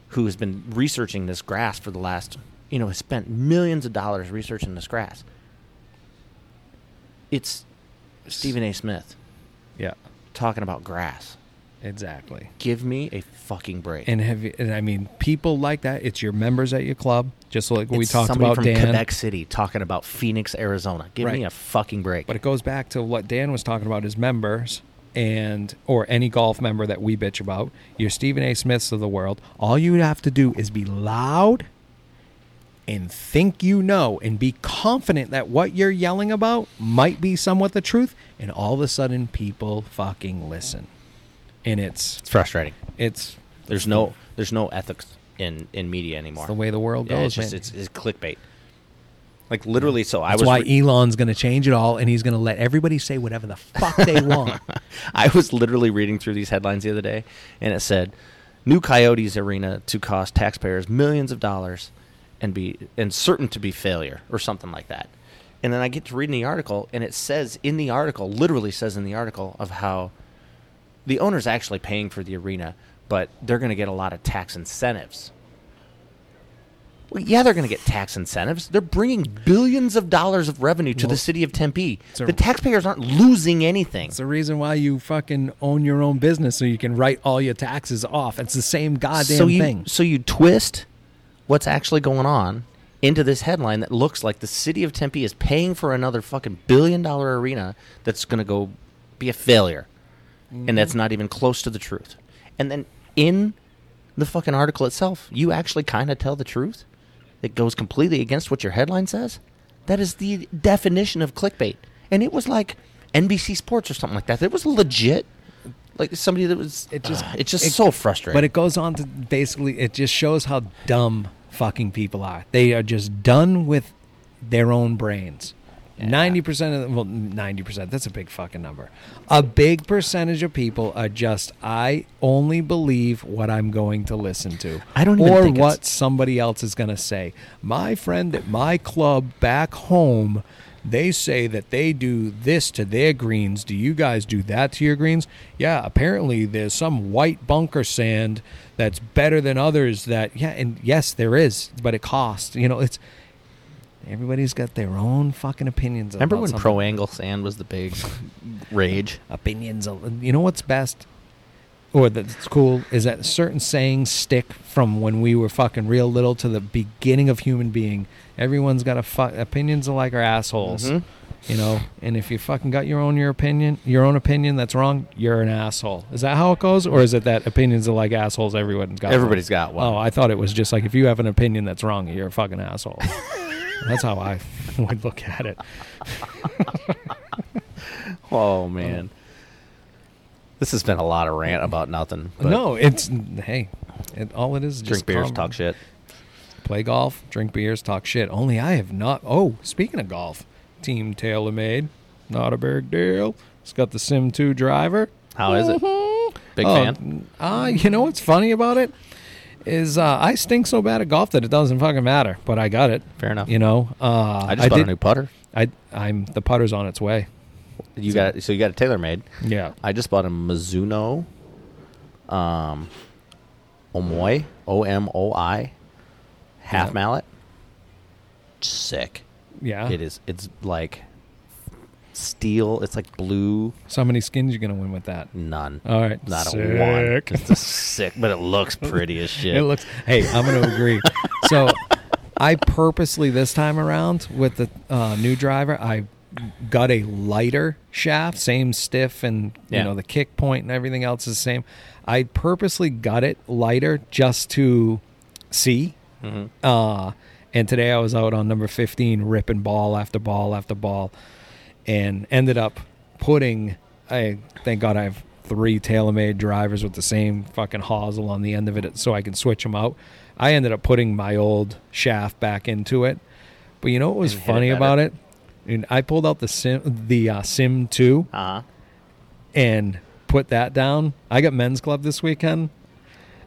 Speaker 3: who has been researching this grass for the last you know has spent millions of dollars researching this grass. It's Stephen A. Smith
Speaker 1: Yeah.
Speaker 3: talking about grass.
Speaker 1: Exactly.
Speaker 3: Give me a fucking break.
Speaker 1: And have you, and I mean people like that. It's your members at your club, just like we
Speaker 3: It's
Speaker 1: talked
Speaker 3: somebody
Speaker 1: about
Speaker 3: from
Speaker 1: Dan.
Speaker 3: Quebec City talking about Phoenix, Arizona. Give me
Speaker 1: Right.
Speaker 3: a fucking break.
Speaker 1: But it goes back to what Dan was talking about his members and or any golf member that we bitch about, your Stephen A. Smiths of the world. All you have to do is be loud and think you know and be confident that what you're yelling about might be somewhat the truth and all of a sudden people fucking listen. And it's
Speaker 3: It's frustrating.
Speaker 1: it's
Speaker 3: There's no there's no ethics in in media anymore.
Speaker 1: It's the way the world
Speaker 3: Yeah, it's
Speaker 1: goes,
Speaker 3: just
Speaker 1: man.
Speaker 3: it's, it's clickbait. Like literally, so I
Speaker 1: that's
Speaker 3: was
Speaker 1: why
Speaker 3: re-
Speaker 1: Elon's going to change it all and he's going to let everybody say whatever the fuck they want.
Speaker 3: I was literally reading through these headlines the other day, and it said, "New Coyotes Arena to cost taxpayers millions of dollars, and be and certain to be failure or something like that." And then I get to reading the article, and it says in the article, literally says in the article of how the owner's actually paying for the arena, but they're going to get a lot of tax incentives. Well, yeah, they're going to get tax incentives. They're bringing billions of dollars of revenue to
Speaker 1: Well,
Speaker 3: the city of Tempe.
Speaker 1: a-
Speaker 3: the taxpayers aren't losing anything.
Speaker 1: It's the reason why you fucking own your own business so you can write all your taxes off. It's the same goddamn
Speaker 3: so you,
Speaker 1: thing.
Speaker 3: So you twist what's actually going on into this headline that looks like the city of Tempe is paying for another fucking billion dollar arena that's going to go be a failure. And
Speaker 1: Mm-hmm.
Speaker 3: that's not even close to the truth. And then in the fucking article itself, you actually kind of tell the truth that goes completely against what your headline says. That is the definition of clickbait. And it was like NBC Sports or something like that. It was legit. Like somebody that was. It
Speaker 1: It
Speaker 3: just.
Speaker 1: just-
Speaker 3: it's just
Speaker 1: it-
Speaker 3: so frustrating.
Speaker 1: But it goes on to basically, it just shows how dumb fucking people are. They are just done with their own brains. Ninety percent of the, well, ninety percent—that's a big fucking number. A big percentage of people are just, I only believe what I'm going to listen to,
Speaker 3: I don't even
Speaker 1: or
Speaker 3: think
Speaker 1: what
Speaker 3: it's-
Speaker 1: somebody else is going to say. My friend at my club back home, they say that they do this to their greens. Do you guys do that to your greens? Yeah, apparently there's some white bunker sand that's better than others that yeah, and yes, there is, but it costs. You know, it's everybody's got their own fucking opinions
Speaker 3: Remember
Speaker 1: about
Speaker 3: when
Speaker 1: something.
Speaker 3: pro angle sand was the big rage?
Speaker 1: opinions. You know what's best, or that's cool, is that certain sayings stick from when we were fucking real little to the beginning of human being. Everyone's got a fu- opinions are like our assholes,
Speaker 3: Mhm.
Speaker 1: you know. And if you fucking got your own your opinion, your own opinion that's wrong, you're an asshole. Is that how it goes, or is it that opinions are like assholes? Everyone's got one?
Speaker 3: Everybody's got one.
Speaker 1: Oh, I thought it was just like if you have an opinion that's wrong, you're a fucking asshole. that's how I would look at it.
Speaker 3: Oh man, this has been a lot of rant about nothing. but
Speaker 1: no, it's hey, it, all it is is
Speaker 3: drink
Speaker 1: just
Speaker 3: beers,
Speaker 1: com-
Speaker 3: talk shit.
Speaker 1: play golf, drink beers, talk shit. Only I have not. Oh, speaking of golf, Team TaylorMade, not a big deal. It's got the Sim 2 driver.
Speaker 3: How is it?
Speaker 1: Mhm.
Speaker 3: Big
Speaker 1: Oh,
Speaker 3: fan.
Speaker 1: Uh, you know what's funny about it is uh, I stink so bad at golf that it doesn't fucking matter. But I got it.
Speaker 3: Fair enough.
Speaker 1: You know, uh,
Speaker 3: I just bought
Speaker 1: did,
Speaker 3: a new putter.
Speaker 1: I I'm the putter's on its way.
Speaker 3: You got so you got a TaylorMade.
Speaker 1: Yeah.
Speaker 3: I just bought a Mizuno, um, Omoi O M O I, half
Speaker 1: Yeah.
Speaker 3: mallet. Sick.
Speaker 1: Yeah.
Speaker 3: It is. It's like steel. It's like blue.
Speaker 1: So how many skins you gonna win with that?
Speaker 3: None.
Speaker 1: All right.
Speaker 3: Not a one.
Speaker 1: Sick.
Speaker 3: It's a sick, but it looks pretty as shit.
Speaker 1: It looks. Hey, I'm going to agree. so, I purposely this time around with the uh, new driver, I got a lighter shaft, same stiff, and
Speaker 3: Yeah.
Speaker 1: you know the kick point and everything else is the same. I purposely got it lighter just to see.
Speaker 3: Mm-hmm.
Speaker 1: Uh, and today I was out on number 15, ripping ball after ball after ball, and ended up putting. I thank God I have three TaylorMade drivers with the same fucking hosel on the end of it, so I can switch them out. I ended up putting my old shaft back into it, but you know what was
Speaker 3: And hit it
Speaker 1: funny
Speaker 3: better.
Speaker 1: about it? And I pulled out the sim, the uh, sim two,
Speaker 3: Uh huh.
Speaker 1: and put that down. I got men's club this weekend.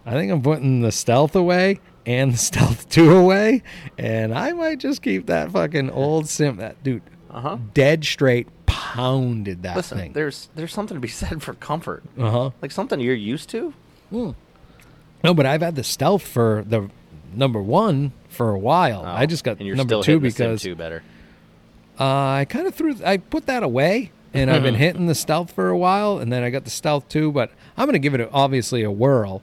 Speaker 1: I think I'm putting the stealth away and the stealth two away, and I might just keep that fucking old sim. That dude,
Speaker 3: Uh-huh.
Speaker 1: dead straight pounded that
Speaker 3: Listen,
Speaker 1: thing.
Speaker 3: there's there's something to be said for comfort,
Speaker 1: Uh huh.
Speaker 3: like something you're used to.
Speaker 1: Hmm. No, but I've had the stealth for the number one for a while. I just got
Speaker 3: Oh, and you're
Speaker 1: number
Speaker 3: still
Speaker 1: two
Speaker 3: hitting the Sim
Speaker 1: because
Speaker 3: two better.
Speaker 1: Uh, I kind of threw. I put that away, and I've been hitting the stealth for a while, and then I got the stealth too. But I'm gonna give it a, obviously a whirl.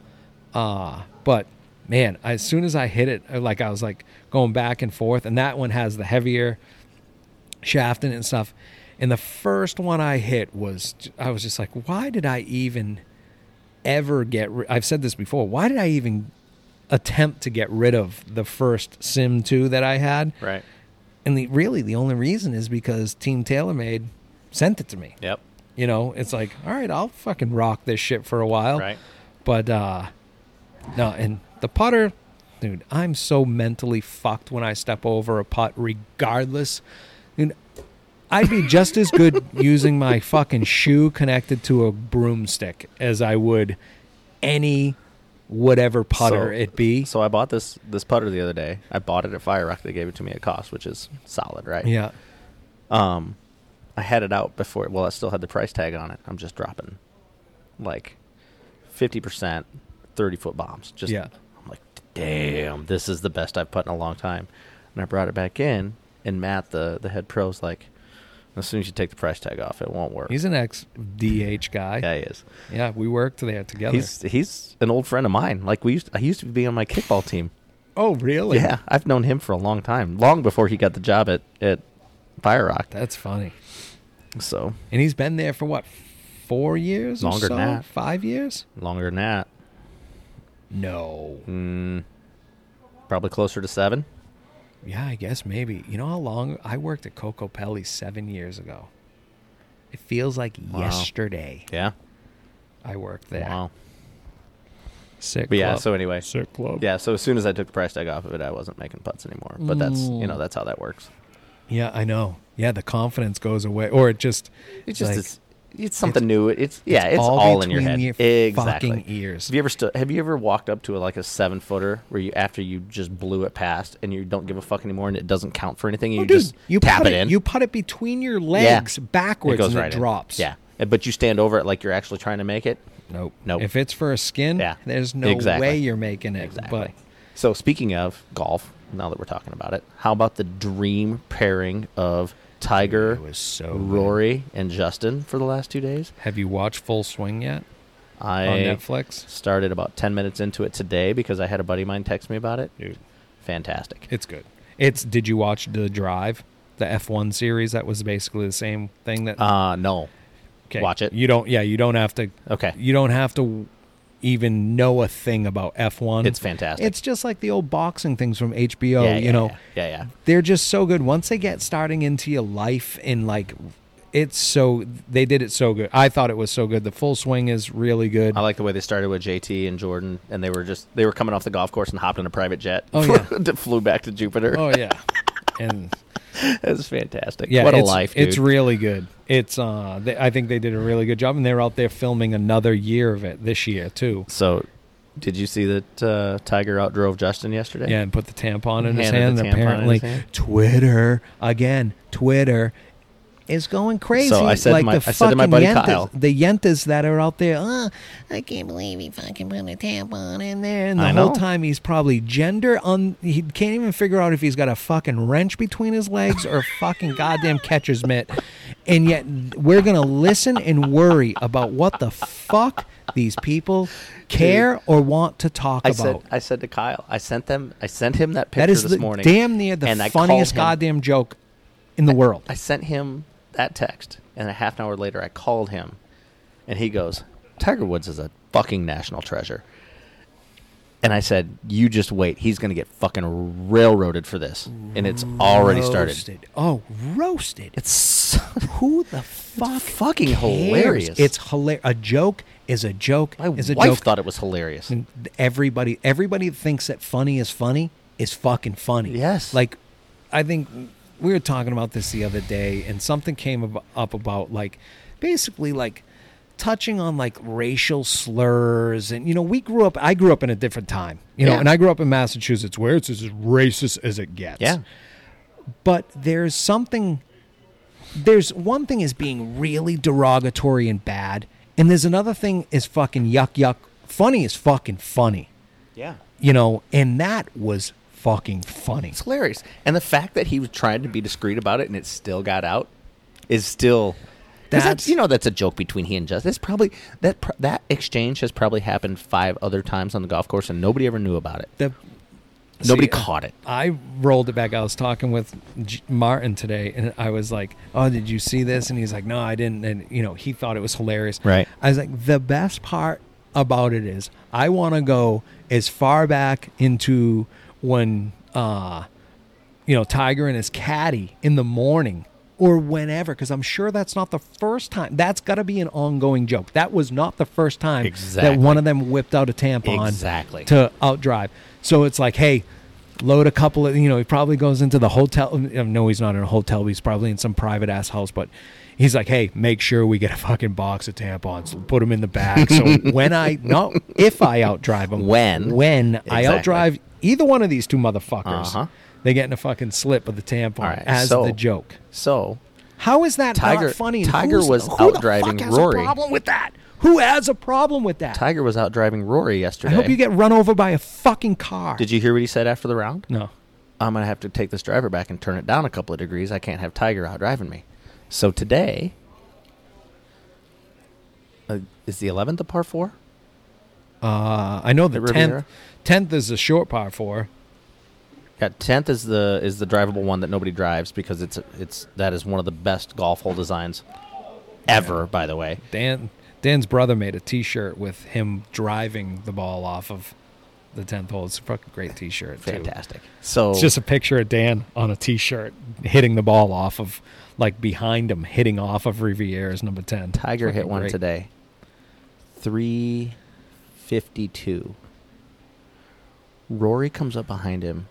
Speaker 1: Uh, but man, as soon as I hit it, I- like I was like going back and forth, and that one has the heavier shaft in it and stuff. And the first one I hit was, j- I was just like, why did I even ever get? Ri- I've said this before. Why did I even attempt to get rid of the first Sim two that I had?
Speaker 3: Right.
Speaker 1: and the, really the only reason is because Team TaylorMade sent it to me.
Speaker 3: Yep.
Speaker 1: You know, it's like, all right, I'll fucking rock this shit for a while.
Speaker 3: Right.
Speaker 1: But uh no, and the putter, dude, I'm so mentally fucked when I step over a putt, regardless. Dude, I'd be just as good using my fucking shoe connected to a broomstick as I would any whatever putter
Speaker 3: So-
Speaker 1: it be.
Speaker 3: So I bought this this putter the other day. I bought it at Fire Rock. They gave it to me at cost, which is solid, right?
Speaker 1: yeah.
Speaker 3: Um, I had it out before. Well, I still had the price tag on it. I'm just dropping, like, fifty percent, thirty foot bombs. Just
Speaker 1: Yeah.
Speaker 3: I'm like, damn, this is the best I've put in a long time. And I brought it back in, and Matt, the, the head pro's like, as soon as you take the price tag off, it won't work.
Speaker 1: He's an ex DH guy.
Speaker 3: yeah, he is.
Speaker 1: Yeah, we worked there together.
Speaker 3: He's he's an old friend of mine. Like we used, I used to be on my kickball team.
Speaker 1: oh, really?
Speaker 3: Yeah, I've known him for a long time, long before he got the job at at Fire Rock.
Speaker 1: That's funny.
Speaker 3: So
Speaker 1: And he's been there for what, four years? or
Speaker 3: Longer
Speaker 1: so?
Speaker 3: than that.
Speaker 1: Five years?
Speaker 3: longer than that,
Speaker 1: No.
Speaker 3: mm, probably closer to seven.
Speaker 1: Yeah, I guess maybe. You know how long I worked at Coco Pelli seven years ago? It feels like
Speaker 3: Wow.
Speaker 1: yesterday
Speaker 3: Yeah.
Speaker 1: I worked there.
Speaker 3: Wow.
Speaker 1: Sick.
Speaker 3: But yeah.
Speaker 1: club.
Speaker 3: So anyway.
Speaker 1: sick club.
Speaker 3: Yeah. So as soon as I took the price tag off of it, I wasn't making putts anymore. But that's you
Speaker 1: Mm.
Speaker 3: know that's how that works.
Speaker 1: Yeah, I know. Yeah, the confidence goes away, or it just
Speaker 3: It's just
Speaker 1: like,
Speaker 3: it's, it's something new. It's yeah. It's, all, in your
Speaker 1: between
Speaker 3: head. exactly.
Speaker 1: fucking ears.
Speaker 3: Have you ever stu have you ever walked up to a, like a seven footer where you after you just blew it past and you don't give a fuck anymore and it doesn't count for anything? You
Speaker 1: Oh, dude,
Speaker 3: just tap
Speaker 1: put
Speaker 3: it, in.
Speaker 1: You put it between your legs backwards and it
Speaker 3: in.
Speaker 1: drops.
Speaker 3: Yeah, And- but you stand over it like you're actually trying to make it.
Speaker 1: Nope.
Speaker 3: Nope.
Speaker 1: If it's for a skin,
Speaker 3: Yeah.
Speaker 1: there's no
Speaker 3: Exactly.
Speaker 1: way you're making it. But
Speaker 3: So speaking of golf, now that we're talking about it, how about the dream pairing of Tiger,
Speaker 1: It was so good.
Speaker 3: Rory, and Justin for the last two days?
Speaker 1: have you watched Full Swing yet
Speaker 3: I
Speaker 1: on Netflix?
Speaker 3: started about ten minutes into it today because I had a buddy of mine text me about it.
Speaker 1: Dude,
Speaker 3: Fantastic.
Speaker 1: it's good. It's did you watch The Drive, the F1 series? That was basically the same thing that
Speaker 3: Uh no.
Speaker 1: Okay.
Speaker 3: Watch it.
Speaker 1: You don't. Yeah, you don't have to.
Speaker 3: Okay.
Speaker 1: You don't have to even know a thing about F one.
Speaker 3: It's fantastic.
Speaker 1: It's just like the old boxing things from HBO.
Speaker 3: yeah,
Speaker 1: you
Speaker 3: yeah,
Speaker 1: know,
Speaker 3: Yeah, yeah. yeah.
Speaker 1: they're just so good. Once they get starting into your life and like, it's so they did it so good. I thought it was so good. The full swing is really good.
Speaker 3: I like the way they started with JT and Jordan, and they were just they were coming off the golf course and hopped in a private jet.
Speaker 1: Oh, yeah.
Speaker 3: that flew back to Jupiter.
Speaker 1: oh yeah, and
Speaker 3: It was fantastic.
Speaker 1: yeah,
Speaker 3: what a
Speaker 1: it's,
Speaker 3: life! Dude.
Speaker 1: It's really good. It's uh, they, I think they did a really good job, and they're out there filming another year of it this year too.
Speaker 3: so. Did you see that uh, Tiger outdrove Justin yesterday?
Speaker 1: Yeah, and put the tampon in his
Speaker 3: Handed
Speaker 1: hand.
Speaker 3: the
Speaker 1: And
Speaker 3: tampon in
Speaker 1: apparently,
Speaker 3: his hand.
Speaker 1: Twitter again. Twitter is going crazy.
Speaker 3: So I said to
Speaker 1: like
Speaker 3: my-
Speaker 1: the
Speaker 3: I said to my
Speaker 1: fucking
Speaker 3: buddy
Speaker 1: yentas,
Speaker 3: Kyle-
Speaker 1: the yentas that are out there. "Ah, I can't believe he fucking put a tampon in there. And the
Speaker 3: I
Speaker 1: whole
Speaker 3: know.
Speaker 1: time he's probably gender un. He can't even figure out if he's got a fucking wrench between his legs or a fucking goddamn catcher's mitt. And yet we're gonna listen and worry about what the fuck these people care or want to talk
Speaker 3: I
Speaker 1: about.
Speaker 3: said I said to Kyle, I sent them, I sent him that picture
Speaker 1: That is
Speaker 3: this
Speaker 1: the,
Speaker 3: morning.
Speaker 1: damn near the
Speaker 3: and I called
Speaker 1: funniest
Speaker 3: him-
Speaker 1: goddamn joke in the world.
Speaker 3: I sent him that text, and a half an hour later, I called him, and he goes, "Tiger Woods is a fucking national treasure." And I said, "You just wait. He's going to get fucking railroaded for this, and it's already started.
Speaker 1: Roasted. Oh, roasted.
Speaker 3: It's so-
Speaker 1: Who the fuck?
Speaker 3: fucking
Speaker 1: cares?
Speaker 3: hilarious.
Speaker 1: It's hilarious. A joke is a joke.
Speaker 3: my
Speaker 1: is a
Speaker 3: wife
Speaker 1: joke.
Speaker 3: thought it was hilarious.
Speaker 1: And everybody, everybody that thinks that funny is funny is fucking funny.
Speaker 3: Yes.
Speaker 1: Like, I think we were talking about this the other day, and something came ab- up about like, basically like touching on like racial slurs and you know we grew up i grew up in a different time you know
Speaker 3: Yeah.
Speaker 1: and i grew up in massachusetts where it's as racist as it gets
Speaker 3: Yeah,
Speaker 1: but there's something there's one thing is being really derogatory and bad and there's another thing is fucking yuck yuck funny is fucking funny
Speaker 3: yeah,
Speaker 1: you know and that was fucking funny
Speaker 3: it's hilarious. And the fact that he was trying to be discreet about it, and it still got out, is still."
Speaker 1: That's-
Speaker 3: 'cause That's you know that's a joke between he and Justin. It's probably that pr- that exchange has probably happened five other times on the golf course, and nobody ever knew about it.
Speaker 1: the
Speaker 3: Nobody
Speaker 1: See,
Speaker 3: caught it.
Speaker 1: I rolled it back. I was talking with G- Martin today, and I was like, "Oh, did you see this?" And he's like, "No, I didn't." And you know, he thought it was hilarious.
Speaker 3: Right.
Speaker 1: I was like, "The best part about it is I want to go as far back into when, uh, you know, Tiger and his caddy in the morning." Or whenever, because I'm sure that's not the first time. That's got to be an ongoing joke. That was not the first time
Speaker 3: Exactly.
Speaker 1: that one of them whipped out a tampon
Speaker 3: Exactly.
Speaker 1: to outdrive. So it's like, hey, load a couple of, you know, he probably goes into the hotel. No, he's not in a hotel. He's probably in some private ass house, but he's like, hey, make sure we get a fucking box of tampons, put them in the bag. So when I, not if I outdrive them,
Speaker 3: When.
Speaker 1: when I
Speaker 3: Exactly.
Speaker 1: outdrive either one of these two motherfuckers,
Speaker 3: Uh-huh.
Speaker 1: they get in a fucking slip of the tampon
Speaker 3: All right,
Speaker 1: as
Speaker 3: so-
Speaker 1: the joke.
Speaker 3: So
Speaker 1: How is that
Speaker 3: Tiger-
Speaker 1: not funny? and
Speaker 3: Tiger
Speaker 1: who's-
Speaker 3: was
Speaker 1: who the
Speaker 3: outdriving
Speaker 1: fuck has a
Speaker 3: Rory.
Speaker 1: problem with that? Who has a problem with that?
Speaker 3: Tiger was out driving Rory
Speaker 1: I
Speaker 3: yesterday.
Speaker 1: hope you get run over by a fucking car.
Speaker 3: Did you hear what he said after the round?
Speaker 1: No.
Speaker 3: I'm gonna have to take this driver back and turn it down a couple of degrees. I can't have Tiger out driving me. So today uh, is the 11th a par four.
Speaker 1: Uh, I know the
Speaker 3: At Riviera?
Speaker 1: tenth. Tenth is a short par four.
Speaker 3: Yeah, 10th is the is the drivable one that nobody drives because it's it's that is one of the best golf hole designs ever. By the way,
Speaker 1: Dan Dan's brother made a T-shirt with him driving the ball off of the tenth hole. It's a fucking great T-shirt. too.
Speaker 3: fantastic. So
Speaker 1: It's just a picture of Dan on a T-shirt hitting the ball off of like behind him, hitting off of Riviera's number ten.
Speaker 3: Tiger hit
Speaker 1: Fucking
Speaker 3: one
Speaker 1: great.
Speaker 3: today. 352. Rory comes up behind him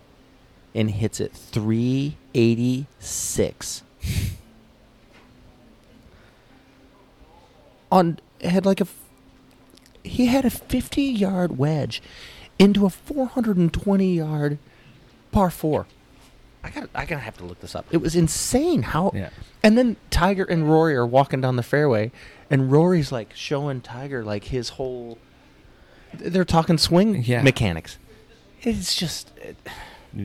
Speaker 3: and hits it 386. On had like a f- he had a 50 yard wedge into a 420 yard par 4. I got I got to have to look this up. It was insane how
Speaker 1: Yeah.
Speaker 3: and then Tiger and Rory are walking down the fairway, and Rory's like showing Tiger like his whole. They're talking swing
Speaker 1: Yeah.
Speaker 3: mechanics. It's just, it,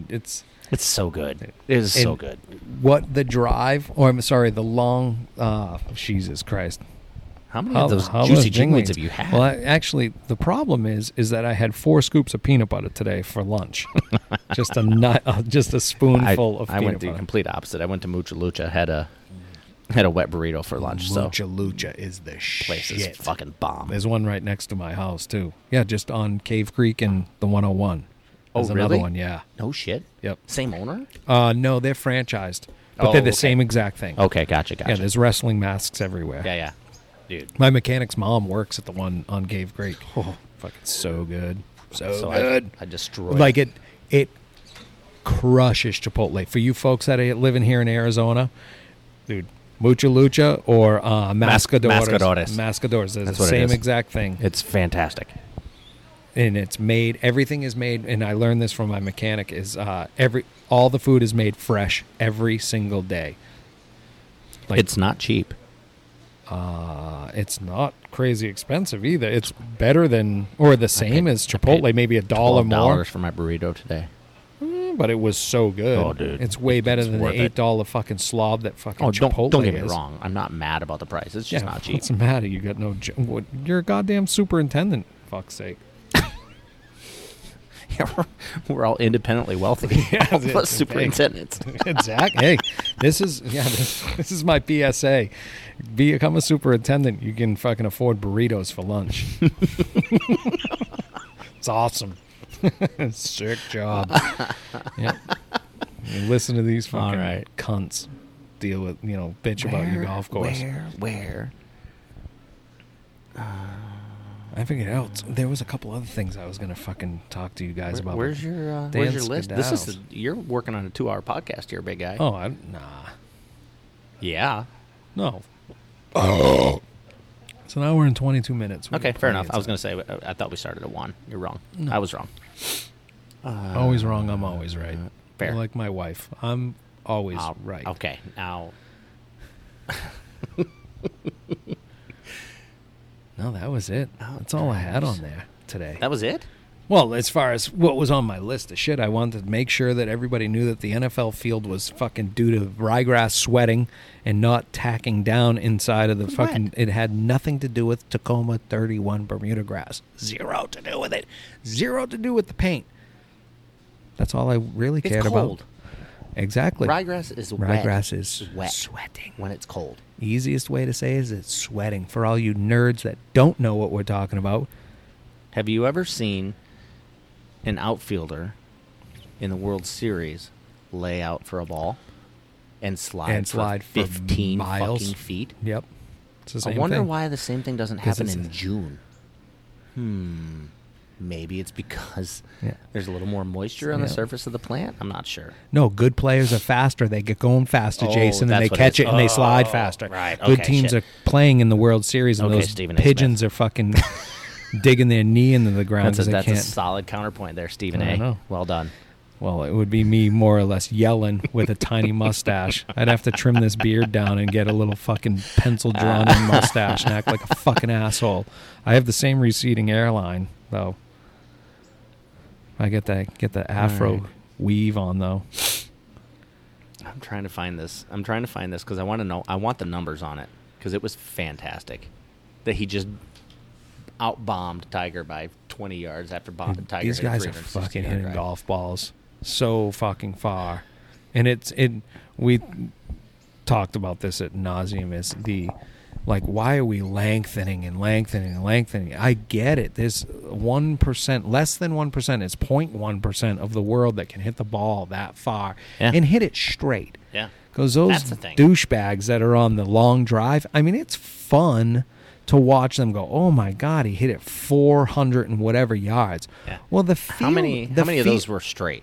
Speaker 1: It's
Speaker 3: it's so good. It is so
Speaker 1: And
Speaker 3: good.
Speaker 1: What the drive, or I'm sorry, the long. Uh, Jesus Christ!
Speaker 3: How many
Speaker 1: How-
Speaker 3: of those
Speaker 1: how
Speaker 3: juicy
Speaker 1: jingling-
Speaker 3: jingweeds have you had?
Speaker 1: Well, I, actually, the problem is is that I had four scoops of peanut butter today for lunch. just a nut, uh, just a spoonful of
Speaker 3: I
Speaker 1: peanut
Speaker 3: went the
Speaker 1: butter.
Speaker 3: complete opposite. I went to Mucha Lucha, had a had a wet burrito for lunch. so
Speaker 4: Lucha Lucha is the
Speaker 3: place is
Speaker 4: shit.
Speaker 3: fucking bomb.
Speaker 1: There's one right next to my house too. Yeah, just on Cave Creek and the 101.
Speaker 3: Oh,
Speaker 1: There's another
Speaker 3: really?
Speaker 1: one. Yeah.
Speaker 3: no shit.
Speaker 1: Yep.
Speaker 3: Same owner.
Speaker 1: Uh, no, they're franchised, but
Speaker 3: Oh,
Speaker 1: they're the
Speaker 3: okay.
Speaker 1: same exact thing.
Speaker 3: Okay, gotcha, gotcha.
Speaker 1: Yeah, there's wrestling masks everywhere.
Speaker 3: yeah, yeah, dude.
Speaker 1: My mechanic's mom works at the one on Cave Creek. Oh, fucking so good. So,
Speaker 3: So I,
Speaker 1: good.
Speaker 3: I destroyed.
Speaker 1: Like it it crushes Chipotle. For you folks that are living here in Arizona, dude, Mucha Lucha or uh,
Speaker 3: Mas-
Speaker 1: Mascadores.
Speaker 3: Mascadores.
Speaker 1: Mascadores. They're
Speaker 3: That's
Speaker 1: the
Speaker 3: what it
Speaker 1: same
Speaker 3: is.
Speaker 1: exact thing.
Speaker 3: it's fantastic.
Speaker 1: and it's made everything is made and i learned this from my mechanic is uh every all the food is made fresh every single day Like-
Speaker 3: it's not cheap.
Speaker 1: uh it's not crazy expensive either it's better than or the same
Speaker 3: paid-
Speaker 1: as chipotle maybe a dollar
Speaker 3: $12
Speaker 1: more
Speaker 3: for my burrito today.
Speaker 1: Mm, but it was so good
Speaker 3: Oh, dude.
Speaker 1: it's way better
Speaker 3: It's
Speaker 1: than the
Speaker 3: worth it.
Speaker 1: eight dollar fucking slob that fucking
Speaker 3: Oh, don't,
Speaker 1: chipotle
Speaker 3: don't get me
Speaker 1: is.
Speaker 3: wrong. I'm not mad about the price. It's just
Speaker 1: yeah,
Speaker 3: not cheap.
Speaker 1: what's the matter you got no jo- what, you're a goddamn superintendent fuck's sake
Speaker 3: Yeah, we're, we're all independently wealthy.
Speaker 1: Yeah,
Speaker 3: All of
Speaker 1: it's-
Speaker 3: us superintendents.
Speaker 1: exactly. Hey, this is yeah, this, this is my PSA. Become a superintendent. You can fucking afford burritos for lunch. it's awesome. Sick job. yeah. You listen to these
Speaker 3: All
Speaker 1: fucking
Speaker 3: right.
Speaker 1: cunts deal with you know bitch about your golf course.
Speaker 3: Where? Where?
Speaker 1: I figured out there was a couple other things I was gonna fucking talk to you guys
Speaker 3: Where-
Speaker 1: about.
Speaker 3: where's
Speaker 1: but-
Speaker 3: your uh,
Speaker 1: Dan
Speaker 3: Where's your list? This is
Speaker 1: Skedaddles.
Speaker 3: the- you're working on a two-hour podcast here, big guy.
Speaker 1: Oh, I, nah,
Speaker 3: yeah.
Speaker 1: no. Oh. It's an hour and twenty-two minutes. We
Speaker 3: Okay,
Speaker 1: got
Speaker 3: fair
Speaker 1: plenty
Speaker 3: enough.
Speaker 1: of
Speaker 3: I was
Speaker 1: time.
Speaker 3: gonna say I I thought we started at one. You're wrong. I was wrong. Uh,
Speaker 1: Always wrong, I'm always right.
Speaker 3: fair.
Speaker 1: Like my wife, I'm always
Speaker 3: Oh,
Speaker 1: right.
Speaker 3: Okay, now
Speaker 1: No, that was it. That's all I had on there today.
Speaker 3: that was it.
Speaker 1: Well, as far as what was on my list of shit, I wanted to make sure that everybody knew that the NFL field was fucking due to ryegrass sweating and not tacking down inside of the fucking. It had nothing to do with Tacoma 31 Bermuda grass. Zero to do with it. Zero to do with the paint. That's all I really
Speaker 3: It's
Speaker 1: cared
Speaker 3: cold.
Speaker 1: about. Exactly.
Speaker 3: Ryegrass is wet.
Speaker 1: Ryegrass is
Speaker 3: wet.
Speaker 1: sweating.
Speaker 3: when it's cold.
Speaker 1: easiest way to say is it's sweating. For all you nerds that don't know what we're talking about,
Speaker 3: Have you ever seen an outfielder in the World Series lay out for a ball and slide,
Speaker 1: And slide for
Speaker 3: for 15
Speaker 1: miles?
Speaker 3: fucking feet?
Speaker 1: yep, it's the
Speaker 3: I
Speaker 1: same
Speaker 3: wonder
Speaker 1: thing.
Speaker 3: why the same thing doesn't
Speaker 1: 'Cause
Speaker 3: happen
Speaker 1: it's
Speaker 3: in
Speaker 1: a-
Speaker 3: June. Hmm. Maybe it's because
Speaker 1: Yeah.
Speaker 3: there's a little more moisture on the
Speaker 1: Yeah.
Speaker 3: surface of the plant. I'm not sure.
Speaker 1: No, good players are faster. They get going faster,
Speaker 3: Oh,
Speaker 1: Jason, and they
Speaker 3: that's what it
Speaker 1: catch
Speaker 3: is.
Speaker 1: it, and they slide
Speaker 3: Oh,
Speaker 1: faster.
Speaker 3: right.
Speaker 1: Good
Speaker 3: Okay,
Speaker 1: teams
Speaker 3: shit.
Speaker 1: are playing in the World Series, and
Speaker 3: Okay,
Speaker 1: those
Speaker 3: Stephen A.
Speaker 1: pigeons are fucking digging their knee into the ground
Speaker 3: That's a,
Speaker 1: because they
Speaker 3: that's a
Speaker 1: can't.
Speaker 3: solid counterpoint there, Stephen
Speaker 1: I
Speaker 3: A.
Speaker 1: know.
Speaker 3: Well done.
Speaker 1: Well, it would be me more or less yelling with a tiny mustache. I'd have to trim this beard down and get a little fucking pencil drawn in mustache and act like a fucking asshole. I have the same receding airline though. I get that get the afro
Speaker 3: right.
Speaker 1: weave on though.
Speaker 3: I'm trying to find this. I'm trying to find this because I want to know. I want the numbers on it because it was fantastic that he just out bombed Tiger by 20 yards after bomb,
Speaker 1: Dude,
Speaker 3: Tiger.
Speaker 1: These
Speaker 3: hit a
Speaker 1: guys are
Speaker 3: 360
Speaker 1: fucking
Speaker 3: yard
Speaker 1: hitting
Speaker 3: drive.
Speaker 1: golf balls so fucking far, and it's it. We talked about this at nauseum. Is the like why are we lengthening and lengthening and lengthening? I get it. There's one percent, less than one percent. It's 0.1 percent of the world that can hit the ball that far
Speaker 3: Yeah.
Speaker 1: and hit it straight.
Speaker 3: Yeah.
Speaker 1: Because those
Speaker 3: That's the thing.
Speaker 1: douchebags that are on the long drive, I mean, it's fun to watch them go, oh my God, he hit it 400 and whatever yards.
Speaker 3: Yeah.
Speaker 1: Well, the field,
Speaker 3: How many?
Speaker 1: the
Speaker 3: How many of
Speaker 1: field-
Speaker 3: those were straight?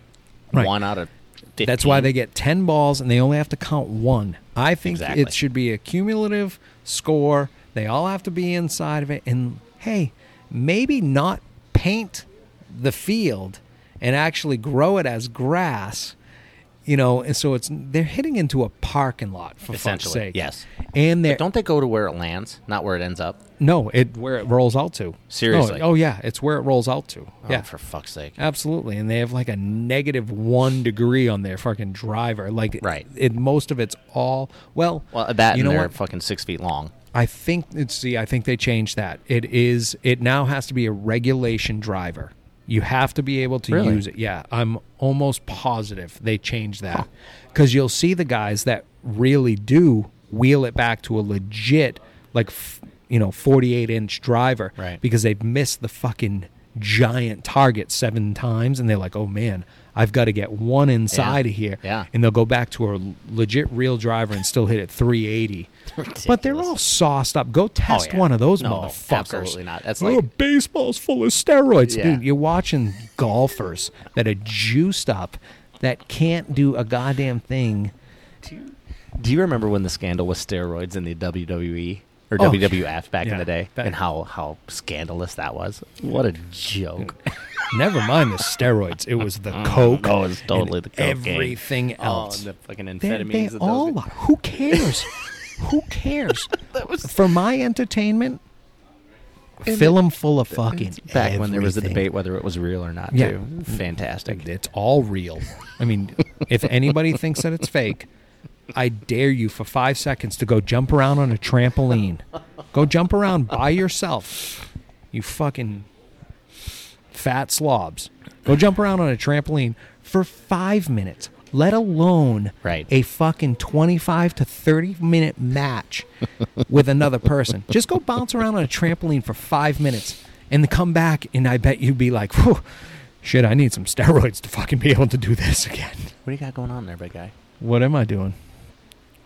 Speaker 1: Right.
Speaker 3: One out of. 15?
Speaker 1: That's why they get 10 balls and they only have to count one. I think
Speaker 3: Exactly.
Speaker 1: it should be a cumulative score. They all have to be inside of it. And hey, maybe not paint the field and actually grow it as grass. You know, and so it's they're hitting into a parking lot for fuck's
Speaker 3: Essentially,
Speaker 1: sake.
Speaker 3: yes.
Speaker 1: and they're
Speaker 3: Don't they go to where it lands, not where it ends up?
Speaker 1: no, it where it rolls out to.
Speaker 3: Seriously?
Speaker 1: No, oh yeah, it's where it rolls out to.
Speaker 3: Oh,
Speaker 1: yeah.
Speaker 3: For fuck's sake.
Speaker 1: Absolutely. And they have like a negative 1 degree on their fucking driver. Like
Speaker 3: Right.
Speaker 1: it most of it's all well,
Speaker 3: Well, that
Speaker 1: you know
Speaker 3: and they're
Speaker 1: what?
Speaker 3: fucking six feet long.
Speaker 1: I think it's see I think they changed that. It is it now has to be a regulation driver. You have to be able to
Speaker 3: Really?
Speaker 1: use it. Yeah, I'm almost positive they changed that. Cuz you'll see the guys that really do wheel it back to a legit like f- you know 48 inch driver
Speaker 3: Right.
Speaker 1: because they've missed the fucking giant target seven times and they're like oh man i've got to get one inside of here
Speaker 3: Yeah.
Speaker 1: and they'll go back to a l- legit real driver and still hit it 380 but they're
Speaker 3: Ridiculous. Oh,
Speaker 1: all sauced up. Go test
Speaker 3: yeah.
Speaker 1: one of those
Speaker 3: No,
Speaker 1: motherfuckers.
Speaker 3: absolutely not. That's
Speaker 1: oh,
Speaker 3: like-
Speaker 1: baseball's full of steroids,
Speaker 3: Yeah.
Speaker 1: dude. You're watching golfers that are juiced up that can't do a goddamn thing.
Speaker 3: Do you remember when the scandal with steroids in the WWE or
Speaker 1: Oh,
Speaker 3: WWF back
Speaker 1: yeah.
Speaker 3: in the day,
Speaker 1: That-
Speaker 3: and how how scandalous that was? What a joke!
Speaker 1: Never mind the steroids. It was the coke.
Speaker 3: Oh, it's totally
Speaker 1: and
Speaker 3: the coke gang.
Speaker 1: everything
Speaker 3: Oh,
Speaker 1: else.
Speaker 3: and the fucking
Speaker 1: They,
Speaker 3: amphetamines.
Speaker 1: they
Speaker 3: that those-
Speaker 1: all are. Who cares? Who cares? For my entertainment, fill them full of fucking.
Speaker 3: back when there was a
Speaker 1: everything.
Speaker 3: debate whether it was real or not.
Speaker 1: Yeah.
Speaker 3: too. fantastic.
Speaker 1: It's all real. I mean, if anybody thinks that it's fake, I dare you for five seconds to go jump around on a trampoline. Go jump around by yourself. You fucking fat slobs. Go jump around on a trampoline for five minutes, let alone
Speaker 3: Right.
Speaker 1: a fucking 25 to 30 minute match with another person. Just go bounce around on a trampoline for five minutes and then come back, and I bet you'd be like, Whew, shit, I need some steroids to fucking be able to do this again.
Speaker 3: What do you got going on there, big guy?
Speaker 1: What am I doing?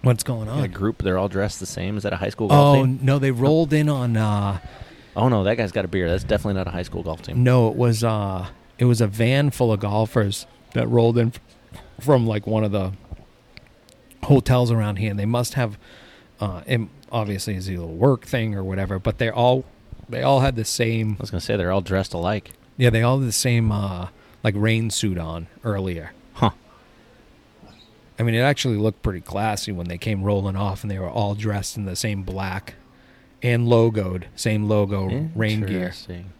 Speaker 1: What's going on?
Speaker 3: A group. They're all dressed the same. Is that a high school golf
Speaker 1: Oh
Speaker 3: team?
Speaker 1: no! They rolled in on. Uh,
Speaker 3: Oh no, that guy's got a beer. That's definitely not a high school golf team.
Speaker 1: no, it was. Uh, it was a van full of golfers that rolled in f- from like one of the hotels around here. And they must have, uh, and obviously, it's either a work thing or whatever. But they all, they all had the same.
Speaker 3: I was gonna say they're all dressed alike.
Speaker 1: Yeah, they all had the same uh, like rain suit on earlier.
Speaker 3: Huh.
Speaker 1: I mean, it actually looked pretty classy when they came rolling off and they were all dressed in the same black and logoed, same logo, rain gear.
Speaker 3: Interesting.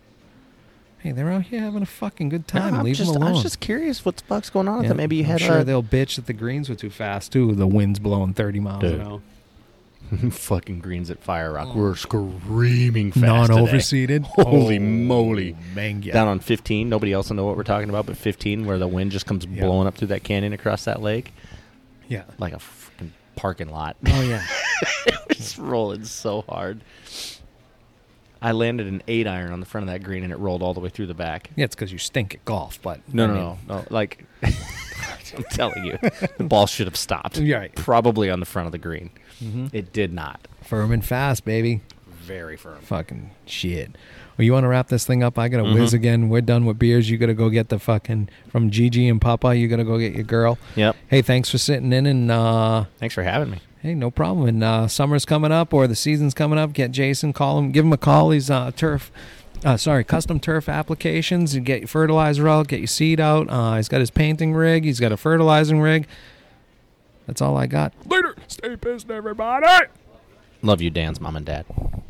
Speaker 1: Hey, they're out here having a fucking good
Speaker 3: No,
Speaker 1: time.
Speaker 3: I'm
Speaker 1: Leave
Speaker 3: just,
Speaker 1: them alone.
Speaker 3: I was just curious what the fuck's going on with
Speaker 1: Yeah,
Speaker 3: it. Maybe you
Speaker 1: I'm
Speaker 3: had uh,
Speaker 1: sure
Speaker 3: a
Speaker 1: they'll bitch that the greens were too fast too. The wind's blowing 30 miles
Speaker 3: Dude,
Speaker 1: an hour.
Speaker 3: fucking greens at Fire Rock. We're screaming fast. today.
Speaker 1: Non-overseeded. Oh,
Speaker 3: Holy moly.
Speaker 1: Manga.
Speaker 3: Down on 15, nobody else will know what we're talking about, but 15, where the wind just comes
Speaker 1: Yeah.
Speaker 3: blowing up through that canyon across that lake,
Speaker 1: Yeah.
Speaker 3: like a fucking parking lot.
Speaker 1: Oh yeah.
Speaker 3: it's rolling so hard. I landed an eight iron on the front of that green, and it rolled all the way through the back.
Speaker 1: Yeah, it's because you stink at golf, but
Speaker 3: No,
Speaker 1: I
Speaker 3: no,
Speaker 1: mean,
Speaker 3: no, no. Like, I'm telling you, the ball should have stopped.
Speaker 1: You're right. Mm-hmm.
Speaker 3: Probably on the front of the green. It did not.
Speaker 1: Firm and fast, baby.
Speaker 3: Very firm.
Speaker 1: Fucking shit. Well, you want to wrap this thing up? I gotta whiz
Speaker 3: Mm-hmm.
Speaker 1: again. We're done with beers. You gotta go get the fucking from Gigi and Papa. You gotta go get your girl.
Speaker 3: Yep.
Speaker 1: Hey, thanks for sitting in and uh,
Speaker 3: Thanks for having me.
Speaker 1: Hey, no problem. And uh, summer's coming up, or the season's coming up. Get Jason, call him, give him a call. He's uh, turf uh, sorry, custom turf applications. You get your fertilizer out, get your seed out. Uh, he's got his painting rig. He's got a fertilizing rig. That's all I got.
Speaker 3: Later. Stay pissed, everybody. Love you, Dan's mom and dad.